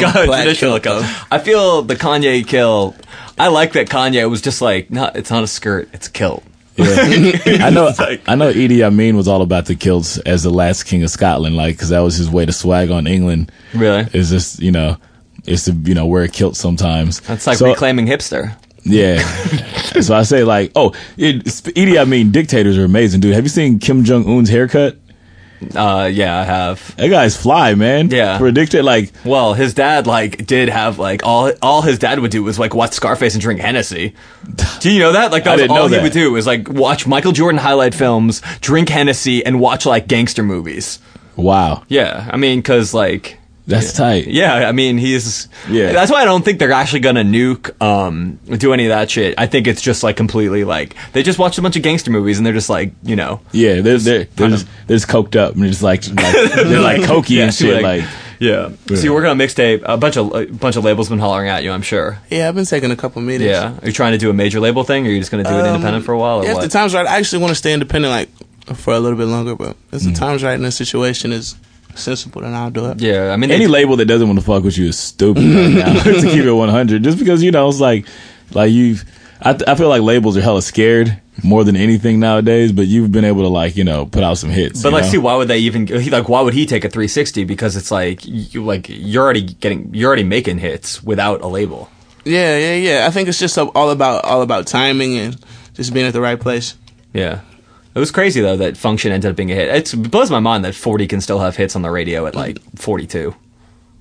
[SPEAKER 2] God,
[SPEAKER 5] black
[SPEAKER 2] traditional
[SPEAKER 5] kilt. though.
[SPEAKER 2] kilt. I feel the Kanye kill. I like that Kanye was just like, no, it's not a skirt, it's a kilt.
[SPEAKER 3] I know. I know. Idi Amin was all about the kilts as the last king of Scotland, like because that was his way to swag on England.
[SPEAKER 2] Really?
[SPEAKER 3] Is just you know, is to you know wear a kilt sometimes.
[SPEAKER 2] That's like
[SPEAKER 3] So-
[SPEAKER 2] reclaiming hipster.
[SPEAKER 3] Yeah. so I say like, oh, it, sp- Idi Amin dictators are amazing, dude. Have you seen Kim Jong Un's haircut?
[SPEAKER 2] Uh, yeah, I have.
[SPEAKER 3] That guy's fly, man.
[SPEAKER 2] Yeah.
[SPEAKER 3] For a dictator, like
[SPEAKER 2] Well, his dad like did have like all all his dad would do was like watch Scarface and drink Hennessy. Do you know that? Like that
[SPEAKER 3] I
[SPEAKER 2] was
[SPEAKER 3] didn't
[SPEAKER 2] all
[SPEAKER 3] know
[SPEAKER 2] he
[SPEAKER 3] that.
[SPEAKER 2] would do was like watch Michael Jordan highlight films, drink Hennessy, and watch like gangster movies.
[SPEAKER 3] wow,
[SPEAKER 2] Yeah, I mean, cause like
[SPEAKER 3] that's tight.
[SPEAKER 2] Yeah, I mean he's
[SPEAKER 3] Yeah.
[SPEAKER 2] That's why I don't think they're actually gonna nuke um do any of that shit. I think it's just like completely like they just watched a bunch of gangster movies and they're just like you know
[SPEAKER 3] Yeah, they're they're they're just, they're just coked up and they're just like, like they're like cokey
[SPEAKER 2] yeah,
[SPEAKER 3] and
[SPEAKER 2] so,
[SPEAKER 3] shit. Like,
[SPEAKER 2] yeah. So you're working on a mixtape. A bunch of a bunch of labels been hollering at you. I'm sure.
[SPEAKER 5] Yeah, I've been taking a couple meetings.
[SPEAKER 2] Yeah, are you trying to do a major label thing, or are you just gonna do it independent for a while, or
[SPEAKER 5] Um, Yeah, if
[SPEAKER 2] what?
[SPEAKER 5] the time's right, I actually want to stay independent like for a little bit longer, but if the time's right and the situation is sensible, then I'll do it.
[SPEAKER 2] Mm. yeah, I mean
[SPEAKER 3] any
[SPEAKER 2] they-
[SPEAKER 3] label that doesn't want to fuck with you is stupid right now to keep it 100 just because you know it's like like you I, th- I feel like labels are hella scared more than anything nowadays but you've been able to like you know put out some hits
[SPEAKER 2] But
[SPEAKER 3] you
[SPEAKER 2] like,
[SPEAKER 3] know?
[SPEAKER 2] see, why would they even? He, like, why would he take a 360? Because it's like, you, like you're already getting, you're already making hits without a label.
[SPEAKER 5] Yeah, yeah, yeah. I think it's just all about all about timing and just being at the right place.
[SPEAKER 2] Yeah. It was crazy though that Function ended up being a hit. It's, it blows my mind that 40 can still have hits on the radio at like 42.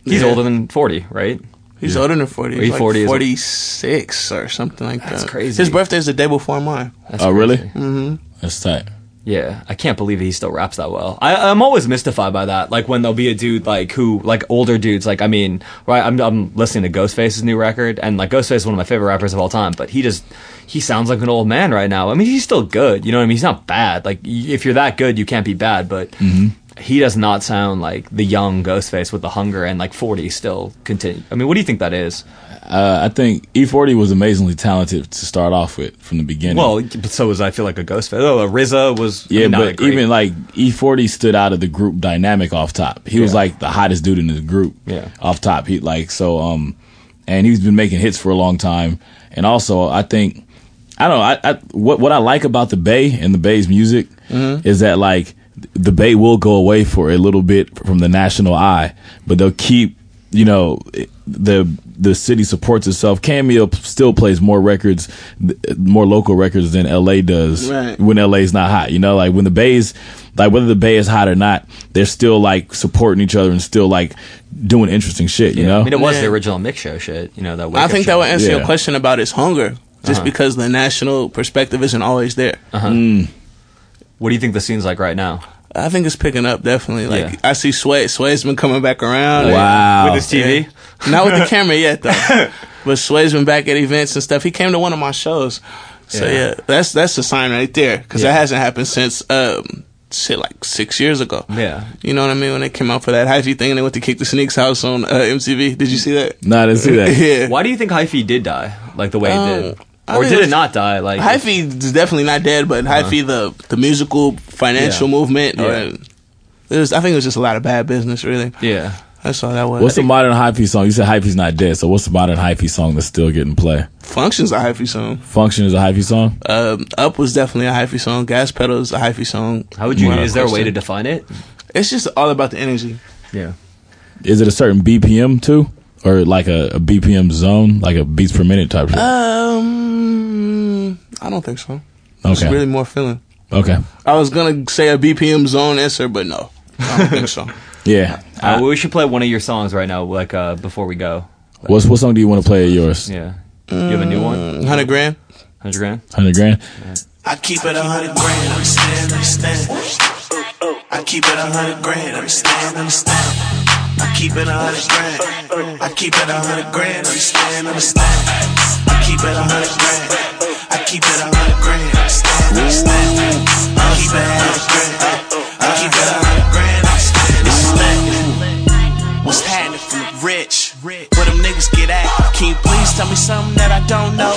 [SPEAKER 2] He's
[SPEAKER 5] Yeah.
[SPEAKER 2] older than 40, right?
[SPEAKER 5] He's older than forty.
[SPEAKER 2] He
[SPEAKER 5] He's
[SPEAKER 2] 40
[SPEAKER 5] like
[SPEAKER 2] is-
[SPEAKER 5] forty six or something like that.
[SPEAKER 2] That's crazy.
[SPEAKER 5] His birthday's the day before mine.
[SPEAKER 2] That's
[SPEAKER 3] oh really
[SPEAKER 2] crazy.
[SPEAKER 3] mm-hmm. that's tight
[SPEAKER 2] Yeah, I can't believe he still raps that well. I, I'm always mystified by that. Like when there'll be a dude like who, like older dudes, like I mean, right? I'm, I'm listening to Ghostface's new record, and like Ghostface is one of my favorite rappers of all time, but he just he sounds like an old man right now. I mean, he's still good. You know what I mean? He's not bad. Like y- if you're that good, you can't be bad. But he does not sound like the young Ghostface with the hunger and like 40 still continue. I mean, what do you think that is?
[SPEAKER 3] uh, I think E40 was amazingly talented to start off with from the beginning
[SPEAKER 2] Well, but so was I feel like a Ghostface. Oh, RZA was I
[SPEAKER 3] yeah,
[SPEAKER 2] mean, not a
[SPEAKER 3] but
[SPEAKER 2] great-
[SPEAKER 3] even like E40 stood out of the group dynamic off top. He was
[SPEAKER 2] Yeah.
[SPEAKER 3] like the hottest dude in the group.
[SPEAKER 2] Yeah.
[SPEAKER 3] off top. He like so um, and he's been making hits for a long time. And also, I think I don't know. I, I what what I like about the Bay and the Bay's music
[SPEAKER 2] Mm-hmm.
[SPEAKER 3] is that like the Bay will go away for a little bit from the national eye, but they'll keep you know it- the the city supports itself. Cameo p- still plays more records, th- more local records than LA does
[SPEAKER 5] Right.
[SPEAKER 3] when LA's not hot. You know, like when the Bay's like whether the Bay is hot or not, they're still like supporting each other and still like doing interesting shit. You know,
[SPEAKER 2] I mean, it was the
[SPEAKER 5] Yeah.
[SPEAKER 2] original mix show shit. You know that.
[SPEAKER 5] I think that
[SPEAKER 2] show.
[SPEAKER 5] would answer
[SPEAKER 3] Yeah.
[SPEAKER 5] your question about his hunger, just
[SPEAKER 2] Uh-huh.
[SPEAKER 5] because the national perspective isn't always there.
[SPEAKER 2] What do you think the scene's like right now?
[SPEAKER 5] I think it's picking up definitely. Like
[SPEAKER 2] Yeah.
[SPEAKER 5] I see Sway. Sway's been coming back around.
[SPEAKER 3] wow.
[SPEAKER 2] With his TV?
[SPEAKER 5] Oh. Yeah. Not with the camera yet though. but Sway's been back at events and stuff. He came to one of my shows. So
[SPEAKER 2] Yeah.
[SPEAKER 5] yeah, that's that's a sign right there because
[SPEAKER 2] Yeah.
[SPEAKER 5] that hasn't happened since um, shit like six years ago.
[SPEAKER 2] Yeah.
[SPEAKER 5] You know what I mean? When they came out for that hyphy thing and they went to kick the sneaks house on uh, MTV. Did you see that?
[SPEAKER 3] No, I didn't see that.
[SPEAKER 5] yeah.
[SPEAKER 2] Why do you think Hyphy did die? Like the way
[SPEAKER 5] Um,
[SPEAKER 2] it did?
[SPEAKER 5] I
[SPEAKER 2] Or
[SPEAKER 5] think
[SPEAKER 2] did
[SPEAKER 5] it
[SPEAKER 2] it
[SPEAKER 5] was-
[SPEAKER 2] not die? Like
[SPEAKER 5] Hyphy is definitely not dead, but Hyphy the the musical financial
[SPEAKER 2] Uh-huh. Yeah.
[SPEAKER 5] movement. Or,
[SPEAKER 2] Yeah.
[SPEAKER 5] it was, I think it was just a lot of bad business. Really,
[SPEAKER 2] Yeah.
[SPEAKER 5] that's all that was.
[SPEAKER 3] What's the modern hyphy song? You said hyphy's not dead, so what's the modern hyphy song that's still getting play?
[SPEAKER 5] functions a hyphy song?
[SPEAKER 3] Function is a hyphy song.
[SPEAKER 5] Um, Up was definitely a hyphy song. Gas pedal is a hyphy song.
[SPEAKER 2] How would you
[SPEAKER 5] Without
[SPEAKER 2] is there a way to define
[SPEAKER 5] question.
[SPEAKER 2] it?
[SPEAKER 5] It's just all about the energy.
[SPEAKER 2] Yeah.
[SPEAKER 3] Is it a certain BPM too, or like a, a BPM zone, like a beats per minute type? Shit?
[SPEAKER 5] Uh, Um, I don't think so. It's
[SPEAKER 3] okay,
[SPEAKER 5] really more feeling.
[SPEAKER 3] okay,
[SPEAKER 5] I was gonna say a BPM zone answer, but no, I don't think so.
[SPEAKER 3] yeah.
[SPEAKER 2] Uh, well, we should play one of your songs right now, like uh, before we go.
[SPEAKER 3] What's, what song do you want to play of yours?
[SPEAKER 2] Yeah. Do you have a new one?
[SPEAKER 5] Hundred grand.
[SPEAKER 2] 100 grand?
[SPEAKER 3] 100 grand?
[SPEAKER 11] I keep it a hundred grand, understand, understand. I keep it a hundred grand, understand, understand. I keep it a hundred grand. I keep it a hundred grand, understand, understand. I keep it a hundred grand. I keep it a hundred grand, understand, understand. I keep it a hundred grand. I keep it a hundred grand, understand, understand. What's happening from the rich? Where them niggas get at? Can you please tell me something that I don't know?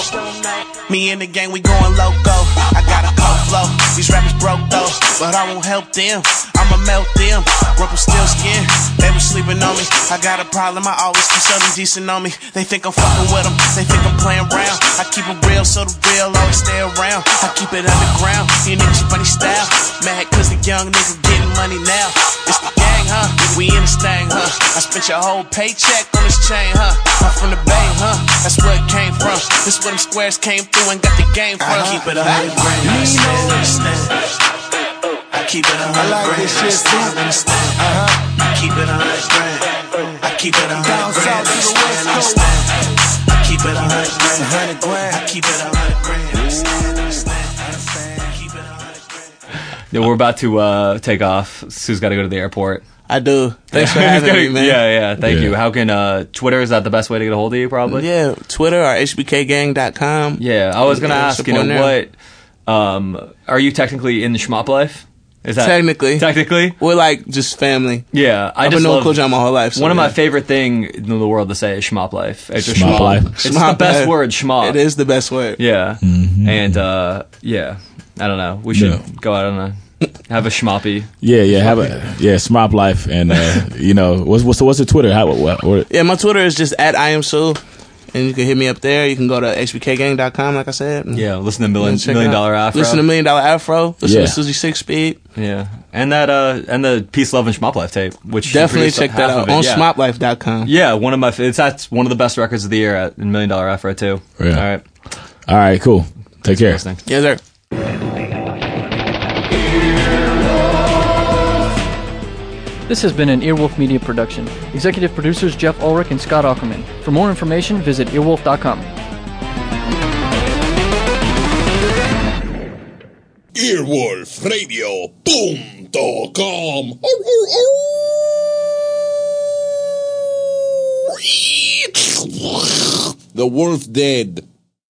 [SPEAKER 11] Me and the gang, we going loco. I got a cold flow. These rappers broke though, but I won't help them. I'ma melt them. Rubber still skin. They was sleeping on me. I got a problem. I always keep something decent on me. They think I'm fucking with them. They think I'm playing round. I keep it real, so the real always stay around. I keep it underground. You niggas funny style. Mad cause the young niggas getting money now. It's the gang, huh? We in this thing, huh? I spent your whole paycheck on this chain, huh? I'm from the bay, huh? That's where it came from. This where them squares came through and got the game from. I keep it a hundred grand. Understand, understand. I keep it a hundred
[SPEAKER 6] like
[SPEAKER 11] grand.
[SPEAKER 6] this shit, too.
[SPEAKER 11] Understand, understand. I keep it a hundred grand. I keep it a
[SPEAKER 6] Down
[SPEAKER 11] hundred grand.
[SPEAKER 6] south to the
[SPEAKER 11] Understand,
[SPEAKER 6] west coast.
[SPEAKER 11] understand. I keep it a hundred grand.
[SPEAKER 6] a hundred grand.
[SPEAKER 11] I keep it a hundred grand. Understand, understand. I keep it a hundred grand.
[SPEAKER 2] Yeah, we're about to uh, take off. Sue's got to go to the airport.
[SPEAKER 5] I do. Thanks for having me, man.
[SPEAKER 2] Yeah, yeah. Thank
[SPEAKER 3] Yeah.
[SPEAKER 2] you. How can uh, Twitter is that the best way to get a hold of you? Probably.
[SPEAKER 5] Yeah, Twitter or hbkgang.com.
[SPEAKER 2] Yeah, I was gonna
[SPEAKER 5] Yeah,
[SPEAKER 2] ask. You
[SPEAKER 5] support
[SPEAKER 2] know what? Um, are you technically in the schmop life? Is that
[SPEAKER 5] Technically.
[SPEAKER 2] Technically,
[SPEAKER 5] We're like just family.
[SPEAKER 2] yeah. I
[SPEAKER 5] I've
[SPEAKER 2] just
[SPEAKER 5] been knowing
[SPEAKER 2] love,
[SPEAKER 5] Cool John my whole life. so
[SPEAKER 2] One of my
[SPEAKER 5] yeah.
[SPEAKER 2] favorite thing in the world to say is schmop life. It's just
[SPEAKER 3] Schmop life.
[SPEAKER 2] It's the
[SPEAKER 5] Schmop
[SPEAKER 2] best
[SPEAKER 5] life.
[SPEAKER 2] word, schmop.
[SPEAKER 5] It is the best word.
[SPEAKER 2] Yeah, and uh, yeah. I don't know. We should
[SPEAKER 3] No.
[SPEAKER 2] go out on a have a schmoppy.
[SPEAKER 3] Yeah, yeah, have a yeah, smop life, and uh, you know what's what's what's the Twitter? How what, what,
[SPEAKER 5] Yeah, my Twitter is just at I am Sue. And you can hit me up there. You can go to hbkgang.com, like I said.
[SPEAKER 2] Yeah, listen to
[SPEAKER 5] And
[SPEAKER 2] million
[SPEAKER 5] check it
[SPEAKER 2] million
[SPEAKER 5] out.
[SPEAKER 2] dollar afro.
[SPEAKER 5] Listen to Million Dollar Afro. Listen
[SPEAKER 3] Yeah.
[SPEAKER 5] to Susie Six Speed.
[SPEAKER 2] Yeah, and that uh, and the peace, love, and schmop life tape, which she
[SPEAKER 5] Definitely
[SPEAKER 2] produced
[SPEAKER 5] check
[SPEAKER 2] half
[SPEAKER 5] that
[SPEAKER 2] of
[SPEAKER 5] out
[SPEAKER 2] it,
[SPEAKER 5] on
[SPEAKER 2] yeah.
[SPEAKER 5] smoplife.com.
[SPEAKER 2] Yeah, one of my f- it's that's one of the best records of the year at in Million Dollar Afro too.
[SPEAKER 3] Yeah.
[SPEAKER 2] All right,
[SPEAKER 3] all right, cool. Take care.
[SPEAKER 2] listening.
[SPEAKER 5] Yes, sir.
[SPEAKER 12] This has been an Earwolf Media production. Executive producers Jeff Ulrich and Scott Ackerman. For more information, visit earwolf.com.
[SPEAKER 6] Oh, Earwolfradio.com. oh. The wolf dead.